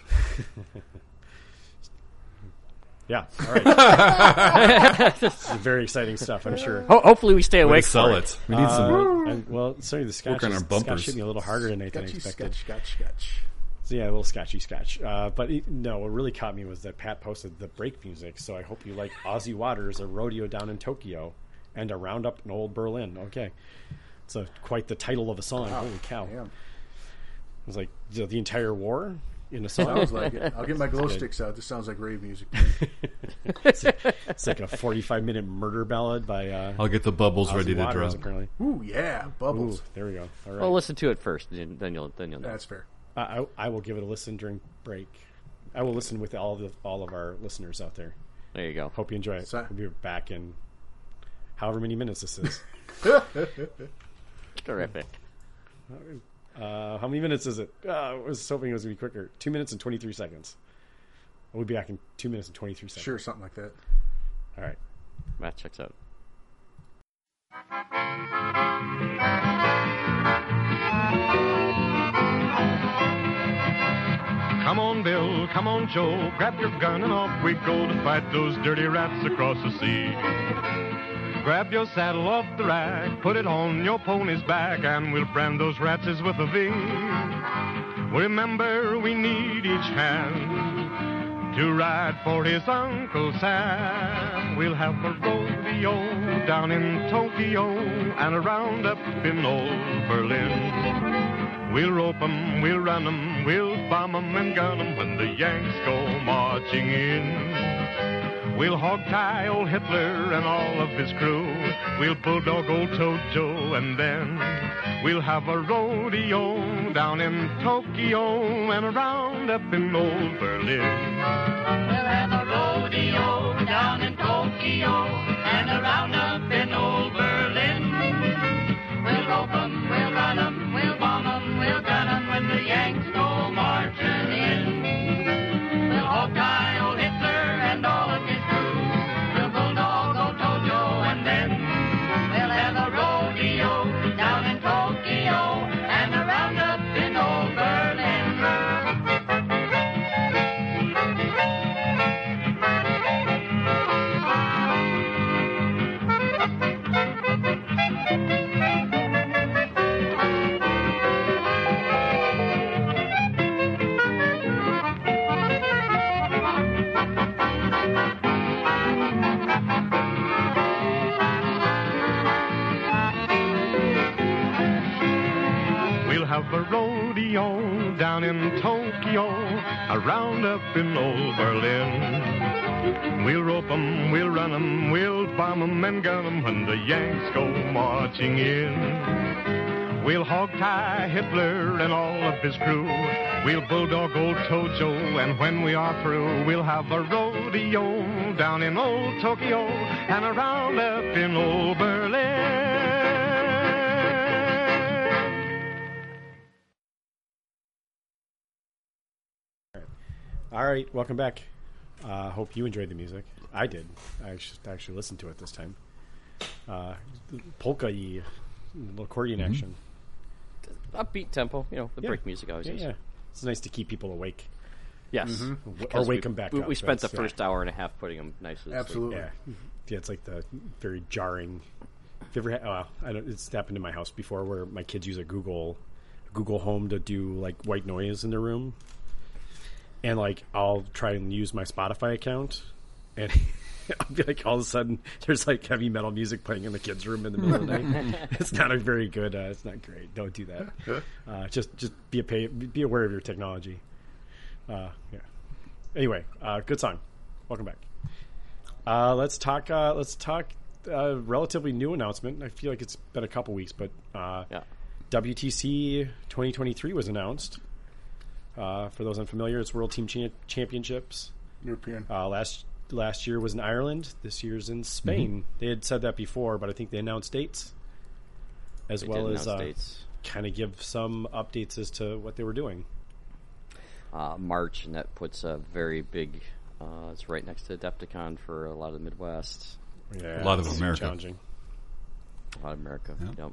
A: Yeah. All right. This is very exciting stuff, I'm sure.
C: Ho- hopefully, we stay awake. for it.
D: We need some.
A: Uh, and- well, sorry, the scotch,
D: Work on
A: is-
D: our
A: the scotch
D: bumpers.
A: hit me a little harder than I than I
B: Sketchy,
A: expected.
B: sketch, sketch, sketch.
A: So yeah, a little scotchy scotch. Uh, but it, no, what really caught me was that Pat posted the break music. So I hope you like Ozzy Waters, a rodeo down in Tokyo, and a roundup in old Berlin. Okay, it's a, quite the title of a song. Holy cow!
B: Damn,
A: It was like the, the entire war in a
B: sounds
A: song.
B: like it. I'll get my glow
A: good.
B: sticks out. This sounds like rave music.
A: it's like a forty-five minute murder ballad by uh,
D: I'll get the bubbles
A: Ozzy
D: ready to
A: Waters.
D: drop.
A: Apparently,
B: Ooh, yeah, bubbles.
A: Ooh, there we go. All right,
C: Well, listen to it first, then then you'll then you'll know.
B: That's fair.
A: I, I, I will give it a listen during break. I will listen with all the all of our listeners out there.
C: There you go.
A: Hope you enjoy it.
B: So-
A: we'll be back in however many minutes this is.
C: Terrific.
A: uh, how many minutes is it? Uh, I was hoping it was going to be quicker. Two minutes and 23 seconds. We'll be back in two minutes and 23 seconds.
B: Sure, something like that.
A: All right.
C: Matt checks out.
F: Come on, Bill, come on, Joe, grab your gun and off we go to fight those dirty rats across the sea. Grab your saddle off the rack, put it on your pony's back, and we'll brand those ratses with a V. Remember, we need each hand to ride for his Uncle Sam. We'll have a rodeo down in Tokyo and a roundup in old Berlin. We'll rope 'em, we'll run 'em, we'll bomb 'em and gun 'em when the Yanks go marching in. We'll hog tie old Hitler and all of his crew. We'll bulldog old Toto and then we'll have a rodeo down in Tokyo and a roundup in old Berlin.
G: We'll have a rodeo down in in Tokyo and a roundup in old Berlin. We'll rope 'em, we'll run 'em, we'll bomb 'em, we'll gun 'em when the Yanks go marching in. We'll hog-tie old Hitler and all of his crew. We'll bulldog old Tojo and then we'll have a rodeo down in Tokyo and a roundup in old Berlin.
F: We'll have a rodeo down in Tokyo, a roundup in old Berlin. We'll rope 'em, we'll run 'em, we'll bomb 'em and gun 'em when the Yanks go marching in. We'll hog tie Hitler and all of his crew. We'll bulldog old Tojo, and when we are through, we'll have a rodeo down in old Tokyo and a roundup in old Berlin.
A: All right, welcome back. Uh, hope you enjoyed the music. I did. I actually, I actually listened to it this time. Uh, polka y, little accordion action.
C: Upbeat tempo, you know, the
A: Yeah.
C: break music always
A: Yeah,
C: is.
A: yeah. It's nice to keep people awake
C: Yes.
A: w- or
C: Because
A: wake
C: we,
A: them back
C: we,
A: up.
C: We spent the
A: That's- yeah.
C: first hour and a half putting them nicely. to sleep.
B: Absolutely.
A: Yeah, yeah, it's like the very jarring. If you ever, ha- well, I don't, it's happened in my house before where my kids use a Google Google Home to do like white noise in their room, and like I'll try and use my Spotify account, and I'll be like all of a sudden there's like heavy metal music playing in the kids' room in the middle of the night. it's not a very good. Uh, it's not great. Don't do that. Uh, just just be a pay, be aware of your technology. Uh, yeah. Anyway, uh, good song. Welcome back. Uh, let's talk. Uh, let's talk. Uh, relatively new announcement. I feel like it's been a couple weeks, but uh,
C: Yeah.
A: WTC 2023 was announced. Uh, for those unfamiliar, it's World Team Cha- Championships.
B: European.
A: Uh, last last year was in Ireland. This year's in Spain.
C: Mm-hmm.
A: They had said that before, but I think they announced dates as
C: They did
A: well as
C: announce
A: uh,
C: dates.
A: kind of give some updates as to what they were doing.
C: uh, March, and that puts a very big. Uh, it's right next to Adepticon for a lot of the Midwest,
A: Yeah,
D: lot of
A: it's
D: America.
A: challenging.
C: a lot of America.
D: Yeah.
C: Yep.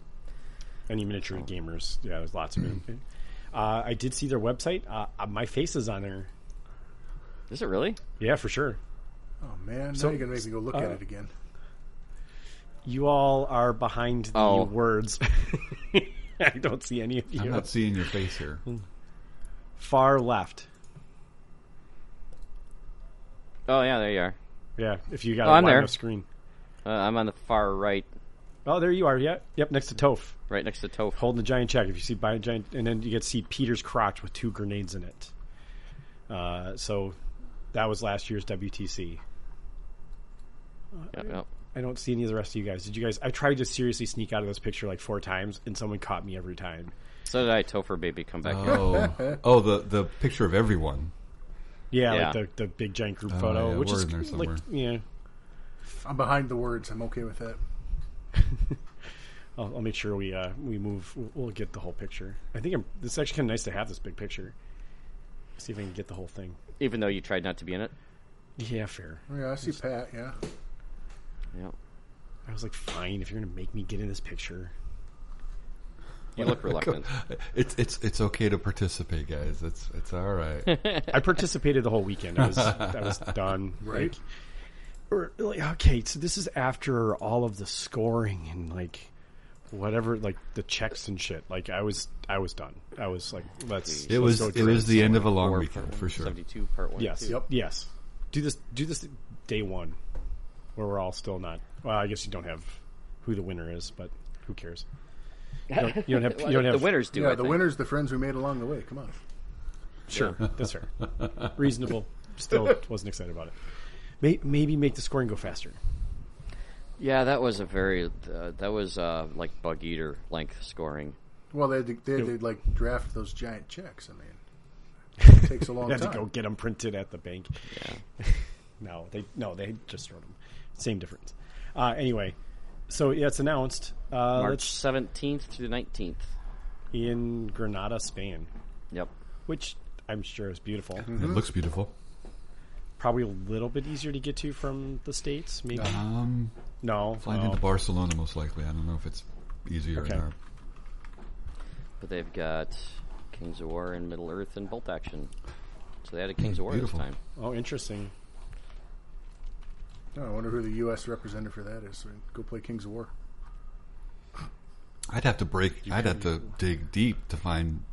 A: any miniature
C: Oh.
A: gamers. Yeah, there's lots of
C: Mm-hmm.
A: them. Uh, I did see their website. Uh, uh, my face is on there.
C: Is it really?
A: Yeah, for sure.
B: oh man,
A: so-
B: now you're gonna make me go look at it again.
A: You all are behind the
C: Oh.
A: words. I don't see any of you.
D: I'm not seeing your face here.
A: Far left.
C: Oh yeah, there you are.
A: Yeah, if you got
C: Oh,
A: a
C: I'm
A: wide
C: there.
A: enough screen.
C: Uh, I'm on the far right,
A: Oh, there you are. Yeah, yep, next to Toph,
C: right next to Toph.
A: holding the giant check. If you see by a giant, and then you get to see Peter's crotch with two grenades in it. Uh, so that was last year's WTC.
C: Yep, yep.
A: I don't see any of the rest of you guys. Did you guys? I tried to seriously sneak out of this picture like four times, and someone caught me every time.
C: So did I, Topher baby, come back here.
D: Oh, oh, the the picture of everyone.
A: Yeah,
C: Yeah.
A: like the, the big giant group photo,
D: Oh, yeah,
A: which
D: we're
A: is
D: in there
A: like
D: somewhere.
A: yeah.
B: I'm behind the words. I'm okay with that.
A: I'll, I'll make sure we uh, we move. we'll- We'll get the whole picture. I think I'm, it's actually kind of nice to have this big picture. See if I can get the whole thing.
C: Even though you tried not to be in it.
A: Yeah, fair.
B: Oh, yeah, I see Pat. Yeah,
C: Yep.
A: I was like, fine. If you're gonna make me get in this picture,
C: You look reluctant.
D: It's it's it's okay to participate, guys. It's it's all right.
A: I participated the whole weekend. I was I was done.
B: Right.
A: Like, or, like, okay, so this is after all of the scoring and like whatever, like the checks and shit. Like I was I was done. I was like, let's.
D: It
A: let's
D: was
A: go
D: it
A: drink
D: was the end of a long
C: Or
D: weekend
C: part
D: for sure.
C: Seventy-two, part one.
A: Yes.
C: two.
B: Yep.
A: Yes. Do this. Do this day one, where we're all still not. Well, I guess you don't have who the winner is, but who cares? You don't, you don't have. You don't
C: the
A: have.
C: winners do.
B: yeah.
C: I
B: The
C: think.
B: winner's the friends we made along the way. Come on.
A: Sure, that's fair. Reasonable. Still wasn't excited about it. May, maybe make the scoring go faster.
C: Yeah, that was a very. Uh, that was uh, like bug eater length scoring.
B: Well, they had to, they had
A: Yeah.
B: to like draft those giant checks. I mean, it takes a long
A: You have
B: time.
A: to go get them printed at the bank. no, they no they just wrote them. Same difference. Uh, anyway, so yeah, it's announced. Uh,
C: March
A: that's
C: seventeenth to the nineteenth.
A: in Granada, Spain,
C: Yep.
A: which I'm sure is beautiful.
D: It looks beautiful.
A: Probably a little bit easier to get to from the states, maybe.
D: Um,
A: no, Oh.
D: flying
A: no.
D: into Barcelona most likely. I don't know if it's easier
A: Okay.
D: or not.
C: But they've got Kings of War and Middle Earth and Bolt Action. So they had a Kings of War
D: Beautiful.
C: this time.
A: Oh, interesting.
B: Oh, I wonder who the U.S. representative for that is. So go play Kings of War.
D: I'd have to break. I'd have to dig deep to find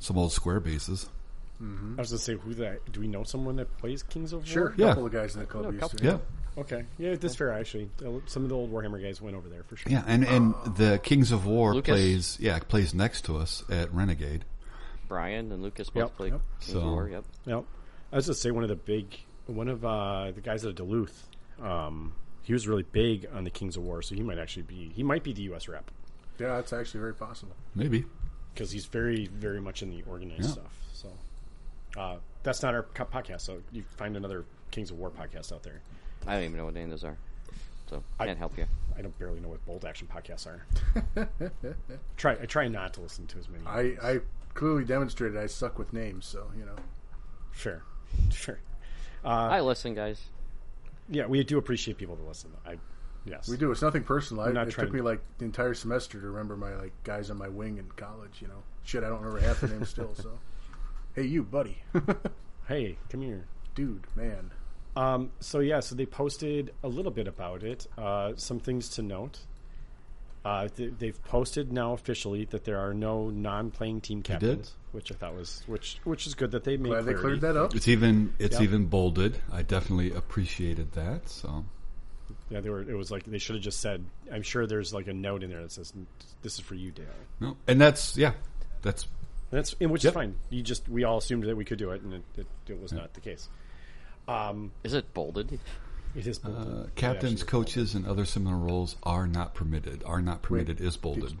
D: some old square bases.
A: I was gonna say, who that? Do we know someone that plays Kings of War?
B: Sure,
D: Yeah.
B: a couple of guys in the club used to.
D: Yeah,
A: Okay. Yeah, that's fair. Actually, Uh, some of the old Warhammer guys went over there for sure.
D: yeah, and and the Kings of War
C: Lucas.
D: plays yeah plays next to us at Renegade.
C: Brian and Lucas both
A: Yep.
C: played
A: Yep.
C: Kings
D: So-
C: of War. Yep.
A: No, I was just say one of the big one of uh, the guys out of Duluth. Um, he was really big on the Kings of War, so he might actually be he might be the U.S. rep
B: Yeah, that's actually very possible.
D: Maybe
A: because he's very very much in the organized
D: Yeah.
A: stuff. So uh, that's not our co- podcast. So you find another Kings of War podcast out there.
C: I don't even know what name those are. So
A: I-
C: can't help you.
A: I don't barely know what bold action podcasts are. try I try not to listen to as many.
B: I, I clearly demonstrated I suck with names, so you know.
A: sure, sure.
C: I listen, guys.
A: Yeah, we do appreciate people to listen. though. I yes,
B: We do. It's nothing personal. I,
A: not
B: it
A: trying
B: took
A: to-
B: me like the entire semester to remember my like guys on my wing in college. You know, shit, I don't remember half the names still. So, hey, you, buddy,
A: Hey, come here.
B: dude, man,
A: Um, so yeah, so they posted a little bit about it. Uh, some things to note. Uh, th- they've posted now officially that there are no non-playing team captains, which I thought was which which is good that they made.
B: glad they
A: clarity.
B: cleared that up.
D: it's even it's
A: Yeah.
D: even bolded. I definitely appreciated that. So
A: Yeah, they were. It was like they should have just said. I'm sure there's like a note in there that says, "This is for you, Dale."
D: no, and that's yeah, that's
A: And that's and which
D: Yep.
A: is fine. You just we all assumed that we could do it, and it, it, it was not the case.
C: Is it bolded?
A: It is bold.
D: uh,
A: It
D: captains,
A: actually is bold.
D: coaches, and other similar roles are not permitted. Are not permitted is bolded.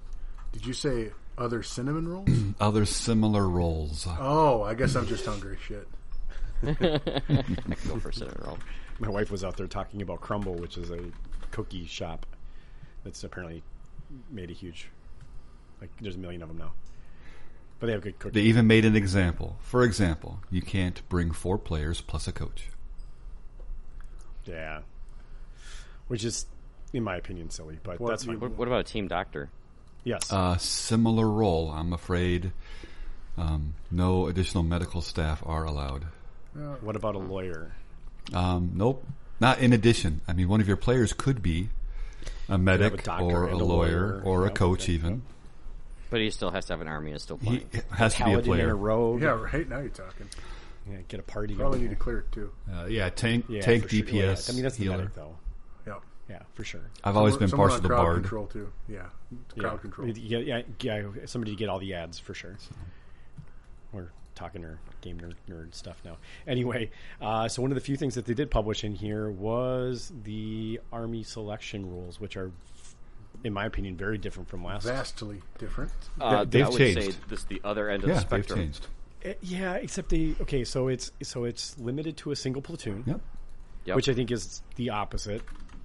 B: Did you say other cinnamon rolls?
D: Other similar roles.
B: oh, I guess I'm just hungry. Shit.
C: I can go for a cinnamon roll.
A: My wife was out there talking about Crumble, which is a cookie shop that's apparently made a huge. Like, there's a million of them now, but they have good
D: They
A: cookies.
D: even made an example. For example, you can't bring four players plus a coach.
A: yeah, which is, in my opinion, silly, but
B: What
A: that's
B: you-
A: fine.
C: What, what about a team doctor?
A: yes,
D: A similar role, I'm afraid. Um, no additional medical staff are allowed.
A: what about a lawyer?
D: Um, nope, not in addition. I mean, one of your players could be a medic
A: doctor
D: or a
A: and a
D: lawyer
A: lawyer.
D: or a
A: Yep,
D: coach,
A: yep,
D: even.
C: But he still has to have an army. Is still
D: He
C: playing.
D: has to be a
A: Paladin in a
D: player.
A: robe.
B: Yeah, right now you're talking.
A: Yeah, get a party.
B: Probably
A: going.
B: need to clear it too.
D: Uh, yeah, tank,
A: yeah,
D: tank
A: for sure.
D: DPS.
A: Well, yeah, I mean, that's the
D: healer.
A: medic, though.
B: Yeah.
A: Yeah, for sure.
D: I've always been
B: Someone
D: partial to
B: on crowd
D: bard.
B: control too. Yeah, crowd control.
A: Yeah, yeah, yeah, somebody to get all the ads for sure. We're talking our game nerd, nerd stuff now. Anyway, uh, so one of the few things that they did publish in here was the army selection rules, which are, in my opinion, very different from last.
B: Vastly different.
C: Uh,
D: they've
C: I would say
D: changed.
C: this is the other end of
D: Yeah,
C: the
D: they've
C: spectrum.
D: changed.
A: Eh, yeah, except they okay, so it's so it's limited to a single platoon,
D: Yep.
C: Yep.
A: which I think is the opposite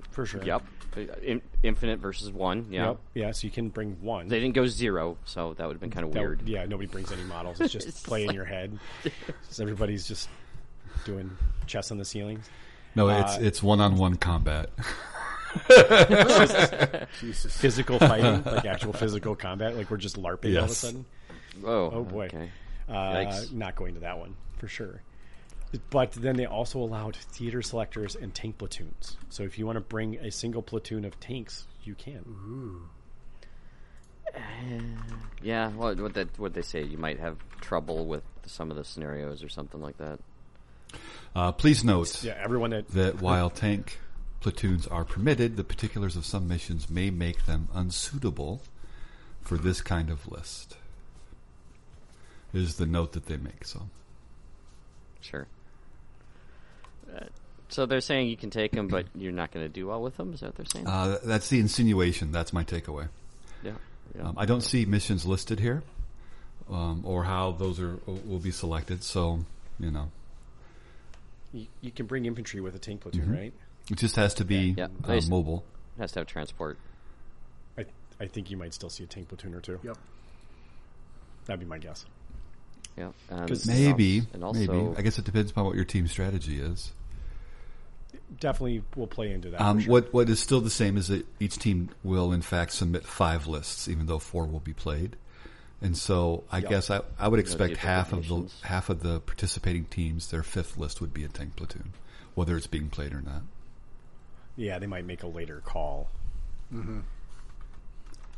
A: for sure.
C: Yep. In, infinite versus one. Yeah.
A: Yep. Yeah, so you can bring one.
C: They didn't go zero, so that would have been kind of
A: That-
C: weird.
A: yeah, nobody brings any models. It's just
C: It's
A: play in
C: like-
A: your head. Just everybody's just doing chess on the ceilings.
D: No,
A: Uh,
D: it's it's one on one combat.
B: Jesus.
A: Physical fighting, like actual physical combat. Like we're just LARPing all of a
D: Yes.
A: sudden.
C: Oh.
A: Oh boy,
C: Okay.
A: uh,
C: Yikes.
A: not going to that one for sure. But then they also allowed theater selectors and tank platoons. So if you want to bring a single platoon of tanks, you
C: Mm-hmm.
A: can.
C: Yeah. Well, what that what they say? You might have trouble with some of the scenarios or something like that.
D: Uh, please note
A: Yeah, everyone that
D: that while tank platoons are permitted, the particulars of some missions may make them unsuitable for this kind of list. Is the note that they make so?
C: Sure. Uh, So they're saying you can take them, but you're not going to do well with them. Is that what they're saying?
D: Uh, that's the insinuation. That's my takeaway.
C: yeah. yeah.
D: Um, I don't see missions listed here, um, or how those are will be selected. So you know,
C: Mm-hmm.
A: you, you can bring infantry with a tank platoon, right?
D: It just has to be
C: Yeah, yeah.
D: uh,
C: Nice.
D: mobile.
C: It has to have transport.
A: I I think you might still see a tank platoon or two.
B: Yep.
A: That'd be my guess.
C: Yeah, and
A: 'Cause-
D: Maybe,
C: And also-
D: maybe. I guess it depends upon what your team strategy is.
A: Definitely will play into that.
D: Um,
A: for sure.
D: What what is still the same is that each team will in fact submit five lists, even though four will be played. And so I guess I, I would expect
C: different
D: half of the
C: locations.
D: half of the participating teams their fifth list would be a tank platoon, whether it's being played or not.
A: Yeah, they might make a later call.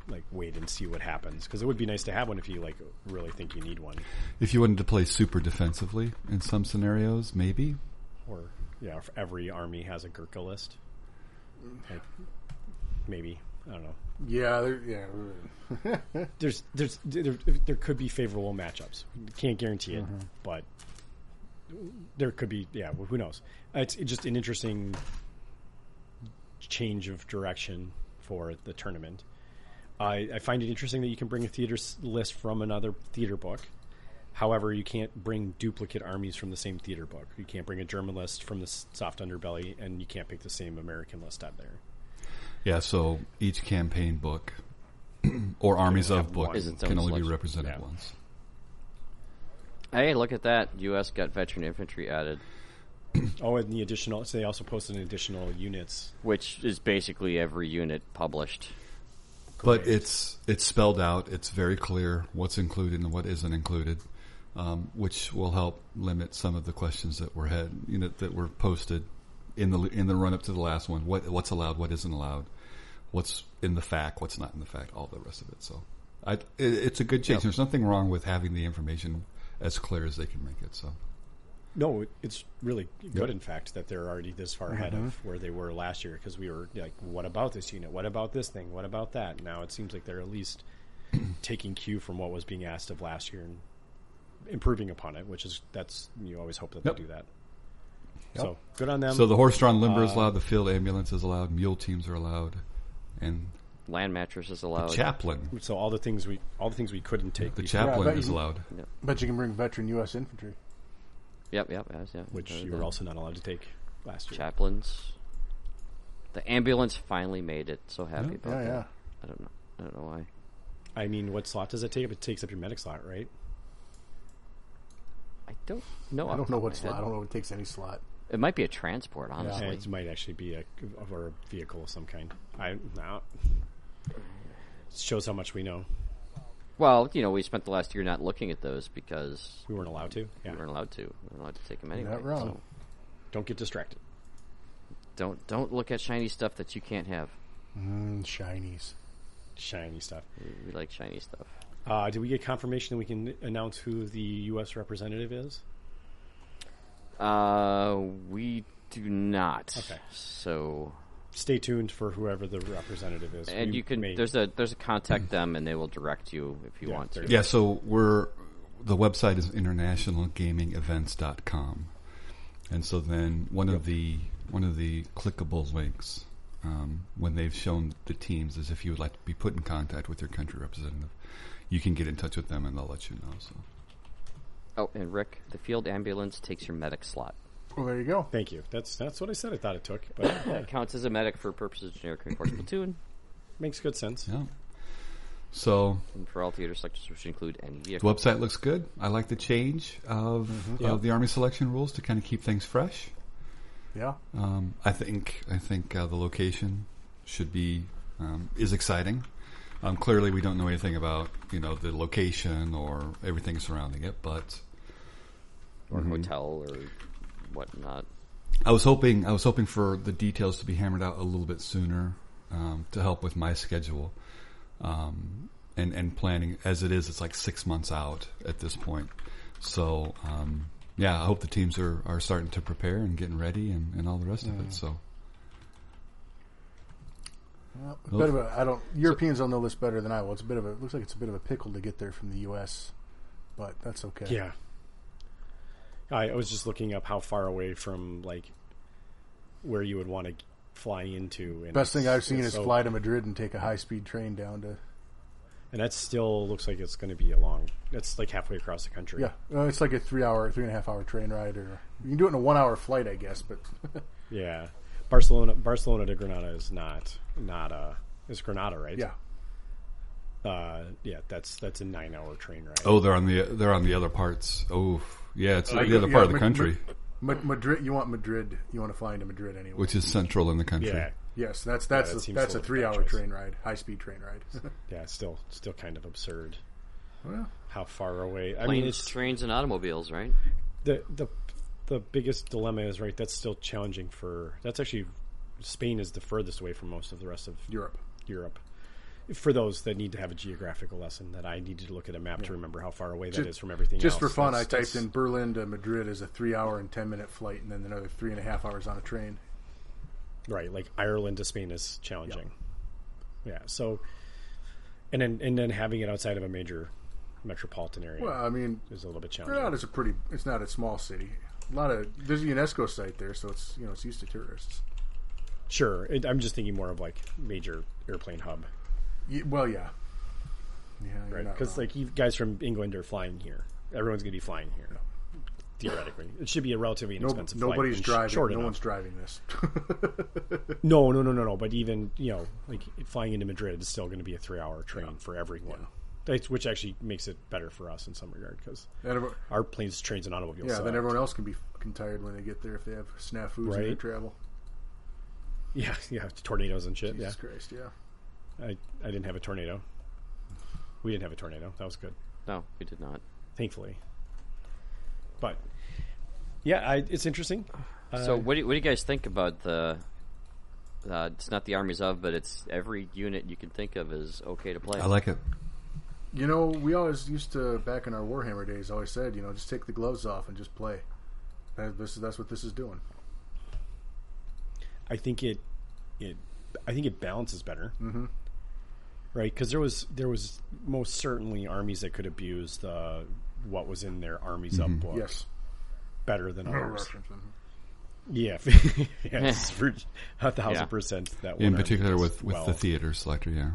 A: Like wait and see what happens because it would be nice to have one if you like really think you need one
D: If you wanted to play super defensively in some scenarios, maybe
A: or yeah if every army has a Gurkha list. Like, maybe I don't know.
B: Yeah, they're- yeah.
A: There's there's there, there could be favorable matchups. Can't guarantee it, but there could be yeah. Who knows? It's just an interesting change of direction for the tournament. I, I find it interesting that you can bring a theater s- list from another theater book. However, you can't bring duplicate armies from the same theater book. You can't bring a German list from the s- soft underbelly, and you can't pick the same American list out of there.
D: yeah. So each campaign book or armies of
A: have
D: book
A: one.
C: Is its
D: can
C: own
D: only be
C: selection.
D: represented
A: Yeah.
D: once.
C: Hey, look at that! U.S. got veteran infantry added,
A: Oh, and the additional. So they also posted an additional units.
C: which is basically every unit published.
D: But it's it's spelled out. It's very clear what's included and what isn't included, um, which will help limit some of the questions that were had you know, that were posted in the in the run up to the last one. What what's allowed? What isn't allowed? What's in the fact? What's not in the fact? All the rest of it. So, I, it, it's a good change. There's nothing wrong with having the information as clear as they can make it. So,
A: No, it- it's really good, in fact, that they're already this far ahead
D: Uh-huh.
A: of where they were last year because we were like, what about this unit? What about this thing? What about that? Now it seems like they're at least taking cue from what was being asked of last year and improving upon it, which is that's you always hope that
D: Yep.
A: they do that. So good on
B: Um,
A: them.
D: so the horse-drawn limber
B: uh,
D: is allowed. The field ambulance is allowed. Mule teams are allowed, and
C: Land mattresses
B: Oh,
C: allowed.
D: chaplain.
A: so all the things we all the things we couldn't take,
D: The
A: before,
D: chaplain
B: but
D: is
B: you-
D: allowed.
B: But you can bring veteran U.S. infantry.
C: Yep, yep, yes, yep.
A: which
C: Uh,
A: you
C: the
A: were also not allowed to take last year.
C: chaplains. The ambulance finally made it. So happy
D: Yeah,
C: about
B: Yeah,
C: that.
B: yeah.
C: I don't know. I don't know why.
A: I mean, what slot does it take? up? It takes up your medic slot, right?
C: I don't know.
B: I
C: off
B: don't
C: the
B: know
C: top
B: what
C: of my
B: slot. I
C: head.
B: don't know if it takes any slot.
C: It might be a transport, honestly.
A: It might actually be a or a vehicle of some kind. I no. It shows how much we know.
C: Well, you know, we spent the last year not looking at those because
A: We weren't allowed to. Yeah.
C: we weren't allowed to. We weren't allowed to take them anyway.
B: Not wrong.
C: so
A: Don't get distracted.
C: don't don't look at shiny stuff that you can't have.
B: Mm, shinies.
A: Shiny stuff.
C: We, we like shiny stuff.
A: Uh, did we get confirmation that we can announce who the U.S. representative is?
C: Uh, we do not.
A: Okay.
C: So,
A: Stay tuned for whoever the representative is.
C: and
A: We
C: you can
A: may-
C: there's a there's a contact them and they will direct you if you
A: Yeah,
C: want
A: there
C: to.
A: you
D: Yeah, so we're the website is internationalgamingevents.com. And so then one of the one of the clickable links um, when they've shown the teams is if you would like to be put in contact with your country representative, you can get in touch with them and they'll let you know. So
C: Oh, and Rick, the field ambulance takes your medic slot.
B: Well, there you go.
A: Thank you. That's that's what I said. I thought it took, but yeah,
C: It counts as a medic for purposes of generic reinforce platoon
A: makes good sense.
D: yeah. So
C: and for all theater sectors, which include any
D: the
C: vehicle.
D: website looks good. I like the change of, of
A: Yeah.
D: the army selection rules to kind of keep things fresh.
B: Yeah.
D: Um, I think I think uh, the location should be um, is exciting. Um, clearly, we don't know anything about you know the location or everything surrounding it, but
C: or hotel or whatnot.
D: I was hoping I was hoping for the details to be hammered out a little bit sooner um, to help with my schedule um, and and planning. As it is, it's like six months out at this point. So um, yeah, I hope the teams are, are starting to prepare and getting ready and, and all the rest of it. So
B: Well, it's a bit of a, I don't. Europeans don't know this better than I will. It's a bit of a. It looks like it's a bit of a pickle to get there from the U.S., but that's okay.
A: Yeah. I, I was just looking up how far away from like where you would want to fly into. And
B: Best thing
A: it's-
B: I've seen
A: it's
B: is
A: so-
B: fly to Madrid and take a high speed train down to.
A: and that still looks like it's going to be a long. That's like halfway across the country.
B: Yeah, uh, it's like a three hour, three and a half hour train ride, or you can do it in a one hour flight, I guess. But
A: yeah. Barcelona Barcelona to Granada is not not uh is Granada right?
B: Yeah.
A: Uh, yeah, that's that's a nine hour train ride.
D: Oh, they're on the they're on the other parts. Oh, yeah, it's
B: Like,
D: the other
B: yeah,
D: part of the
B: Ma-
D: country,
B: Ma- Ma- Madrid. You want Madrid? You want to fly into Madrid anyway?
D: which is central in the country.
A: yeah,
B: yes, that's that's
A: that
B: a,
A: seems
B: that's
A: a
B: a
A: little
B: three hour
A: adventurous.
B: train ride, high speed train ride.
A: yeah, it's still still kind of absurd.
B: well,
A: How far away? I
C: Planes,
A: mean, it's
C: trains, and automobiles, right?
A: the the the biggest dilemma is right. That's still challenging for. That's actually Spain is the furthest away from most of the rest of
B: Europe.
A: Europe. For those that need to have a geographical lesson, that I needed to look at a map to remember how far away that is
B: Ju-
A: from everything.
B: Just for
A: else.
B: fun,
A: That's-
B: I typed
A: that's-
B: in Berlin to Madrid as a three hour and ten minute flight, and then another three and a half hours on a train.
A: right like ireland to spain is challenging yeah so and then and then having it outside of a major metropolitan area
B: Well, I mean,
A: is a little bit challenging
B: Granada is a pretty. It's not a small city. A lot of there's a UNESCO site there, so it's you know it's used to tourists.
A: sure it, i'm just thinking more of like major airplane hub
B: Ye- well, yeah, yeah, you're
A: right
B: not
A: because
B: wrong.
A: like you guys from england are flying here everyone's going to be flying here theoretically it should be a relatively
B: No-
A: inexpensive flight
B: nobody's
A: and sh-
B: driving.
A: short
B: no
A: enough.
B: one's driving this.
A: no no no no no but even you know like flying into madrid is still going to be a three hour train for everyone That's which actually makes it better for us in some regard because
B: And everyone-
A: our planes, trains, and automobiles.
B: yeah,
A: suck.
B: then everyone else can be fucking tired when they get there if they have snafus in their
A: Right.
B: travel.
A: Yeah, yeah, tornadoes and shit.
B: Jesus Christ, yeah.
A: yeah, I, I didn't have a tornado. We didn't have a tornado. That was good,
C: No, we did not.
A: thankfully. But yeah, I, it's interesting. Uh,
C: So what do, you, what do you guys think about the? Uh, it's not the armies of, but it's every unit you can think of is okay to play.
D: I like it.
B: You know, we always used to back in our Warhammer days. Always said, you know, just take the gloves off and just play. That, this is that's what this is doing.
A: I think it, it, I think it balances better. Mm-hmm. Right, because there was there was most certainly armies that could abuse the what was in their armies up
D: Mm-hmm.
A: book
B: Yes.
A: better than others.
B: Mhm.
A: Yeah, yes, for a thousand
C: Yeah.
A: percent. That one
D: In
A: army
D: particular,
A: does
D: with with the
A: well.
D: theater selector, yeah.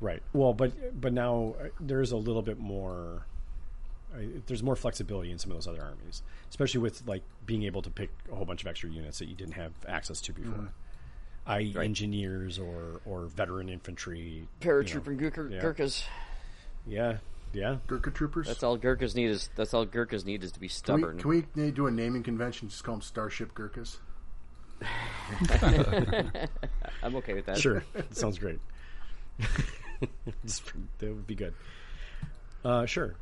A: Right. Well, but but now uh, there's a little bit more. Uh, there's more flexibility in some of those other armies, especially with like being able to pick a whole bunch of extra units that you didn't have access to before, i.e., engineers or or veteran infantry.
C: Paratrooping Gurkha-
A: yeah.
C: Gurkhas.
A: Yeah, yeah.
B: Gurkha troopers.
C: That's all Gurkhas need is that's all Gurkhas need is to
B: can
C: be
B: we,
C: stubborn.
B: can we na- do a naming convention? Just call them Starship Gurkhas.
C: I'm okay with that.
A: Sure, that sounds great. Just- that would be good. Uh, sure.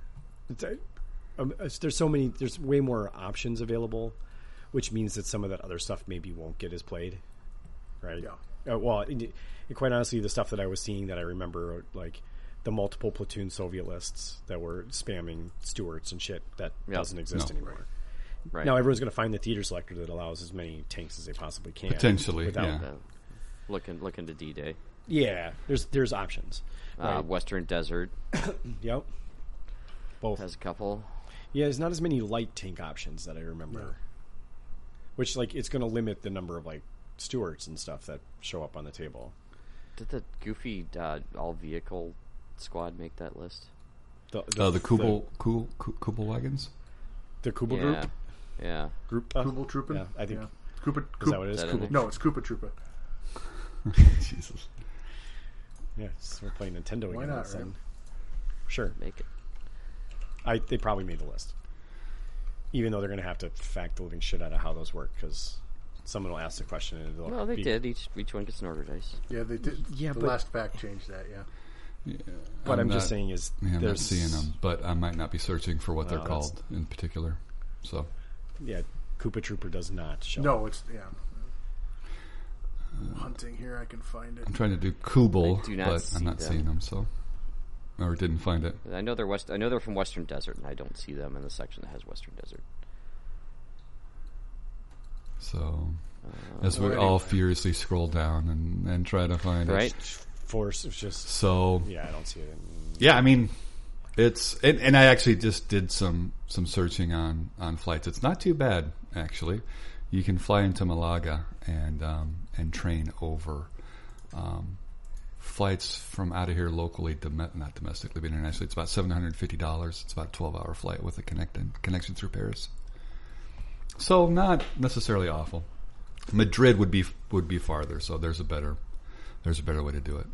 A: It's, uh, um, it's- there's so many. There's way more options available, which means that some of that other stuff maybe won't get as played, right?
B: Yeah.
A: Uh, well, and, and quite honestly, the stuff that I was seeing that I remember, like the multiple platoon Soviet lists that were spamming Stuarts and shit, that
C: Yeah.
A: doesn't exist
D: No.
A: anymore.
C: Right.
A: Now everyone's going to find the theater selector that allows as many tanks as they possibly can.
D: Potentially,
A: without
D: yeah.
C: Uh, looking looking to D-Day,
A: yeah, there's there's options.
C: uh,
A: Right.
C: Western Desert
A: Yep. Both.
C: has a couple.
A: Yeah, there's not as many light tank options that I remember. Which like it's going to limit the number of like Stuarts and stuff that show up on the table.
C: Did the goofy uh, all vehicle squad make that list?
A: The
D: Uh, the Kubel Kubel, Kubel wagons.
A: the, the Kubel
C: yeah,
A: group
C: yeah.
A: group uh,
B: Kubel Trooper.
A: yeah, I think-
B: Koopa,
A: is that what it is?
C: Is that
A: Kubel.
C: it?
B: No, it's Koopa Troopa.
D: Jesus.
A: Yeah, so we're playing Nintendo again.
B: Why
A: all
B: not,
A: of a sudden.
B: right?
A: Sure.
C: Make it.
A: I they probably made the list. Even though they're going to have to fact the living shit out of how those work cuz someone will ask the question and they'll
C: Well, they
A: be-
C: did. Each each one gets an order dice.
B: Yeah, they did.
A: Yeah,
B: the
A: but-
B: last fact changed that. Yeah,
A: But I'm,
D: I'm
A: just
D: not-
A: saying is
D: Yeah, I'm not
A: there's
D: seeing them, but I might not be searching for what they're
A: Wow, that's-
D: called in particular. So
A: Yeah, Koopa Trooper does not show up.
B: no, it's yeah. I'm hunting here, I can find it.
D: I'm trying to do Kubel,
C: I do not
D: but
C: see
D: I'm not
C: them.
D: seeing them. So or didn't find it.
C: I know they're west. I know they're from Western Desert, and I don't see them in the section that has Western Desert.
D: So
C: Uh,
D: as we
B: Well,
D: all
B: anyway.
D: furiously scroll down and, and try to find
C: Right?
D: it.
A: Force is just
D: So
A: yeah, I don't see it. in-
D: yeah, I mean, it's and, and I actually just did some some searching on on flights. It's not too bad actually. You can fly into Malaga and um, and train over um, flights from out of here locally, dom- not domestically but internationally. It's about seven hundred fifty dollars. It's about a twelve hour flight with a connecting connection through Paris. So not necessarily awful. Madrid would be would be farther, so there's a better there's a better way to do it.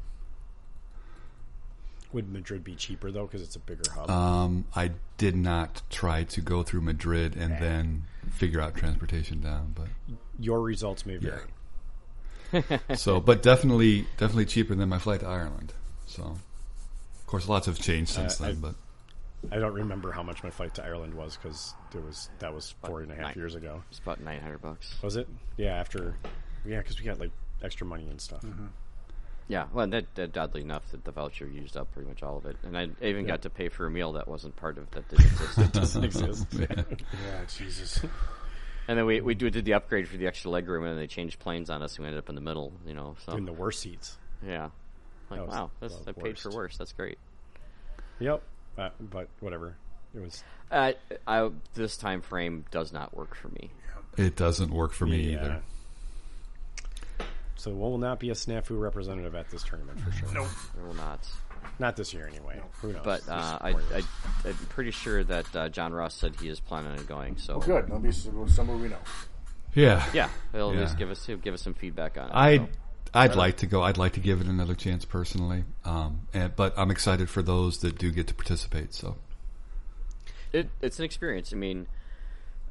A: Would Madrid be cheaper though because it's a bigger hub?
D: Um, I did not try to go through Madrid and then figure out transportation down, but
A: Your results may vary.
D: so but definitely definitely cheaper than my flight to Ireland. So, of course, lots have changed since
A: Uh,
D: then,
A: I-
D: but
A: I don't remember how much my flight to Ireland was because there was that was four and a half
C: nine.
A: years ago.
C: It's about nine hundred bucks.
A: Was it? Yeah, after yeah, because we got like extra money and stuff.
C: Mm-hmm. Yeah, well, that, that oddly enough, that the voucher used up pretty much all of it, and I even got to pay for a meal that wasn't part of that didn't exist.
A: Doesn't exist. Ah,
B: Yeah, Jesus.
C: and then we we did the upgrade for the extra leg room, and then they changed planes on us, and we ended up in the middle. You know, so
A: In the worst seats.
C: yeah, like
A: That was
C: wow,
A: the
C: that's, I paid for
A: worst.
C: worse. That's great.
A: Yep. Uh, but whatever. It was.
C: Uh, I, this time frame does not work for me.
D: it doesn't work for me
A: yeah.
D: either.
A: uh, So we'll not be a snafu representative at this tournament for sure.
C: It will not.
A: Not this year anyway. Who knows?
C: But uh, I, I, I'm pretty sure that uh, John Ross said he is planning on going. So
B: Good. That'll be some- somewhere we know.
D: Yeah,
C: yeah, he'll at least
D: Yeah.
C: give us he'll give us some feedback on it.
D: I I'd like to go. I'd like to give it another chance personally. Um, and, but I'm excited for those that do get to participate. So
C: it, it's an experience. I mean,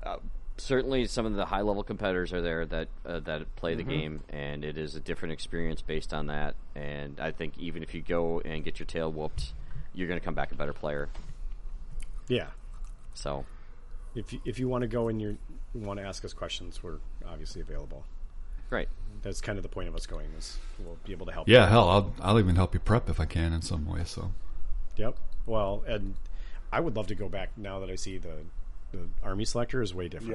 C: uh, certainly some of the high level competitors are there that uh, that play the
A: Mm-hmm.
C: game, and it is a different experience based on that. And I think even if you go and get your tail whooped, you're going to come back a better player.
A: yeah.
C: So
A: If you, if you want to go and you want to ask us questions, we're obviously available.
C: right,
A: That's kind of the point of us going. Is we'll be able to help.
D: yeah, hell, I'll I'll even help you prep if I can in some way. So
A: Yep. Well, and I would love to go back now that I see the the army selector is way different.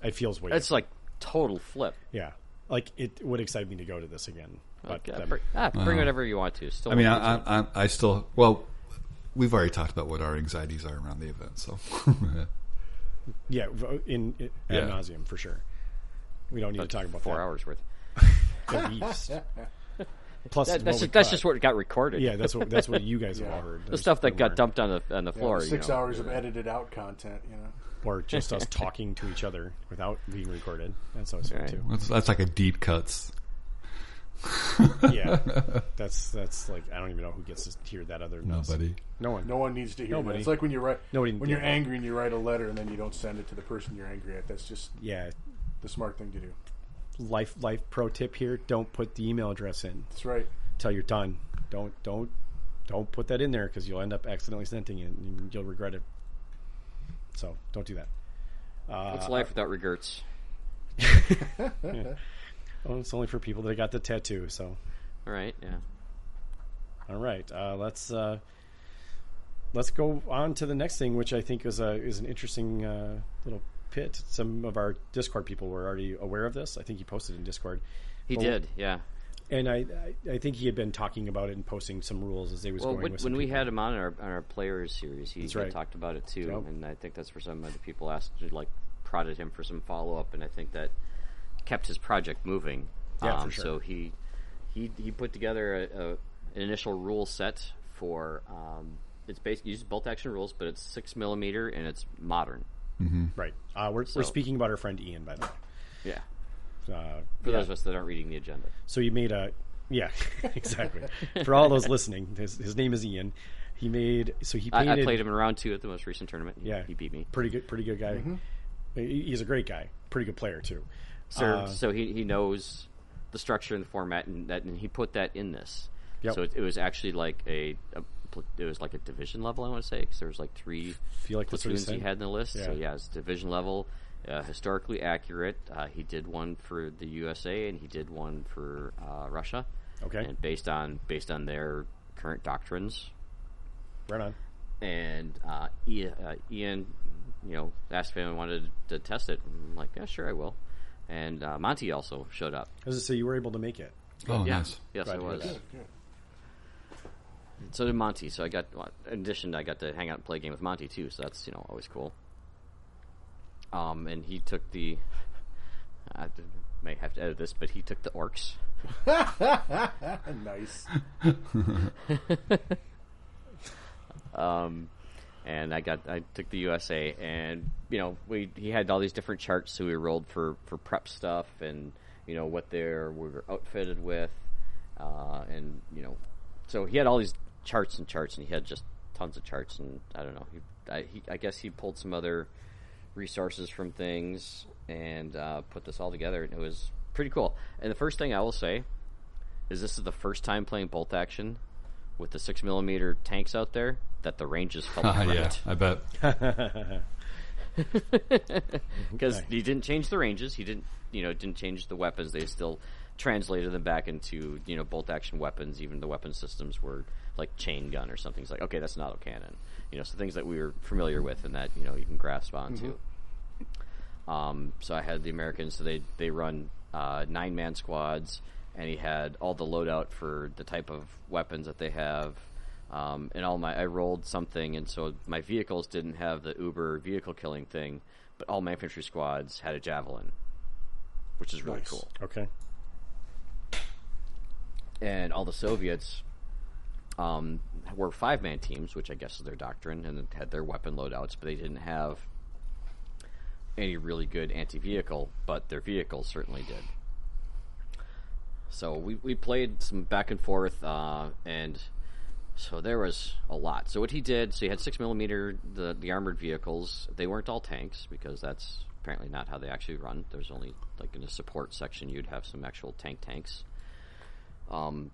B: Yeah.
A: It feels way.
C: it's like total flip.
A: different. yeah. Like it would excite me to go to this again. But
C: Yeah,
A: then-
C: br- ah, bring whatever you want to. Still,
D: I mean,
C: won't
D: I, I, I I still well, we've already talked about what our anxieties are around the event. So
A: yeah, vo- in, in ad
D: Yeah.
A: nauseum for sure. We don't need to talk about
C: four
A: that.
C: hours worth.
A: At least. Plus,
C: That,
A: what
C: that's
A: we
C: just, that's
A: caught.
C: just what got recorded.
A: Yeah, that's what that's what you guys have all heard.
C: the stuff that got dumped on the on the floor.
B: Six
C: you know.
B: hours of edited out content, you know.
A: or just us talking to each other without being recorded. That's always fun
C: Right.
A: too.
D: that's, that's like a deep cuts.
A: Yeah, that's that's like I don't even know who gets to hear that other than us.
D: Nobody.
A: No one.
B: No one needs to hear
A: Nobody.
B: that. It's like when you write
A: Nobody-
B: when you're
A: yeah.
B: angry and you write a letter and then you don't send it to the person you're angry at. That's just
A: Yeah,
B: the smart thing to do.
A: life life pro tip here: don't put the email address in
B: That's right.
A: until you're done. Don't don't don't put that in there because you'll end up accidentally sending it and you'll regret it. So don't do that.
C: It's life without regrets.
A: Oh, it's only for people that got the tattoo. So
C: All right, yeah.
A: All right, uh, let's uh, let's go on to the next thing, which I think is a is an interesting uh, little pit. Some of our Discord people were already aware of this. I think he posted in Discord,
C: He
A: Well-
C: did, yeah.
A: and I, I I think he had been talking about it and posting some rules as they was
C: Well,
A: going.
C: when,
A: with
C: when
A: some
C: we
A: people.
C: had him on our on our players series, he, he
A: right.
C: talked about it too,
A: Yep.
C: and I think that's where some other people asked, to, like, prodded him for some follow up, and I think that kept his project moving.
A: Yeah, for
C: um,
A: sure.
C: So he he he put together a, a, an initial rule set for um, it's basically uses bolt action rules, but it's six millimeter and it's modern.
A: right, uh, we're
C: So-
A: we're speaking about our friend Ian by the
C: Yeah,
A: way. Uh,
C: for
A: yeah.
C: those of us that aren't reading the agenda.
A: So he made a yeah, exactly. For all those listening, his, his name is Ian. He made so he painted.
C: I, I played him in round two at the most recent tournament. He-
A: Yeah,
C: he beat me.
A: Pretty good, pretty good guy. He- He's a great guy. Pretty good player too.
C: So,
A: Uh,
C: so he, he knows the structure and the format, and that and he put that in this.
A: Yep.
C: So it, it was actually like a, a pl- it was like a division level. I want to say because there was like three
A: Feel like that's what he
C: platoons he
A: said?
C: had in the list.
A: Yeah.
C: So yeah, it's division level, uh, historically accurate. Uh, he did one for the USA and he did one for uh, Russia.
A: Okay.
C: and based on based on their current doctrines,
A: Right on.
C: and uh, Ian, uh, Ian, you know, asked if anyone wanted to test it. And I'm like, yeah, sure, I will. And uh, Monty also showed up.
A: I was gonna say you were able to make it.
D: Oh,
C: yeah.
D: nice.
C: Yes,
A: Glad
C: I
A: to hear
C: was. So did Monty. So I got, well, in addition, I got to hang out and play a game with Monty too. So that's you know always cool. Um, and he took the. I d- may have to edit this, but he took the orcs.
B: Nice.
C: and I got I took the USA, and you know we he had all these different charts, so we rolled for for prep stuff and you know what they were- were outfitted with, uh, and you know, so he had all these charts and charts, and he had just tons of charts, and I don't know, he I, he, I guess he pulled some other resources from things and uh, put this all together, and it was pretty cool. And the first thing I will say is this is the first time playing bolt action with the six millimeter tanks out there that the ranges felt
D: Ah,
C: right
D: yeah, I bet.
C: because he didn't change the ranges. He didn't, you know, didn't change the weapons. They still translated them back into you know bolt action weapons. Even the weapon systems were like chain gun or something. It's like okay, that's an auto cannon. You know, so things that we were familiar with and that you know you can grasp onto. Um, so I had the Americans. So they they run uh, nine man squads, and he had all the loadout for the type of weapons that they have. Um, and all my I rolled something, and so my vehicles didn't have the Uber vehicle killing thing, but all my infantry squads had a javelin, which is really
B: Nice.
C: cool.
A: Okay.
C: And all the Soviets um, were five man teams, which I guess is their doctrine, and had their weapon loadouts, but they didn't have any really good anti vehicle, but their vehicles certainly did. So we, we played some back and forth, uh, and so there was a lot. So what he did, so he had six millimeter the the armored vehicles. They weren't all tanks because that's apparently not how they actually run. There's only like in a support section you'd have some actual tank tanks. Um,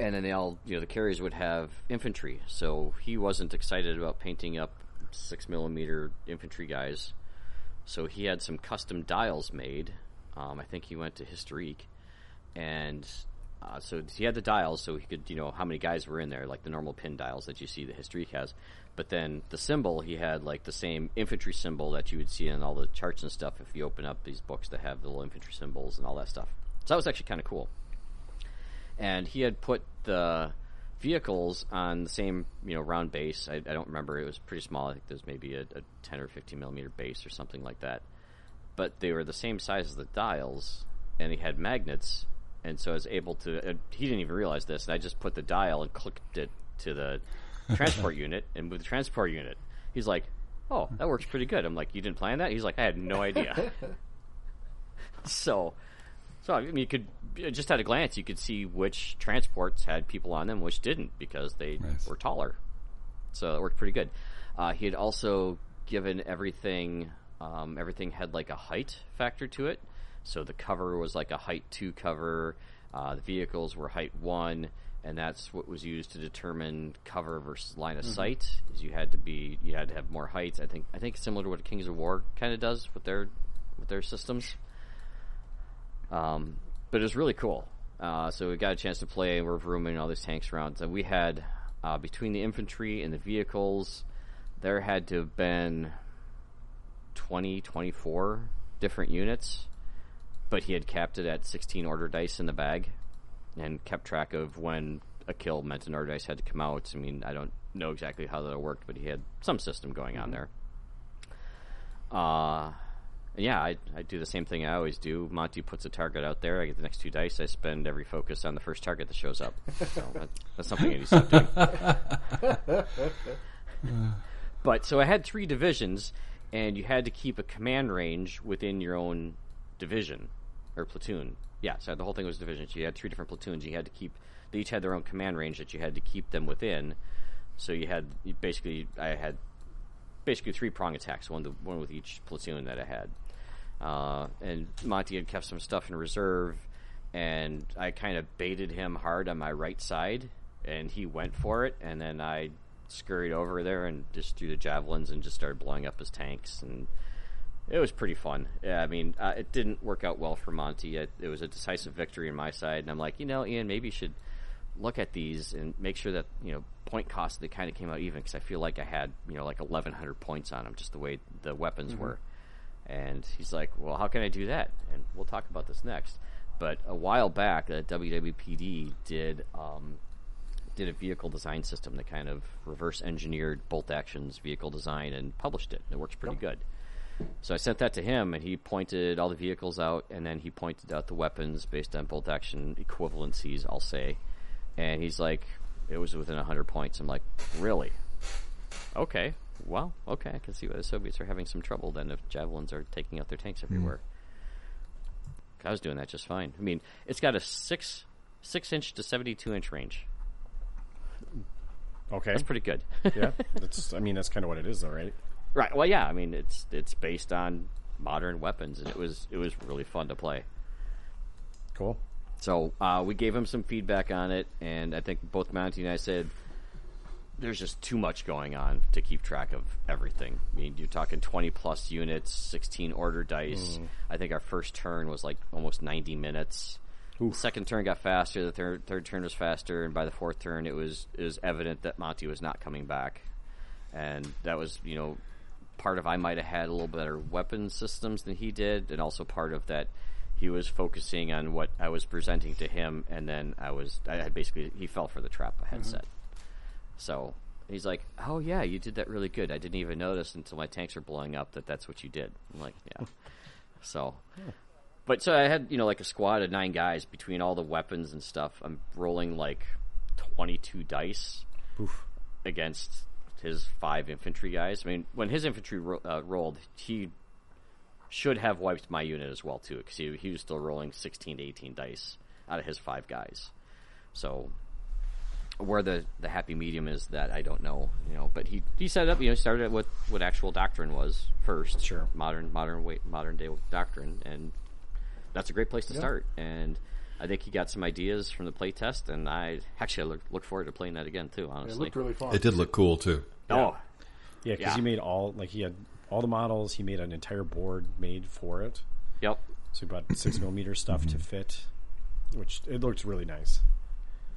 C: and then they all, you know, the carriers would have infantry. So he wasn't excited about painting up six millimeter infantry guys. So he had some custom dials made. Um, I think he went to Historique, and uh, so he had the dials, so he could you know how many guys were in there, like the normal pin dials that you see that Historique has. But then the symbol he had like the same infantry symbol that you would see in all the charts and stuff if you open up these books that have the little infantry symbols and all that stuff. So that was actually kind of cool and he had put the vehicles on the same you know round base. I, I don't remember; it was pretty small. I think there's maybe a, a ten or fifteen millimeter base or something like that. But they were the same size as the dials, and he had magnets, and so I was able to. Uh, he didn't even realize this, and I just put the dial and clicked it to the transport unit and moved the transport unit. He's like, "Oh, that works pretty good." I'm like, "You didn't plan that?" He's like, "I had no idea." so so I mean, you could uh, just at a glance, you could see which transports had people on them, which didn't, because they
D: Nice.
C: were taller. So it worked pretty good. Uh, he had also given everything. Um, everything had like a height factor to it. So the cover was like a height two cover. Uh, the vehicles were height one, and that's what was used to determine cover versus line of sight. Is you had to be you had to have more heights. I think I think similar to what Kings of War kind of does with their with their systems. Um, but it was really cool. Uh, so we got a chance to play. We're rooming all these tanks around. And we had, uh, between the infantry and the vehicles, there had to have been 20, 24 different units. But he had capped it at 16 order dice in the bag and kept track of when a kill meant an order dice had to come out. I mean, I don't know exactly how that worked, but he had some system going on there. Uh, yeah, I, I do the same thing I always do. Monty puts a target out there. I get the next two dice. I spend every focus on the first target that shows up. So that, that's something I need to stop doing. but so I had three divisions, and you had to keep a command range within your own division or platoon. Yeah, so the whole thing was divisions. You had three different platoons. You had to keep. They each had their own command range that you had to keep them within. So you had you basically. I had basically three prong attacks. One to, one with each platoon that I had. Uh, and Monty had kept some stuff in reserve, and I kind of baited him hard on my right side, and he went for it, and then I scurried over there and just threw the javelins and just started blowing up his tanks, and it was pretty fun. Yeah, I mean, uh, it didn't work out well for Monty. It, it was a decisive victory on my side, and I'm like, you know, Ian, maybe you should look at these and make sure that you know point cost they kind of came out even because I feel like I had you know like 1100 points on them just the way the weapons were. And he's like, "Well, how can I do that?" And we'll talk about this next. But a while back, uh, the WWPD did um, did a vehicle design system that kind of reverse engineered bolt actions vehicle design and published it. It works pretty good. So I sent that to him, and he pointed all the vehicles out, and then he pointed out the weapons based on bolt action equivalencies, I'll say. And he's like, it was within 100 points. I'm like, really? Okay. Well, okay, I can see why the Soviets are having some trouble then if javelins are taking out their tanks everywhere. I was doing that just fine. I mean, it's got a six six inch to seventy two inch range.
A: Okay.
C: That's pretty good.
A: yeah. That's. I mean, that's kind of what it is, though, right?
C: right. Well, yeah. I mean, it's it's based on modern weapons, and it was it was really fun to play.
A: Cool.
C: So uh, we gave him some feedback on it, and I think both Monty and I said there's just too much going on to keep track of everything. I mean, you're talking 20 plus units, 16 order dice. I think our first turn was like almost 90 minutes. The second turn got faster. The third third turn was faster, and by the fourth turn, it was it was evident that Monty was not coming back, and that was you know part of I might have had a little better weapon systems than he did, and also part of that he was focusing on what I was presenting to him, and then I was I had basically he fell for the trap I had set. So he's like, "Oh yeah, you did that really good. I didn't even notice until my tanks were blowing up that that's what you did." I'm like, "Yeah." so, but so I had you know like a squad of nine guys between all the weapons and stuff. I'm rolling like twenty two dice against his five infantry guys. I mean, when his infantry ro- uh, rolled, he should have wiped my unit as well too because he, he was still rolling 16 to 18 dice out of his five guys so where the, the happy medium is that I don't know you know but he, he set it up you know started at what, what actual doctrine was first sure modern modern way, modern day doctrine and that's a great place to start and I think he got some ideas from the play test and I actually I look, look forward to playing that again too
B: It
C: honestly
B: looked really fun.
D: It did look cool too.
C: oh
A: Yeah, because
C: Yeah.
A: he made all like he had all the models. He made an entire board made for it.
C: yep
A: So he bought six millimeter stuff to fit, which it looked really nice.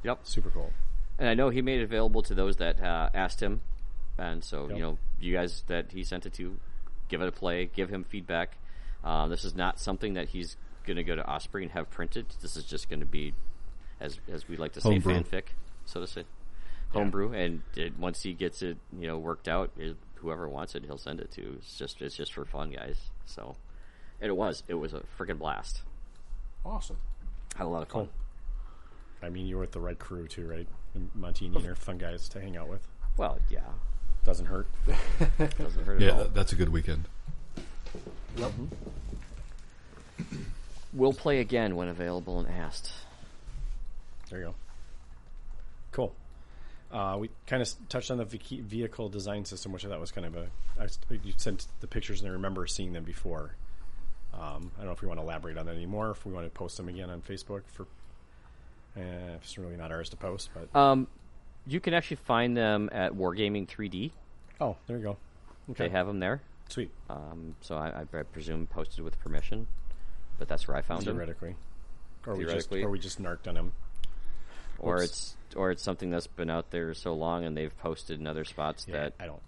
C: yep
A: Super cool.
C: And I know he made it available to those that uh, asked him. And so,
A: Yep.
C: you know, you guys that he sent it to, give it a play, give him feedback. Uh, this is not something that he's going to go to Osprey and have printed. This is just going to be, as as we like to say,
D: Homebrew.
C: fanfic, so to say, homebrew. And it, once he gets it, you know, worked out, it, whoever wants it, he'll send it to. It's just it's just for fun, guys. So, and it was it was a freaking blast.
B: Awesome.
C: Had a lot of fun.
A: I mean, you were with the right crew too, right? And Monty and Ian are fun guys to hang out with.
C: Well, yeah,
A: Doesn't hurt.
C: doesn't hurt
D: Yeah,
C: at all.
D: that, that's a good weekend.
C: We'll play again when available and asked.
A: There you go. Cool. Uh, we kind of touched on the ve- vehicle design system, which I thought was kind of a. I s you sent the pictures, and I remember seeing them before. Um, I don't know if we want to elaborate on that anymore. If we want to post them again on Facebook for, eh, it's really not ours to post, but
C: Um, you can actually find them at Wargaming 3D.
A: oh, there you go.
C: They have them there.
A: Sweet.
C: Um, so I, I presume posted with permission, but that's where I found them.
A: Theoretically, or we just
C: Theoretically.
A: or we just narked on them.
C: Or it's or it's something that's been out there so long and they've posted in other spots
A: Yeah,
C: that
A: I don't.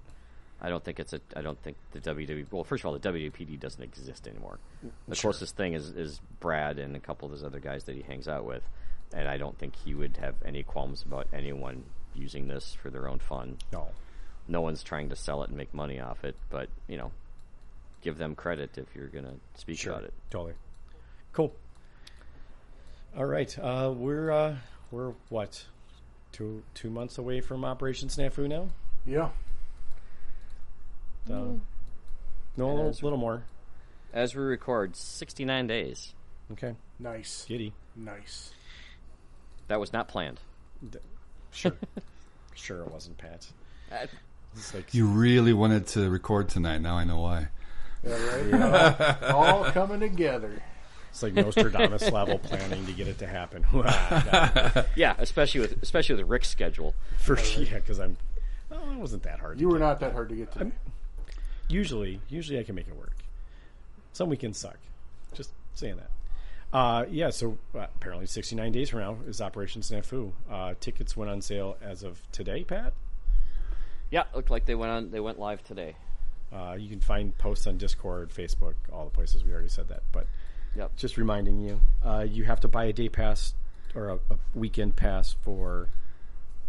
C: I don't think it's a. I don't think the WW. Well, first of all, the WPD doesn't exist anymore. The closest thing is is Brad and a couple of those other guys that he hangs out with, and I don't think he would have any qualms about anyone using this for their own fun.
A: No.
C: No one's trying to sell it and make money off it, but you know, give them credit if you're going to speak about it.
A: Totally. Cool. All right. Uh, we're uh, we're what two two months away from Operation Snafu now.
B: Yeah.
A: Uh, no, a little,
C: that's-
A: little more.
C: As we record, 69 days.
A: Okay.
B: Nice.
A: Giddy.
B: Nice.
C: That was not planned.
A: Sure. sure, it wasn't Pat. It's like
D: You really wanted to record tonight. Now I know why.
B: All coming together.
A: it's like Nostradamus level planning to get it to happen. Wow.
C: Yeah, especially with especially with Rick's schedule.
A: For, yeah, because I'm. Oh, it wasn't that hard. to
B: You were not that hard to get to.
A: usually usually I can make it work. Some weekends suck. Just saying that. Uh, yeah, so uh, apparently 69 days from now is Operation Snafu. Uh, tickets went on sale as of today, Pat.
C: Yeah, looked like they went on. They went live today.
A: Uh, you can find posts on Discord, Facebook, all the places. We already said that, but
C: Yep.
A: just reminding you, uh, you have to buy a day pass or a, a weekend pass for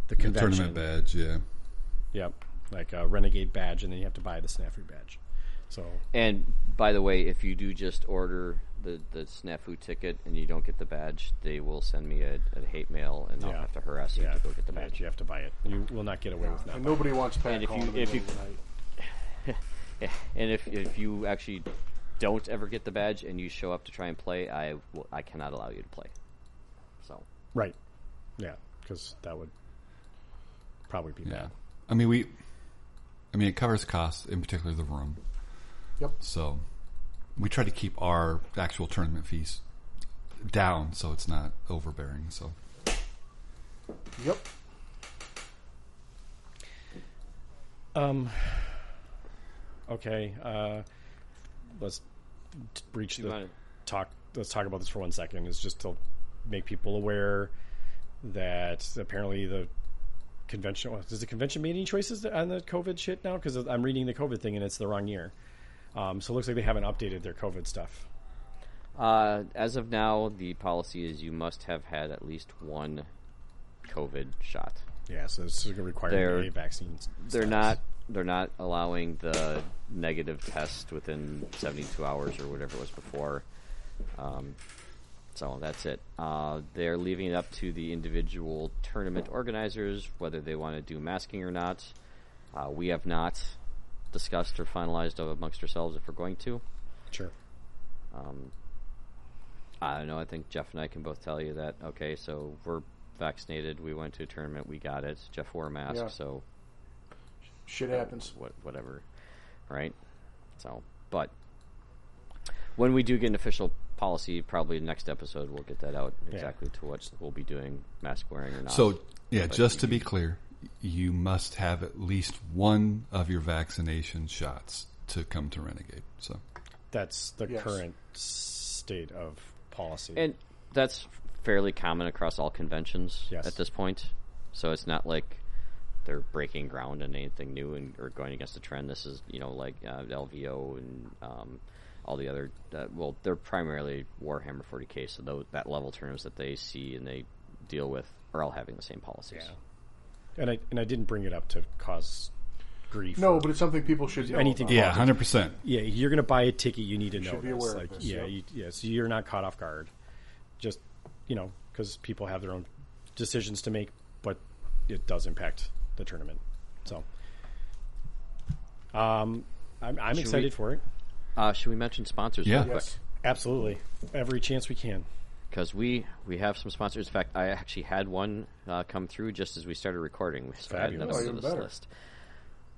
A: the
D: The
A: convention.
D: tournament badge, yeah.
A: Yep, like a renegade badge, and then you have to buy the Snafu badge. So
C: And by the way, if you do just order the, the snafu ticket and you don't get the badge, they will send me a, a hate mail and I'll
A: Yeah.
C: have to harass you
A: yeah,
C: to go get the
A: yeah,
C: badge.
A: you have to buy it. You will not get away with not. buying
B: And
A: it.
B: nobody wants Pat
C: And if you-
B: calling in the
C: if you-
B: middle of the night.
C: Yeah, and if if you actually don't ever get the badge and you show up to try and play, I will, I cannot allow you to play. So
A: Right. Yeah, because that would probably be
D: Yeah.
A: bad.
D: I mean, we. I mean, it covers costs, in particular the room.
B: Yep.
D: So, we try to keep our actual tournament fees down, so it's not overbearing. So,
B: Yep.
A: Um. Okay. Uh, let's t- breach
C: you
A: the
C: wanna-
A: talk. Let's talk about this for one second. It's just to make people aware that apparently the convention what, does the convention made any choices on the COVID shit now because I'm reading the COVID thing and it's the wrong year. Um, so it looks like they haven't updated their COVID stuff.
C: uh, as of now, the policy is you must have had at least one COVID shot.
A: Yeah, so it's going to require
C: They're-
A: a vaccine. s-
C: They're
A: status.
C: not they're not allowing the negative test within 72 hours or whatever it was before. Um, so that's it. Uh, they're leaving it up to the individual tournament organizers whether they want to do masking or not. Uh, we have not discussed or finalized amongst ourselves if we're going to.
A: sure.
C: I don't know. I think Jeff and I can both tell you that. Okay, so we're vaccinated. We went to a tournament. We got it. Jeff wore a mask,
B: Yeah.
C: so
B: Shit happens.
C: what whatever, right? So, but when we do get an official policy, probably next episode we'll get that out exactly to what we'll be doing, mask wearing or not.
D: so yeah. Just to be clear, you must have at least one of your vaccination shots to come to Renegade. So,
A: That's the
B: Yes.
A: current state of policy.
C: and that's fairly common across all conventions
A: Yes.
C: at this point. So it's not like they're breaking ground on anything new and or going against the trend. This is you know like uh, LVO and um, all the other uh, well, they're primarily Warhammer 40k, so tho- that level tournaments that they see and they deal with are all having the same policies.
A: and I and I didn't bring it up to cause grief.
B: No,
A: or-
B: but it's something people should know
A: Anything-
B: about.
D: yeah, hundred percent.
A: yeah, you're going to buy a ticket. You need to know.
B: should be
A: this.
B: aware of
A: Like,
B: this,
A: yeah,
B: yep.
A: you, yeah. So you're not caught off guard. Just you know, because people have their own decisions to make, but it does impact the tournament. So, um, I'm, I'm excited for it.
C: Uh, should we mention sponsors?
D: Yeah.
C: real quick?
B: Yes.
A: Absolutely, every chance we can.
C: because we we have some sponsors. In fact, I actually had one uh, come through just as we started recording. So I had
A: Fabulous.
C: notes
B: Oh,
C: to
B: even
C: this
B: better.
C: list.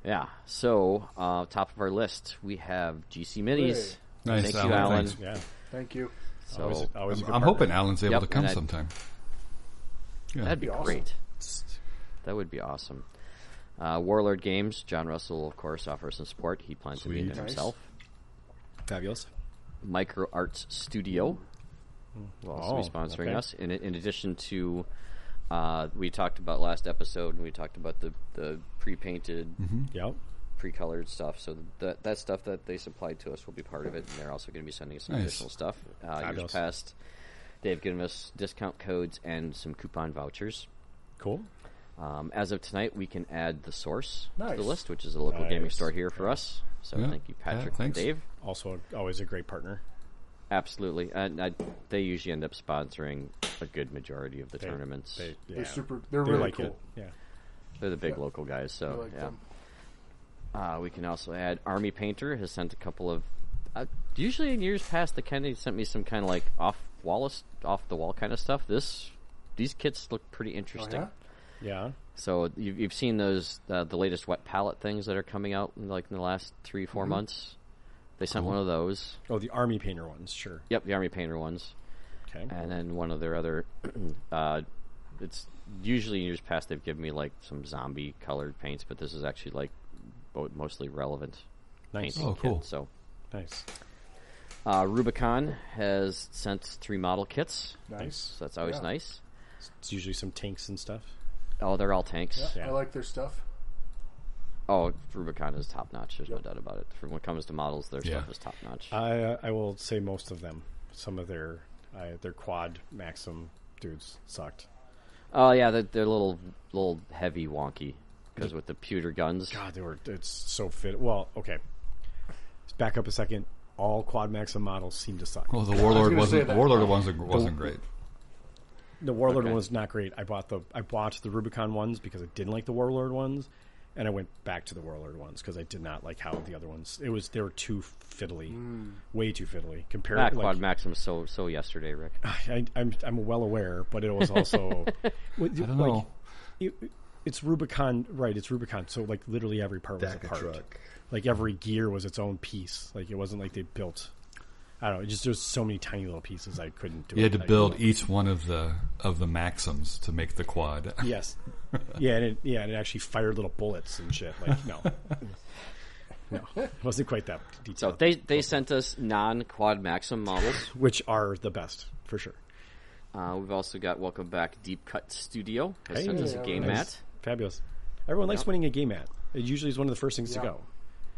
C: Yeah. So uh, top of our list, we have GC Minis.
B: Hey.
D: Nice,
C: Thank
D: Alan,
C: you, Alan.
D: thanks.
A: Yeah,
B: Thank you.
C: So
A: always, always. a
D: I'm,
A: good
D: I'm
A: partner.
D: hoping Alan's able
C: Yep,
D: to come
C: and I-
D: sometime.
C: that'd be
B: That'd be
C: great. That would be awesome. Uh, Warlord Games, John Russell, of course, offers some support. He plans to be in
D: Sweet.
C: there
B: Nice.
C: himself.
A: Fabulous.
C: Micro Arts Studio will also be
A: Oh,
C: sponsoring
A: okay.
C: us. In, in addition to, uh, we talked about last episode, and we talked about the, the pre painted
A: Yep.
C: pre-colored stuff. So that that stuff that they supplied to us will be part of it, and they're also going to be sending us some
D: Nice.
C: additional stuff. Uh, years
A: Fabulous.
C: past, they've given us discount codes and some coupon vouchers.
A: Cool.
C: Um, as of tonight, we can add the source to
B: Nice.
C: the list, which is a local gaming
A: Nice.
C: store here for us. So
D: Yeah.
C: thank you,
D: Yeah,
C: Patrick and
D: thanks.
C: Dave.
A: Also, always a great partner.
C: Absolutely, and I, they usually end up sponsoring a good majority of the
A: They-
C: tournaments.
A: They, yeah.
B: They're super. They're
A: They
B: really
A: like
B: cool.
A: it. Yeah.
C: They're the big local guys, so
B: I like
C: yeah.
B: them. Oh,
C: Uh, we can also add Army Painter has sent a couple of. Uh, usually in years past, the Kennedy sent me some kind of like off wall, off the wall kind of stuff. This, these kits look pretty
B: Oh,
C: interesting.
B: yeah?
A: Yeah.
C: So you've, you've seen those uh, the latest wet palette things that are coming out in, like in the last three
B: Mm-hmm.
C: four months. They
B: Uh-huh.
C: sent one of those.
A: Oh, the army painter ones. Sure.
C: Yep, the Army Painter ones,
A: Okay.
C: and then one of their other. uh, it's usually in years past they've given me like some zombie colored paints, but this is actually like bo- mostly relevant
A: Nice.
C: painting
D: Oh,
C: kit,
D: cool.
C: So
A: Nice.
C: Uh, Rubicon has sent three model kits,
B: Nice.
C: so that's always
B: Yeah.
C: nice.
A: It's usually some tanks and stuff.
C: Oh, they're all tanks.
A: Yeah.
B: I like their stuff.
C: Oh, Rubicon is top notch. There's no doubt about it. For when it comes to models, their
D: Yeah.
C: stuff is top notch.
A: I uh, I will say most of them. Some of their uh, their quad maxim dudes sucked.
C: oh yeah, they're, they're a little little heavy, wonky because with the pewter guns.
A: God, they were it's so fit. Well, okay. just back up a second. All Quad Maxim models seem to suck.
D: Well, the Warlord
B: gonna say
D: wasn't.
B: that.
D: Warlord wasn't wasn't great.
A: The Warlord one was not great. I bought the I bought the Rubicon ones because I didn't like the Warlord ones, and I went back to the Warlord ones because I did not like how the other ones. It was they were too fiddly, way too fiddly compared.
C: Mac,
A: like,
C: Mm. Ah, Quad Maxim was so so yesterday, Rick.
A: I, I'm I'm well aware, but it was also I
D: don't know.
A: it's Rubicon, right? It's Rubicon. So like literally every part was a
D: Daca
A: part.
D: truck.
A: Like every gear was its own piece. Like it wasn't like they built. I don't know. It just there's so many tiny little pieces I couldn't do.
D: You
A: it.
D: had to
A: I-
D: build each one of the of the maxims to make the quad.
A: Yes. Yeah, and it, yeah, and it actually fired little bullets and shit. Like no, no, it wasn't quite that
C: So
A: detailed.
C: they they sent us non Quad Maxim models.
A: which are the best for sure.
C: Uh, we've also got Welcome Back Deep Cut Studio has
A: Hey.
C: sent us a game
A: Nice.
C: mat.
A: Fabulous. Everyone likes winning a game at. It usually is one of the first things to
B: Yeah.
A: go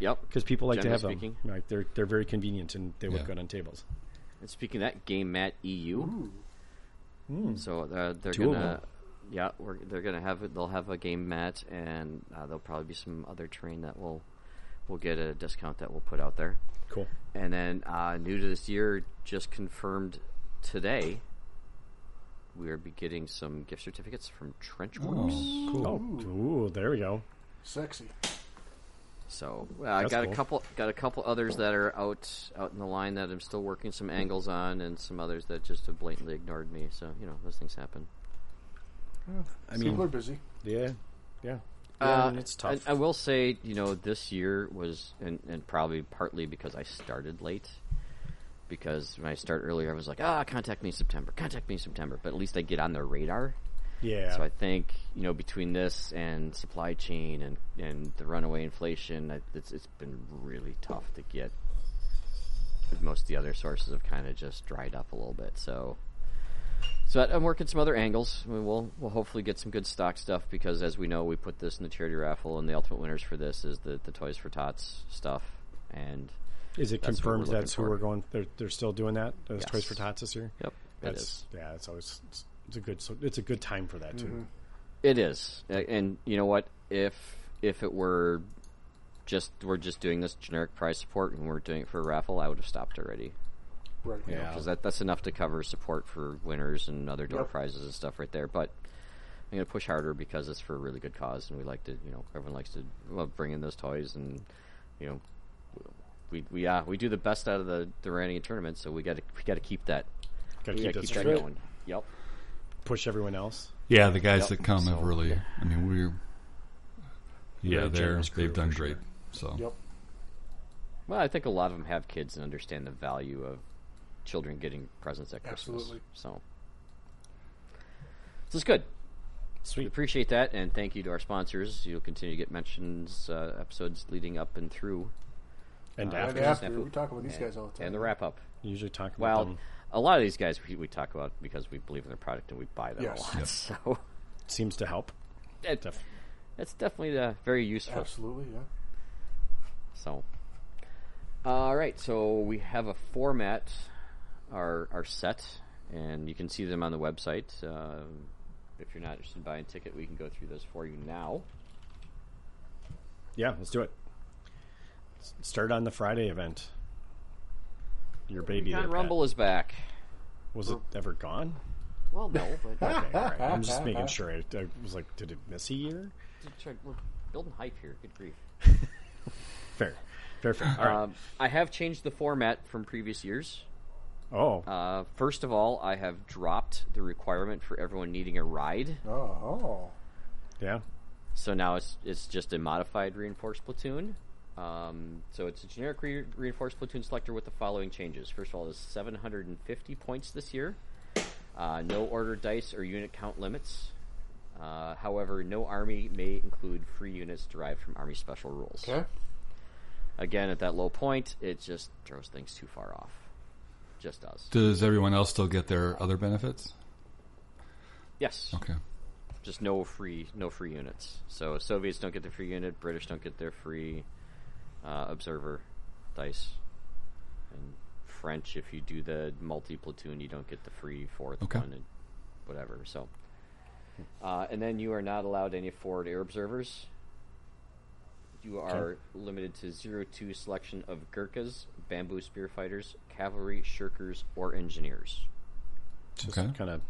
C: Yep.
A: because people like
C: Generally
A: to have
C: speaking.
A: them. Like they're they're very convenient and they look
D: Yeah.
A: good on tables.
C: And speaking of that, Game Mat EU. So uh, they're
A: Hmm. Two of
C: gonna,
A: them.
C: yeah, we're, they're gonna have it. They'll have a game mat, and uh, there'll probably be some other terrain that will will get a discount that we'll put out there.
A: Cool.
C: And then uh, new to this year, just confirmed today, we'll be getting some gift certificates from Trenchworks.
A: Oh, ooh, there we go.
B: Sexy.
C: So well, I
A: That's
C: got
A: cool.
C: a couple, got a couple others that are out out in the line that I'm still working some angles on, and some others that just have blatantly ignored me. So you know those things happen.
B: I mean, people are busy.
A: Yeah, yeah.
C: Uh,
A: Yeah, it's tough.
C: I, I will say, you know, this year was, and, and probably partly because I started late. Because when I start earlier, I was like, ah, contact me in September, contact me in September. But at least I get on their radar.
A: yeah,
C: So I think, you know, between this and supply chain and, and the runaway inflation, I- it's, it's been really tough to get. Most of the other sources have kind of just dried up a little bit. So, so I- I'm working some other angles. I mean, we'll we'll hopefully get some good stock stuff because, as we know, we put this in the charity raffle, and the ultimate winners for this is the the Toys for Tots stuff. And
A: is it
C: that's what
A: confirmed
C: we're looking
A: that's who
C: for.
A: we're going? They're they're still doing that. Those
C: Yes.
A: Toys for Tots this year.
C: yep, it is.
A: That's yeah. It's always it's, it's a good so it's a good time for that too.
C: Mm-hmm. It is, A- and you know what? If if it were just we're just doing this generic prize support and we're doing it for a raffle, I would have stopped already
B: Right.
A: Yeah.
C: because that, that's enough to cover support for winners and other door
B: Yep.
C: prizes and stuff right there. But I'm going to push harder because it's for a really good cause, and we like to, you know, everyone likes to love bringing those toys, and you know, we we uh, we do the best out of the the Duranian tournament, so we got to we got to keep that
A: Got to
C: we
A: keep that
C: gotta keep that
A: straight.
C: going. Yep.
A: Push everyone else.
D: Yeah, the guys
C: Yep.
D: that come have
C: So-
D: really. I mean, we're. Yeah,
A: Really
D: they're
A: generous crew
D: they've done
A: for
D: great.
A: sure.
D: So
B: Yep.
C: Well, I think a lot of them have kids and understand the value of children getting presents at Christmas.
B: Absolutely.
C: So, this is good. We
A: Sweet.
C: appreciate that, and thank you to our sponsors. You'll continue to get mentions, uh, episodes leading up and through,
A: And
C: Uh,
B: And
A: after
B: after,
C: Snafu.
B: we talk about these
C: and,
B: guys all the time.
C: and the wrap up.
A: you usually talk about
C: Well,
A: them.
C: a lot of these guys we, we talk about because we believe in their product and we buy them
B: Yes.
C: a lot. So,
A: seems to help.
C: it,
A: Def-
C: that's definitely uh, very useful.
B: Absolutely, yeah.
C: So, all right. So we have a format, our our set, and you can see them on the website. Um if you're not interested in buying a ticket, we can go through those for you now.
A: Yeah, let's do it. S- Start on the Friday event. Your baby. there,
C: John
A: Pat.
C: Rumble is back.
A: Was it ever gone?
C: Well, no, but
A: Okay, all right. I'm just making sure. I, I was like, did it miss a year?
C: Sorry, we're building hype here. Good grief.
A: Fair, fair, fair. All right.
C: Um, I have changed the format from previous years.
A: oh,
C: Uh, first of all, I have dropped the requirement for everyone needing a ride.
B: Oh, oh.
A: yeah.
C: So now it's it's just a modified reinforced platoon. Um, so it's a generic re- reinforced platoon selector with the following changes. First of all, there's 750 points this year. Uh, no order dice or unit count limits. Uh, however, no army may include free units derived from army special rules.
B: Okay.
C: Again, at that low point, it just throws things too far off. Just does.
D: does everyone else still get their other benefits?
C: Yes.
D: Okay.
C: just no free no free units. So Soviets don't get the free unit, British don't get their free uh, observer dice, and French if you do the multi platoon, you don't get the free fourth
D: Okay.
C: one and whatever. So, uh, and then you are not allowed any forward air observers. You are limited to zero two selection of Gurkhas, bamboo spear fighters, cavalry, shirkers, or engineers.
A: Just
D: Okay.
A: kind of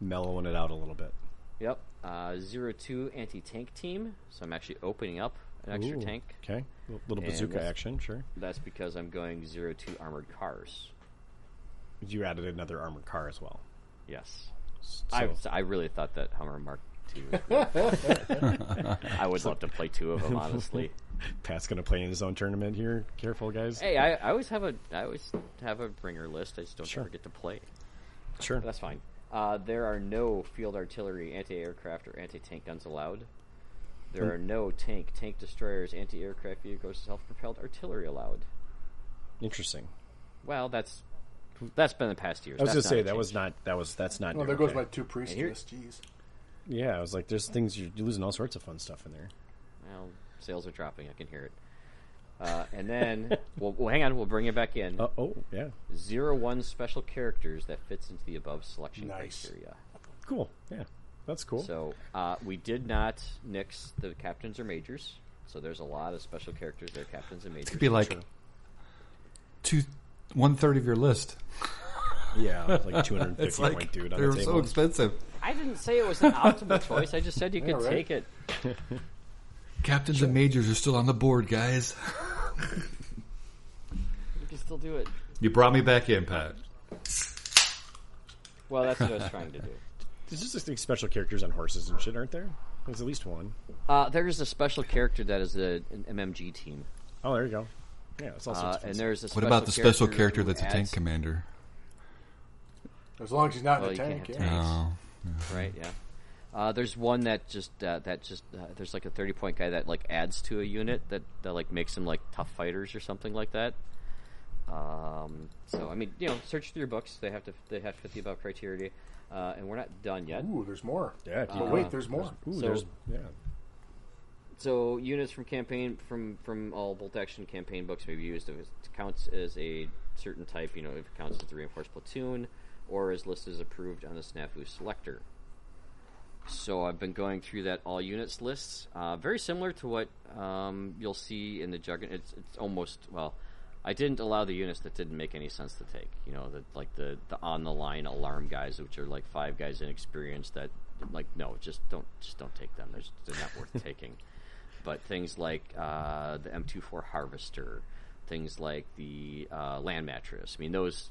A: mellowing it out a little bit.
C: Yep. Uh, zero two anti tank team. So I'm actually opening up an extra
A: Ooh,
C: tank.
A: Okay. L- little
C: And
A: bazooka
C: that's-
A: action, sure.
C: That's because I'm going zero two armored cars.
A: You added another armored car as well.
C: Yes.
A: So,
C: I, so I really thought that Hummer Mark II. was really- I would love to play two of them, honestly.
A: Pat's going to play in his own tournament here. Careful, guys.
C: Hey, I, I always have a I always have a bringer list. I just don't
A: Sure.
C: ever get to play.
A: sure.
C: But that's fine. Uh, there are no field artillery, anti-aircraft, or anti-tank guns allowed.
A: Hmm.
C: There are no tank, tank destroyers, anti-aircraft vehicles, self-propelled artillery allowed.
A: Interesting.
C: Well, that's that's been the past years.
A: I was going
C: That's
A: to
C: not
A: say
C: a
A: that was
C: change.
A: not that was that's not.
B: Oh,
A: new,
B: there goes
A: okay.
B: my two priestess. Jeez.
A: Yeah, I was like, there's things you're losing all sorts of fun stuff in there.
C: Well, sales are dropping. I can hear it. Uh, and then, well, well, hang on. We'll bring it back in.
A: Uh, oh, yeah,
C: Zero one special characters that fits into the above selection
B: Nice.
C: criteria.
A: cool. Yeah, that's cool.
C: So uh, we did not nix the captains or majors. So there's a lot of special characters there, captains and majors.
D: Be like two, one third of your list.
A: yeah, like 250
D: It's like
A: point dude on
D: they're
A: the
D: so
A: table.
D: expensive.
C: I didn't say it was an optimal choice. I just said you could
B: right.
C: take it.
D: Captains and majors are still on the board, guys.
C: You can still do it.
D: You brought me back in, Pat.
C: Well, that's what I was trying to do.
A: There's just like special characters on horses and shit, aren't there? There's at least one.
C: Uh, there is a special character that is a, an MMG team,
A: Oh, there you go. Yeah, it's all sorts
C: uh,
A: of fun
C: and
A: stuff.
C: there's a.
D: What about the special character
C: who
D: that's a
C: adds-
D: tank commander?
B: As long as he's not
C: Well,
B: in
C: you
B: the
C: can't
B: tank,
C: have
B: yeah.
C: tanks.
D: Oh,
C: right? Yeah. Uh, there's one that just uh, that just uh, there's like a 30 point guy that like adds to a unit that that like makes them like tough fighters or something like that. Um, so I mean, you know, search through your books. They have to they have to fit the above criteria, uh, and we're not done yet.
B: Ooh, there's more.
A: Yeah, keep
B: But
C: Uh-huh.
B: wait, there's more.
A: Ooh,
C: Uh, so-
A: there's yeah.
C: So units from campaign from from all bolt action campaign books may be used if it counts as a certain type. You know, if it counts as a reinforced platoon, or is listed as approved on the snafu selector. So I've been going through that all units lists, uh, very similar to what um, you'll see in the Juggernaut. It's, it's almost well. I didn't allow the units that didn't make any sense to take. You know, the, like the, the on the line alarm guys, which are like five guys inexperienced. That like no, just don't just don't take them. They're, just- they're not worth taking. But things like uh, the M24 Harvester, things like the uh, land mattress. I mean, those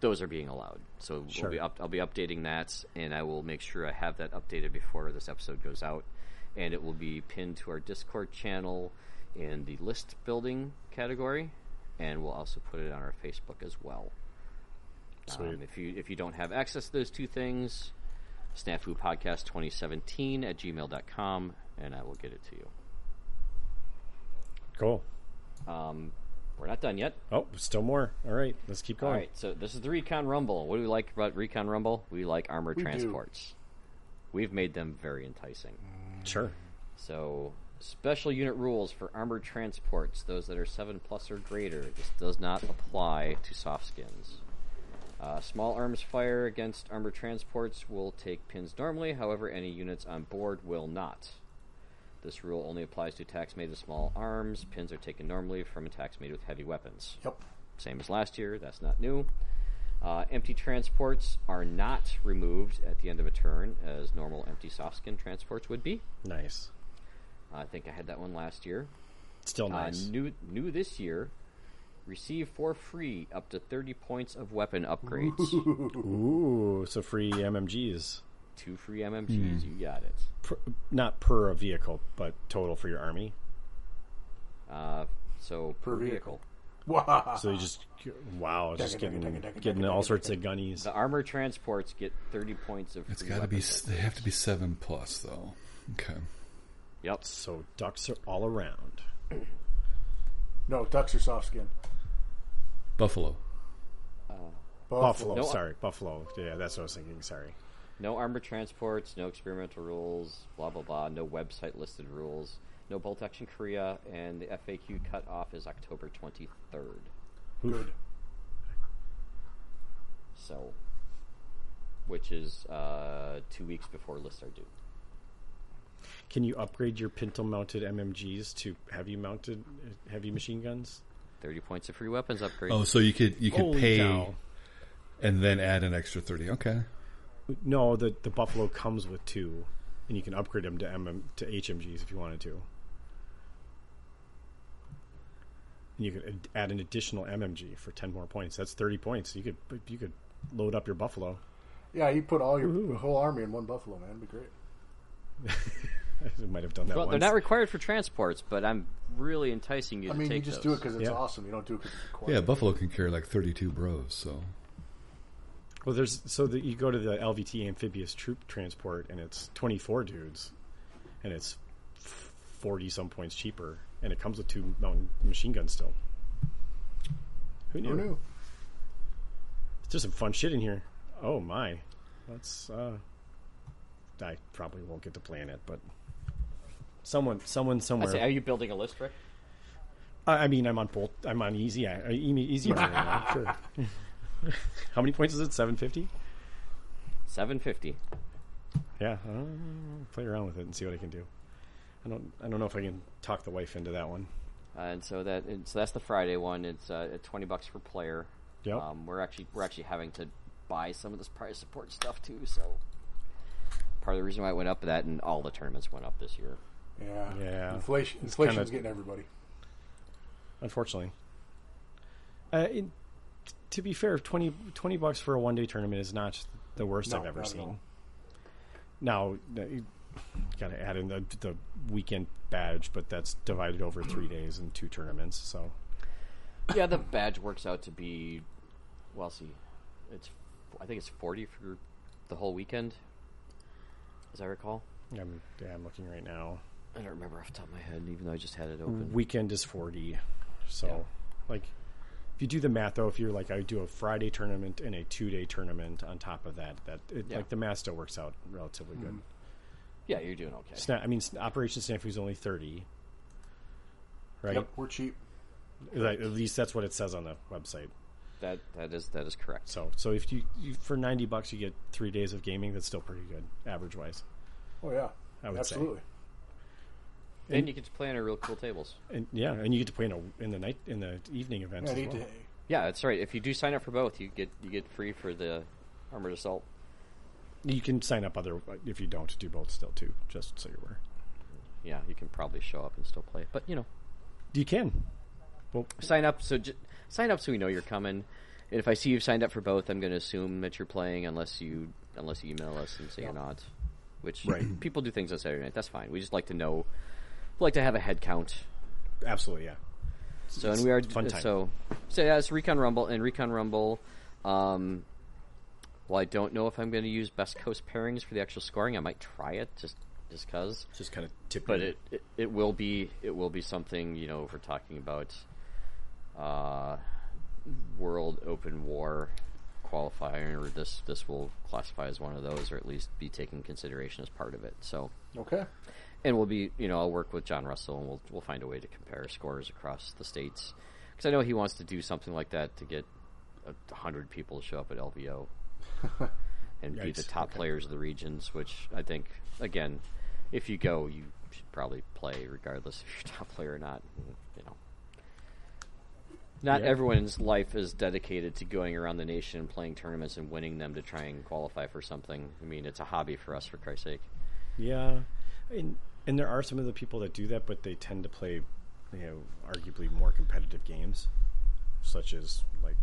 C: those are being allowed. So
A: Sure.
C: we'll be up, I'll be updating that, and I will make sure I have that updated before this episode goes out, and it will be pinned to our Discord channel in the list building category, and we'll also put it on our Facebook as well. Um, if you if you don't have access to those two things, snafu podcast 2017 at gmail.com, and I will get it to you.
A: Cool.
C: We're not done yet.
A: Oh, still more. All right, let's keep
C: All
A: going.
C: right, so this is the Recon Rumble. What do we like about Recon Rumble? We like armored
B: We do.
C: transports. We've made them very enticing.
A: Sure.
C: So, special unit rules for armored transports, those that are 7 plus or greater. This does not apply to soft skins. Uh, small arms fire against armored transports will take pins normally, however, any units on board will not. This rule only applies to attacks made with small arms. Pins are taken normally from attacks made with heavy weapons
B: Yep.
C: same as last year. That's not new. Uh, empty transports are not removed at the end of a turn, as normal empty soft skin transports would be.
A: Nice.
C: I think I had that one last year.
A: Still nice.
C: Uh, new, new this year. Receive for free up to 30 points of weapon upgrades.
A: Ooh, so free MMGs.
C: Two free MMGs. You got it.
A: Per, not per a vehicle, but total for your army.
C: Uh, so per,
B: vehicle.
C: vehicle.
B: Wow.
A: So you just wow, it's just
B: Dugga, dugga,
A: getting
B: dugga, dugga,
A: getting
B: dugga,
A: all
B: dugga,
A: sorts of
B: dugga.
A: gunnies.
C: The armor transports get 30 points of.
D: it's
C: free
D: got to be.
C: weapon
D: s- They have to be seven plus, though. Okay.
C: upgrades. Yep.
A: So ducks are all around.
B: No, ducks are soft skin.
D: Buffalo.
A: Buffalo,
C: No, I-
A: sorry, Buffalo. Yeah, that's what I was thinking. Sorry.
C: No armor transports, no experimental rules, blah blah blah, no website listed rules, no bolt action Korea, and the FAQ cutoff is October 23rd.
B: Good.
C: So, which is uh, two weeks before lists are due.
A: Can you upgrade your pintle-mounted MMGs to heavy-mounted uh, heavy machine guns?
C: Thirty points of free weapons upgrade.
D: Oh, so you could you could
A: Holy
D: pay
A: cow.
D: and then add an extra thirty. Okay.
A: No, the the Buffalo comes with two, and you can upgrade them to MM to HMGs if you wanted to. And you could ad- add an additional MMG for ten more points. That's thirty points. You could you could load up your Buffalo.
B: Yeah, you put all your whole army in one buffalo, man. It'd be great.
A: I might have done that.
C: well,
A: once.
C: they're not required for transports, but I'm really enticing you
B: I
C: to
B: mean,
C: take
B: you just do
C: those.
B: it because it's
A: Yeah.
B: awesome. You don't do it because it's required.
D: Yeah, Buffalo can carry like thirty-two bros. So
A: Well, there's so that you go to the LVT amphibious troop transport, and it's 24 dudes, and it's 40 some points cheaper, and it comes with two mountain machine guns still. Who knew?
B: Who knew?
A: It's just some fun shit in here. Oh my, that's. Uh, I probably won't get to plan it, but someone, someone,
C: I
A: somewhere.
C: say, are you building a list, Rick?
A: I, I mean, I'm on bolt. I'm on easy. I, I- easy. mode right now, sure. How many points is it? 750.
C: Seven fifty.
A: Yeah, I'll play around with it and see what I can do. I don't. I don't know if I can talk the wife into that one.
C: Uh, and so that and so that's the Friday one. It's uh, at twenty bucks per player.
A: Yep.
C: Um, we're actually we're actually having to buy some of this prize support stuff too. So part of the reason why it went up that and all the tournaments went up this year.
B: Yeah.
A: Yeah.
B: Inflation,
A: It's
B: inflation's
A: kinda-
B: getting everybody.
A: Unfortunately, uh, in, t- to be fair, 20, 20 bucks for a one day tournament is not the worst
B: No,
A: I've ever
B: not at all.
A: seen. Now, got to add in the, the weekend badge, but that's divided over three days and two tournaments. So
C: Yeah, the badge works out to be well. See, it's I think it's forty for the whole weekend, as I recall.
A: I'm, yeah, I'm looking right now.
C: I don't remember off the top of my head, even though I just had it open.
A: weekend is 40 so
C: Yeah.
A: like if you do the math though if you're like i do a friday tournament and a two-day tournament on top of that that it,
C: Yeah.
A: like the math still works out relatively good
C: yeah, you're doing okay.
A: Sna- i mean s- operation snafu is only 30 right
B: Yep, we're cheap.
A: Like, at least that's what it says on the website
C: That that is that is correct.
A: so so if you, you for 90 bucks you get three days of gaming that's still pretty good average wise
B: Oh yeah,
A: I would say.
B: absolutely.
C: and, you can play on a real cool tables.
A: and yeah and you get to play in, a, in the night in the evening events
B: Yeah,
A: as
B: need
A: well.
B: to,
C: Yeah, that's right. If you do sign up for both, you get you get free for the armored assault.
A: you can sign up other if you don't do both still too just so you're aware
C: Yeah, you can probably show up and still play. But you know,
A: you can well
C: sign up so j- sign up so we know you're coming. And if I see you've signed up for both, I'm going to assume that you're playing unless you unless you email us and say you're not. Which people do things on Saturday night. That's fine. We just like to know, we like to have a head count.
A: Absolutely, yeah.
C: So and we are
A: it's fun time.
C: so so yeah, it's Recon Rumble and Recon Rumble. Um, well, I don't know if I'm going to use Best Coast pairings for the actual scoring. I might try it just just because.
A: Just kind of tipping.
C: but it, it it will be it will be something you know if we're talking about uh, world open war qualifier this this will classify as one of those or at least be taken consideration as part of it so
B: okay.
C: and we'll be you know I'll work with John Russell and we'll we'll find a way to compare scores across the states because I know he wants to do something like that to get a hundred people to show up at LVO and be the
A: Yikes.
C: top players of the regions, which I think again, if you go, you should probably play regardless if you're a top player or not. You know. Not
A: Yeah.
C: everyone's life is dedicated to going around the nation and playing tournaments and winning them to try and qualify for something. I mean, it's a hobby for us, for Christ's sake.
A: Yeah, and and there are some of the people that do that, but they tend to play, you know, arguably more competitive games, such as like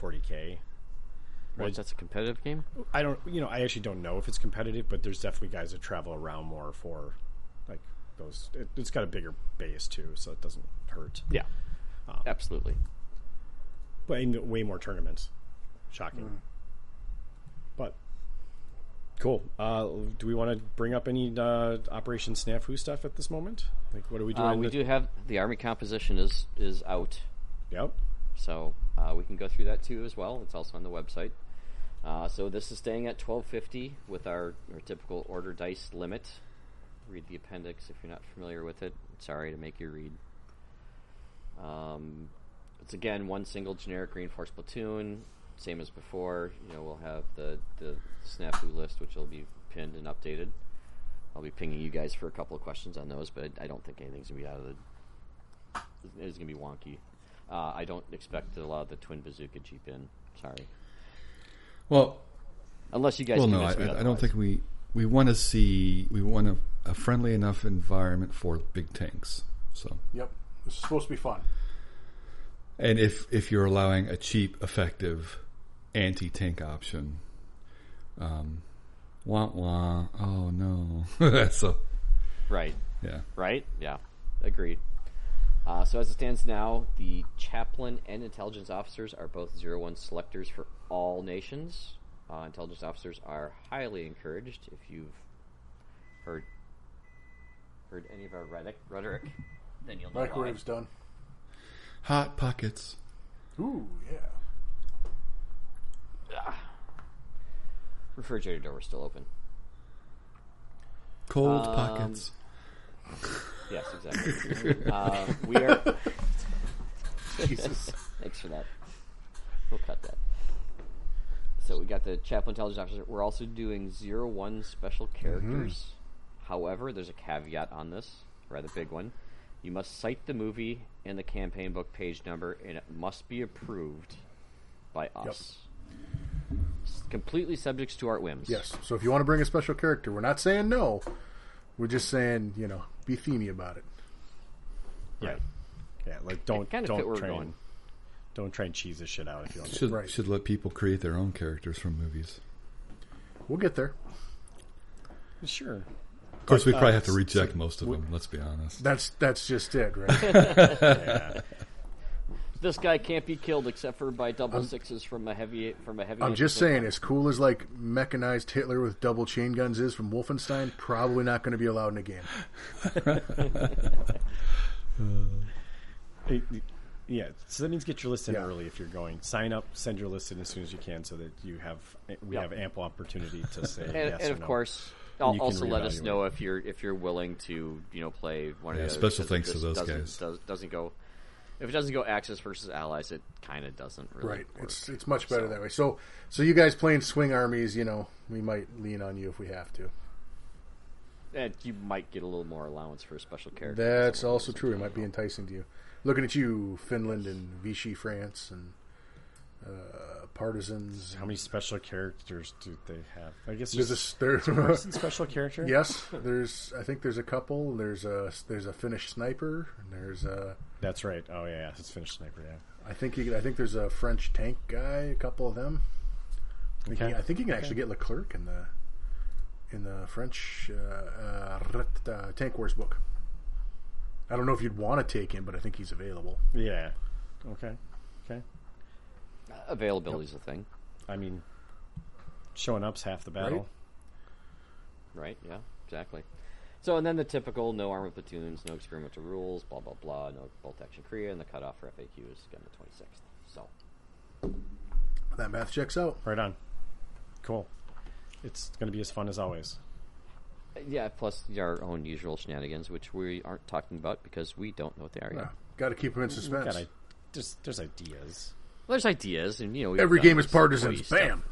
A: 40k.
C: Right?
A: Well,
C: That's a competitive game.
A: I don't, you know, I actually don't know if it's competitive, but there's definitely guys that travel around more for, like those. It, it's got a bigger base too, so it doesn't hurt.
C: Yeah, Um, absolutely.
A: but in way more tournaments. Shocking.
B: Mm.
A: But cool. Uh, do we want to bring up any uh, Operation Snafu stuff at this moment? Like, what are we doing?
C: Uh, we do have the army composition is is out,
A: Yep.
C: so uh, we can go through that too as well. It's also on the website. Uh, so this is staying at twelve fifty with our, our typical order dice limit. Read the appendix if you're not familiar with it. Sorry to make you read. Um, it's again one single generic reinforced platoon, same as before. You know we'll have the the snafu list, which will be pinned and updated. I'll be pinging you guys for a couple of questions on those, but I don't think anything's gonna be out of the. It's gonna be wonky. Uh, I don't expect a lot of the twin bazooka jeep in. Sorry,
D: Well,
C: unless you guys.
D: well, no,
C: convince me
D: I, I don't
C: otherwise.
D: think we we want to see we want a, a friendly enough environment for big tanks. So,
B: Yep. This is supposed to be fun.
D: and if if you're allowing a cheap, effective anti tank option, um, wah wah. Oh no. so
C: Right.
D: yeah,
C: Right? Yeah. Agreed. Uh, so as it stands now, the chaplain and intelligence officers are both zero one selectors for all nations. Uh, intelligence officers are highly encouraged. If you've heard heard any of our rhetoric, rhetoric then you'll know
B: Microwave's done.
D: hot pockets.
B: Ooh, yeah.
C: why. Refrigerator door was still open.
D: Cold
A: Um,
D: pockets.
C: Yes, exactly. uh, we are.
B: Jesus.
C: Thanks for that. We'll cut that. So we got the chaplain intelligence officer. We're also doing zero one special
B: Mm-hmm.
C: characters. However, there's a caveat on this, rather big one. You must cite the movie and the campaign book page number, and it must be approved by us. S- Completely subjects to our whims.
B: yes. So if you want to bring a special character, we're not saying no. We're just saying, you know, be themey about it.
A: Yeah. Yeah, like don't
C: kinda fit
A: don't
C: where we're
A: try and,
C: going.
A: don't try and cheese this shit out if you don't.
D: Should
B: Right.
D: should let people create their own characters from movies.
B: We'll get there.
A: Sure.
D: Of course, we probably have to reject most of them. Let's be honest.
B: That's that's just it, right?
C: This guy can't be killed except for by double sixes from a heavy from a heavy.
B: I'm just saying, as cool as like mechanized Hitler with double chain guns is from Wolfenstein, probably not going to be allowed in a game.
A: It- it- yeah, so that means get your list in
B: Yeah.
A: early if you're going. Sign up, send your list in as soon as you can, so that you have eh, we
C: Yeah.
A: have ample opportunity to say
C: and,
A: yes
C: and
A: or
C: of
A: no.
C: course
A: you
C: al-
A: can
C: also let us
A: reevaluate.
C: know if you're if you're willing to you know play one
D: Yeah,
C: of the
D: special
C: others, because
D: thanks
C: it
D: to
C: just
D: those
C: doesn't,
D: guys.
C: Does, doesn't go if it doesn't go Axis versus Allies, it kind of doesn't really
B: Right.
C: work.
B: It's it's much better that way. So so you guys playing swing armies, you know, we might lean on you if we have to.
C: And you might get a little more allowance for a special character.
B: That's also true. It might be enticing to you. Looking at you, Finland and Vichy France and uh, partisans.
A: How many special characters do they have? I guess
B: There's
A: just
B: a s- there-
A: person special character.
B: yes. There's I think there's a couple. There's a there's a Finnish sniper. And there's a
A: that's right. Oh yeah, yeah, it's finished sniper. Yeah,
B: I think you, I think there's a French tank guy. A couple of them. I think,
A: Okay.
B: you, I think you can actually get Leclerc in the in the French uh, uh, rat- uh, Tank Wars book. I don't know if you'd want to take him, but I think he's available.
A: yeah. Okay, okay.
C: Availability's a thing,
A: I mean, showing up's half the battle.
B: Right.
C: right? Yeah, exactly. So and then the typical no armor platoons, no experimental rules, blah blah blah, no bolt action Korea, and the cutoff for FAQ is again the twenty sixth. So
B: That math checks out.
A: Right on. Cool. It's going to be as fun as always.
C: yeah, plus our own usual shenanigans, which we aren't talking about because we don't know what they are yet.
B: Yeah. Got to keep him in suspense.
A: God, I, there's there's ideas.
C: Well, there's ideas, and you know, we've
B: Every
C: done
B: game is
C: this
B: partisans.
C: employee
B: Bam.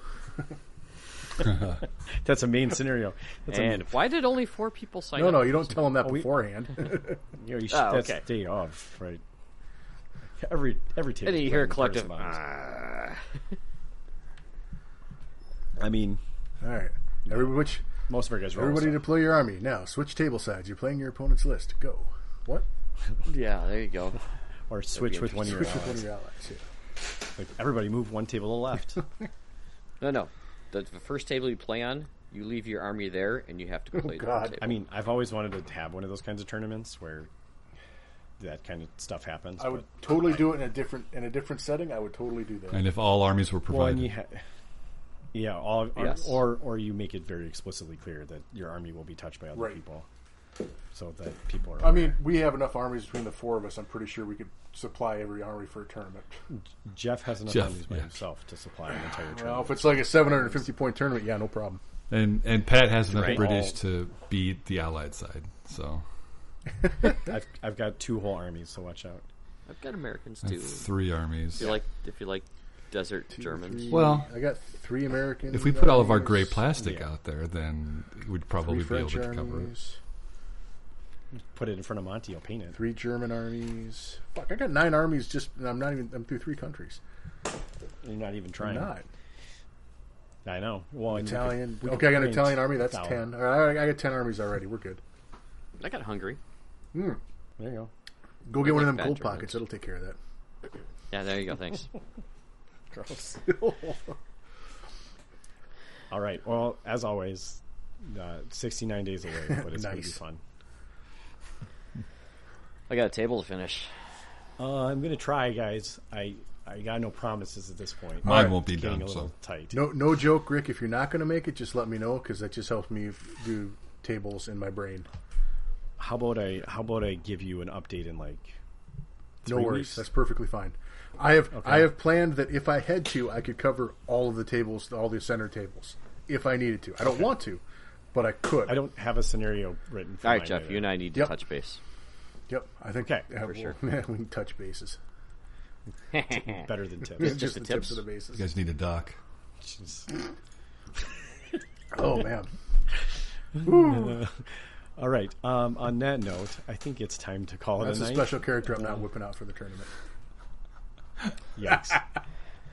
C: stuff.
A: That's a main scenario. That's a
C: And
A: main,
C: why did only four people sign
B: No,
C: up?
B: no, you don't tell them that
A: we-
B: beforehand.
A: you know, you should,
C: Oh,
A: that's
C: okay.
A: day off, right? Every every table.
C: And then you hear a collective.
A: I
C: "Ah."
A: mean,
B: All right. Everybody, which,
A: most of our guys. roll
B: everybody
A: stuff.
B: deploy your army now. Switch table sides. You're playing your opponent's list. Go. What?
C: yeah, there you go.
A: or switch with one of your
B: Switch with one
A: allies.
B: of your allies. yeah.
A: Like, everybody move one table to the left.
C: No, no, the, the first table you play on, you leave your army there, and you have to go play. the other
B: Oh, God.
C: table.
A: I mean, I've always wanted to have one of those kinds of tournaments where that kind of stuff happens.
B: I would totally do it in a different in a different setting. I would totally do that.
D: And if all armies were
A: but, well, and
D: provided,
A: you ha- yeah, all, or-
C: Yes.
A: or or you make it very explicitly clear that your army will be touched by other
B: Right.
A: people, so that people are.
B: I mean, we have enough armies between the four of us. I'm pretty sure we could supply every army for a tournament.
A: Jeff has enough
D: Jeff,
A: armies by
D: yeah.
A: himself to supply an entire tournament.
B: Well, if it's like a 750 point tournament, yeah, no problem.
D: and and Pat has enough
A: Right.
D: British
A: All-
D: to beat the Allied side. So
A: I've I've got two whole armies, so watch out.
C: I've got Americans too.
D: three armies.
C: If you like, if you like desert Germans.
D: Well,
B: I got three Americans.
D: if we put all of our
B: Armies,
D: gray plastic out there, then we'd
B: three
D: probably be able
B: French
D: to cover it.
B: armies,
A: Put it in front of Monty, you'll paint it.
B: three German armies. Fuck, I got nine armies. Just and I'm not even. I'm through three countries.
A: You're not even
B: I'm
A: trying.
B: not
A: I know. Well, and we could-
B: Italian.
A: we could
B: okay, I got an
A: print
B: Italian army. That's
A: thousand.
B: ten. All right, I I got ten armies already. We're good. Hmm.
C: I got Hungary.
A: There you go.
B: Go get one of them
C: bad
B: gold
C: Germans.
B: pockets. That'll take care of that.
C: Yeah, there you go. Thanks.
A: All right. Well, as always, uh, 69 days away, but it's going to be
B: Nice.
A: fun.
C: I got a table to finish.
A: Uh, I'm going to try, guys. I I got no promises at this point.
D: Mine won't be
A: Getting
D: done,
A: a little
D: so
A: tight.
B: No, no joke, Rick. If you're not going to make it, just let me know because that just helps me f- do tables in my brain.
A: How about I how about I give you an update in like
B: No
A: Three
B: worries.
A: weeks?
B: That's perfectly fine. I have I have planned that if I had to, I could cover all of the tables, all the center tables, if I needed to. I don't want to, but I could.
A: I don't have a scenario written for
C: All right,
A: mine
C: Jeff,
A: either.
C: you and I need to
B: Yep.
C: touch base.
B: Yep. I think.
A: Okay,
B: yeah,
A: for
B: we'll-
C: sure.
B: we can touch bases.
A: better than tips.
B: Just
C: the
B: the tips
C: tips.
B: of the
D: You
B: bases.
D: guys need a dock.
A: Jeez.
B: Oh man.
A: All right. Um, on that note, I think it's time to call
B: That's
A: it a
B: a
A: night.
B: special character I'm not whipping out for the tournament.
A: Yikes.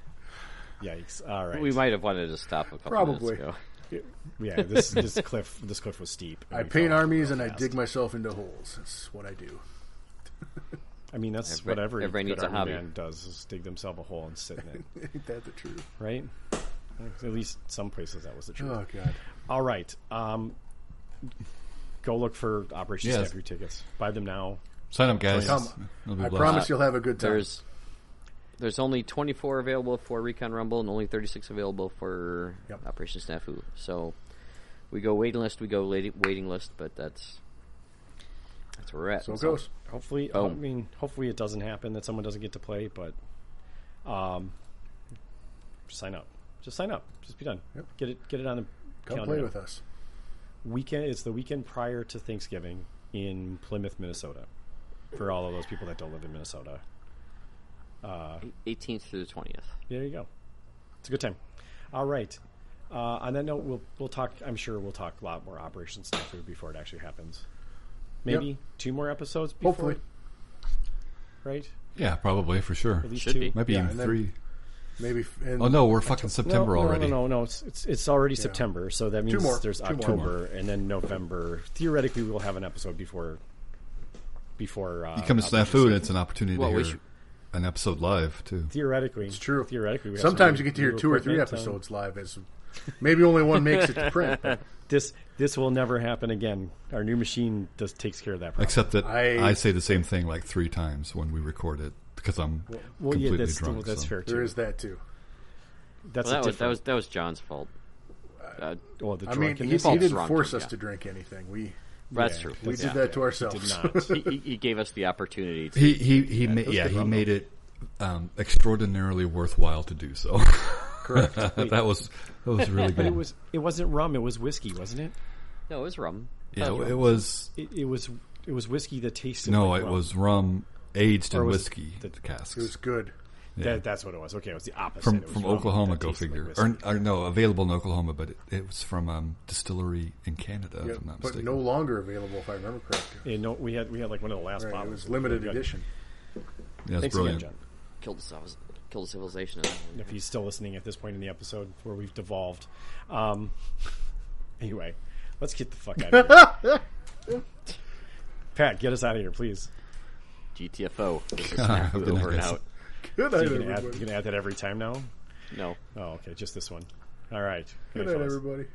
A: Yikes. All right.
C: We might have wanted to stop a couple
B: Probably.
C: minutes ago.
A: Yeah. This this cliff this cliff was steep. and
B: I
A: we
B: paint
A: fell
B: armies
A: real
B: and I
A: fast.
B: dig myself into holes. That's what I do.
A: I mean, that's
C: Everybody-
A: what every,
C: everybody
A: good
C: needs a
A: army
C: hobby.
A: man does is dig themselves a hole and sit in it,
B: Ain't that the truth?
A: right? At least some places that was the truth.
B: Oh god.
A: All right. Um, go look for Operation
D: Yes.
A: Snafu tickets. Buy them now.
D: Sign up, guys.
B: Come.
D: It'll be
B: I
D: blessed.
B: promise you'll have a good time.
C: There's there's only 24 available for Recon Rumble and only 36 available for
B: Yep.
C: Operation Snafu. So we go waiting list, we go lady, waiting list, but that's that's where we're at.
B: so it goes.
A: Hopefully, I
C: Boom.
A: mean, hopefully it doesn't happen that someone doesn't get to play, but um, sign up. Just sign up. Just be done.
B: Yep.
A: Get it. Get it on the
B: Come
A: calendar
B: play
A: now.
B: with us.
A: weekend. It's the weekend prior to Thanksgiving in Plymouth, Minnesota. For all of those people that don't live in Minnesota,
C: 18th through the 20th.
A: There you go. It's a good time. All right. Uh, on that note, we'll we'll talk. I'm sure we'll talk a lot more Operation Snafu before it actually happens. Maybe
B: Yep.
A: two more episodes. Before,
B: Hopefully.
A: it, right?
D: Yeah, probably for sure.
A: At least
C: Should
A: two.
C: be.
D: Might be
B: Yeah,
D: even
B: and then-
D: three.
B: Maybe f- and
D: Oh no, we're fucking September
A: no, no,
D: already.
A: No, no, no. It's it's, it's already September, so that means
B: more.
A: there's
B: Two more.
A: October and then November. Theoretically, we'll have an episode before before uh,
D: You come to
A: Operation
D: Snafu, and
A: Snafu.
D: it's an opportunity
C: Well,
D: to
C: we
D: hear
C: should-
D: an episode live too.
A: Theoretically, it's
B: true.
A: Theoretically, we have
B: Sometimes
A: some
B: you get to hear
A: new
B: two or three
A: equipment, um,
B: episodes live as maybe only one makes it to print. but
A: This this will never happen again. Our new machine does takes care of that. Problem.
D: Except that I,
B: I-
D: say the same thing like three times when we record it because I'm
A: Well, yeah,
D: completely
A: that's
D: drunk.
A: well, that's
D: so.
A: fair too.
B: There is that too.
A: That's
C: Well,
A: a
C: that was that
A: different.
C: was that was John's fault. Uh,
A: well, the
B: I mean, he, he
A: drunkenness.
C: Paul's
B: didn't
C: drunk,
B: force
C: yeah.
B: us to drink anything. We
C: that's
A: Yeah,
C: true.
B: we
A: that's
B: did
A: not
B: that to
A: fair.
B: ourselves.
A: He did not.
C: he, he he gave us the opportunity to
D: He he he ma- yeah he made it um, extraordinarily worthwhile to do so. Correct. that was that was really good.
A: It was. It wasn't rum. It was whiskey, wasn't it?
C: No, it was rum.
D: yeah, it was
A: It, it was. It was whiskey that tasted.
D: no,
A: like
D: it
A: rum.
D: was rum aged
A: Or
D: in
A: was
D: whiskey
A: the-
D: casks
B: It was good.
A: That, that's what it was. Okay, it was the opposite.
D: from
A: It was
D: from
A: rum
D: Oklahoma.
A: that
D: Go
A: tasted like
D: figure.
A: whiskey.
D: Or, or no, available in Oklahoma, but it, it was from um, distillery in Canada.
B: Yeah,
D: if I'm not
B: but
D: mistaken.
B: no longer available, if I remember correctly.
A: Yeah, no, we had we had like one of the last
B: Right, it
A: bottles.
B: was
A: really
B: limited
A: good.
B: edition.
D: yeah, it was
A: Thanks
D: brilliant.
A: again, John.
C: Killed the civ- killed the civilization.
A: If he's still listening at this point in the episode where we've devolved. Um, anyway, let's get the fuck out of here. Pat, get us out of here, please.
C: GTFO. This is
D: I've
C: Snafu
D: been
C: over and
D: like
C: out.
B: Good night,
A: You can add, you
B: everybody.
A: can add that every time now.
C: No.
A: Oh, okay, just this one. All right.
B: Good night,
A: fellas.
B: everybody.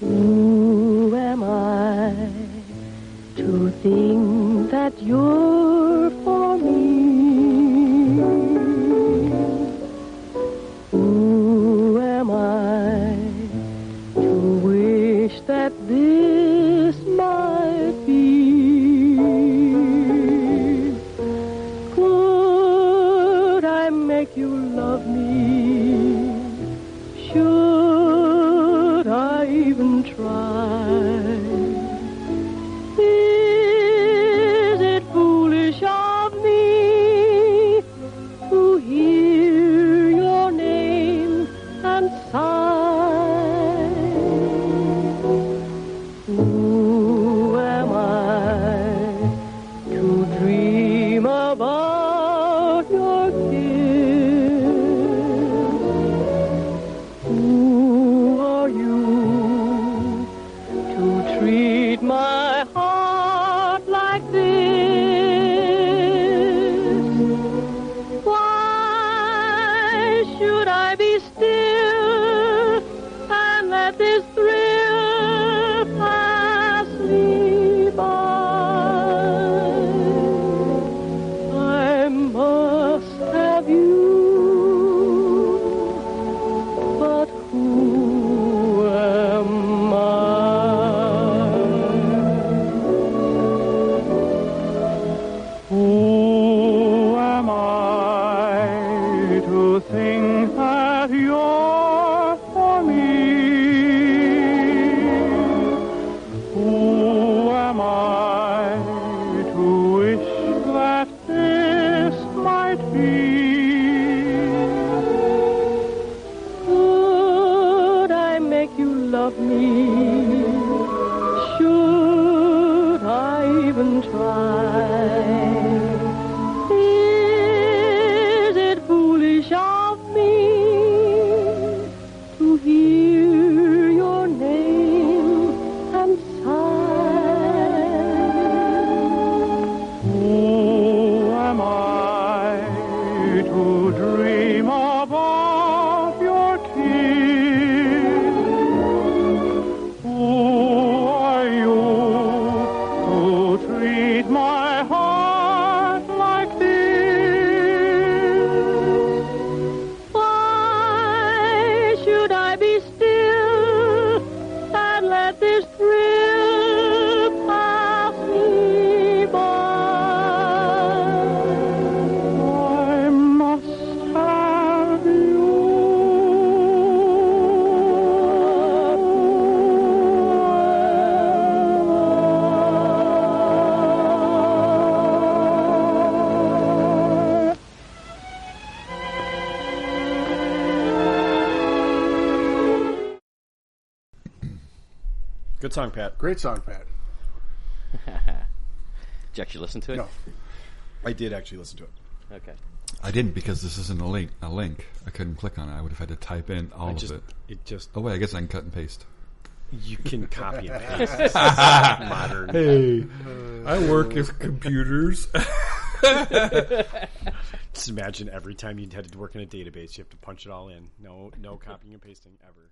H: Who am I to think that you're for me? Who am I to wish that this might be? Could I make you love me? Should I even try? of me. Should I even try? Is it foolish of me to hear your name and sigh?
F: Who am I to dream of your kiss? Who are you to treat my heart like this?
H: Why should I be still and let this thrill pass me by?
F: I must have you.
A: Good song, Pat.
B: Great song, Pat.
C: Did you actually listen to it?
B: No.
A: I did actually listen to it.
C: Okay.
D: I didn't because this isn't a link. A link. I couldn't click on it. I would have had to type in all
A: I
D: of
A: just,
D: it.
A: it just,
D: Oh wait, I guess I can cut and paste.
A: you can copy and paste. It's modern.
D: Hey, I work with computers.
A: Just imagine every time you had to work in a database, you have to punch it all in. No, no copying and pasting ever.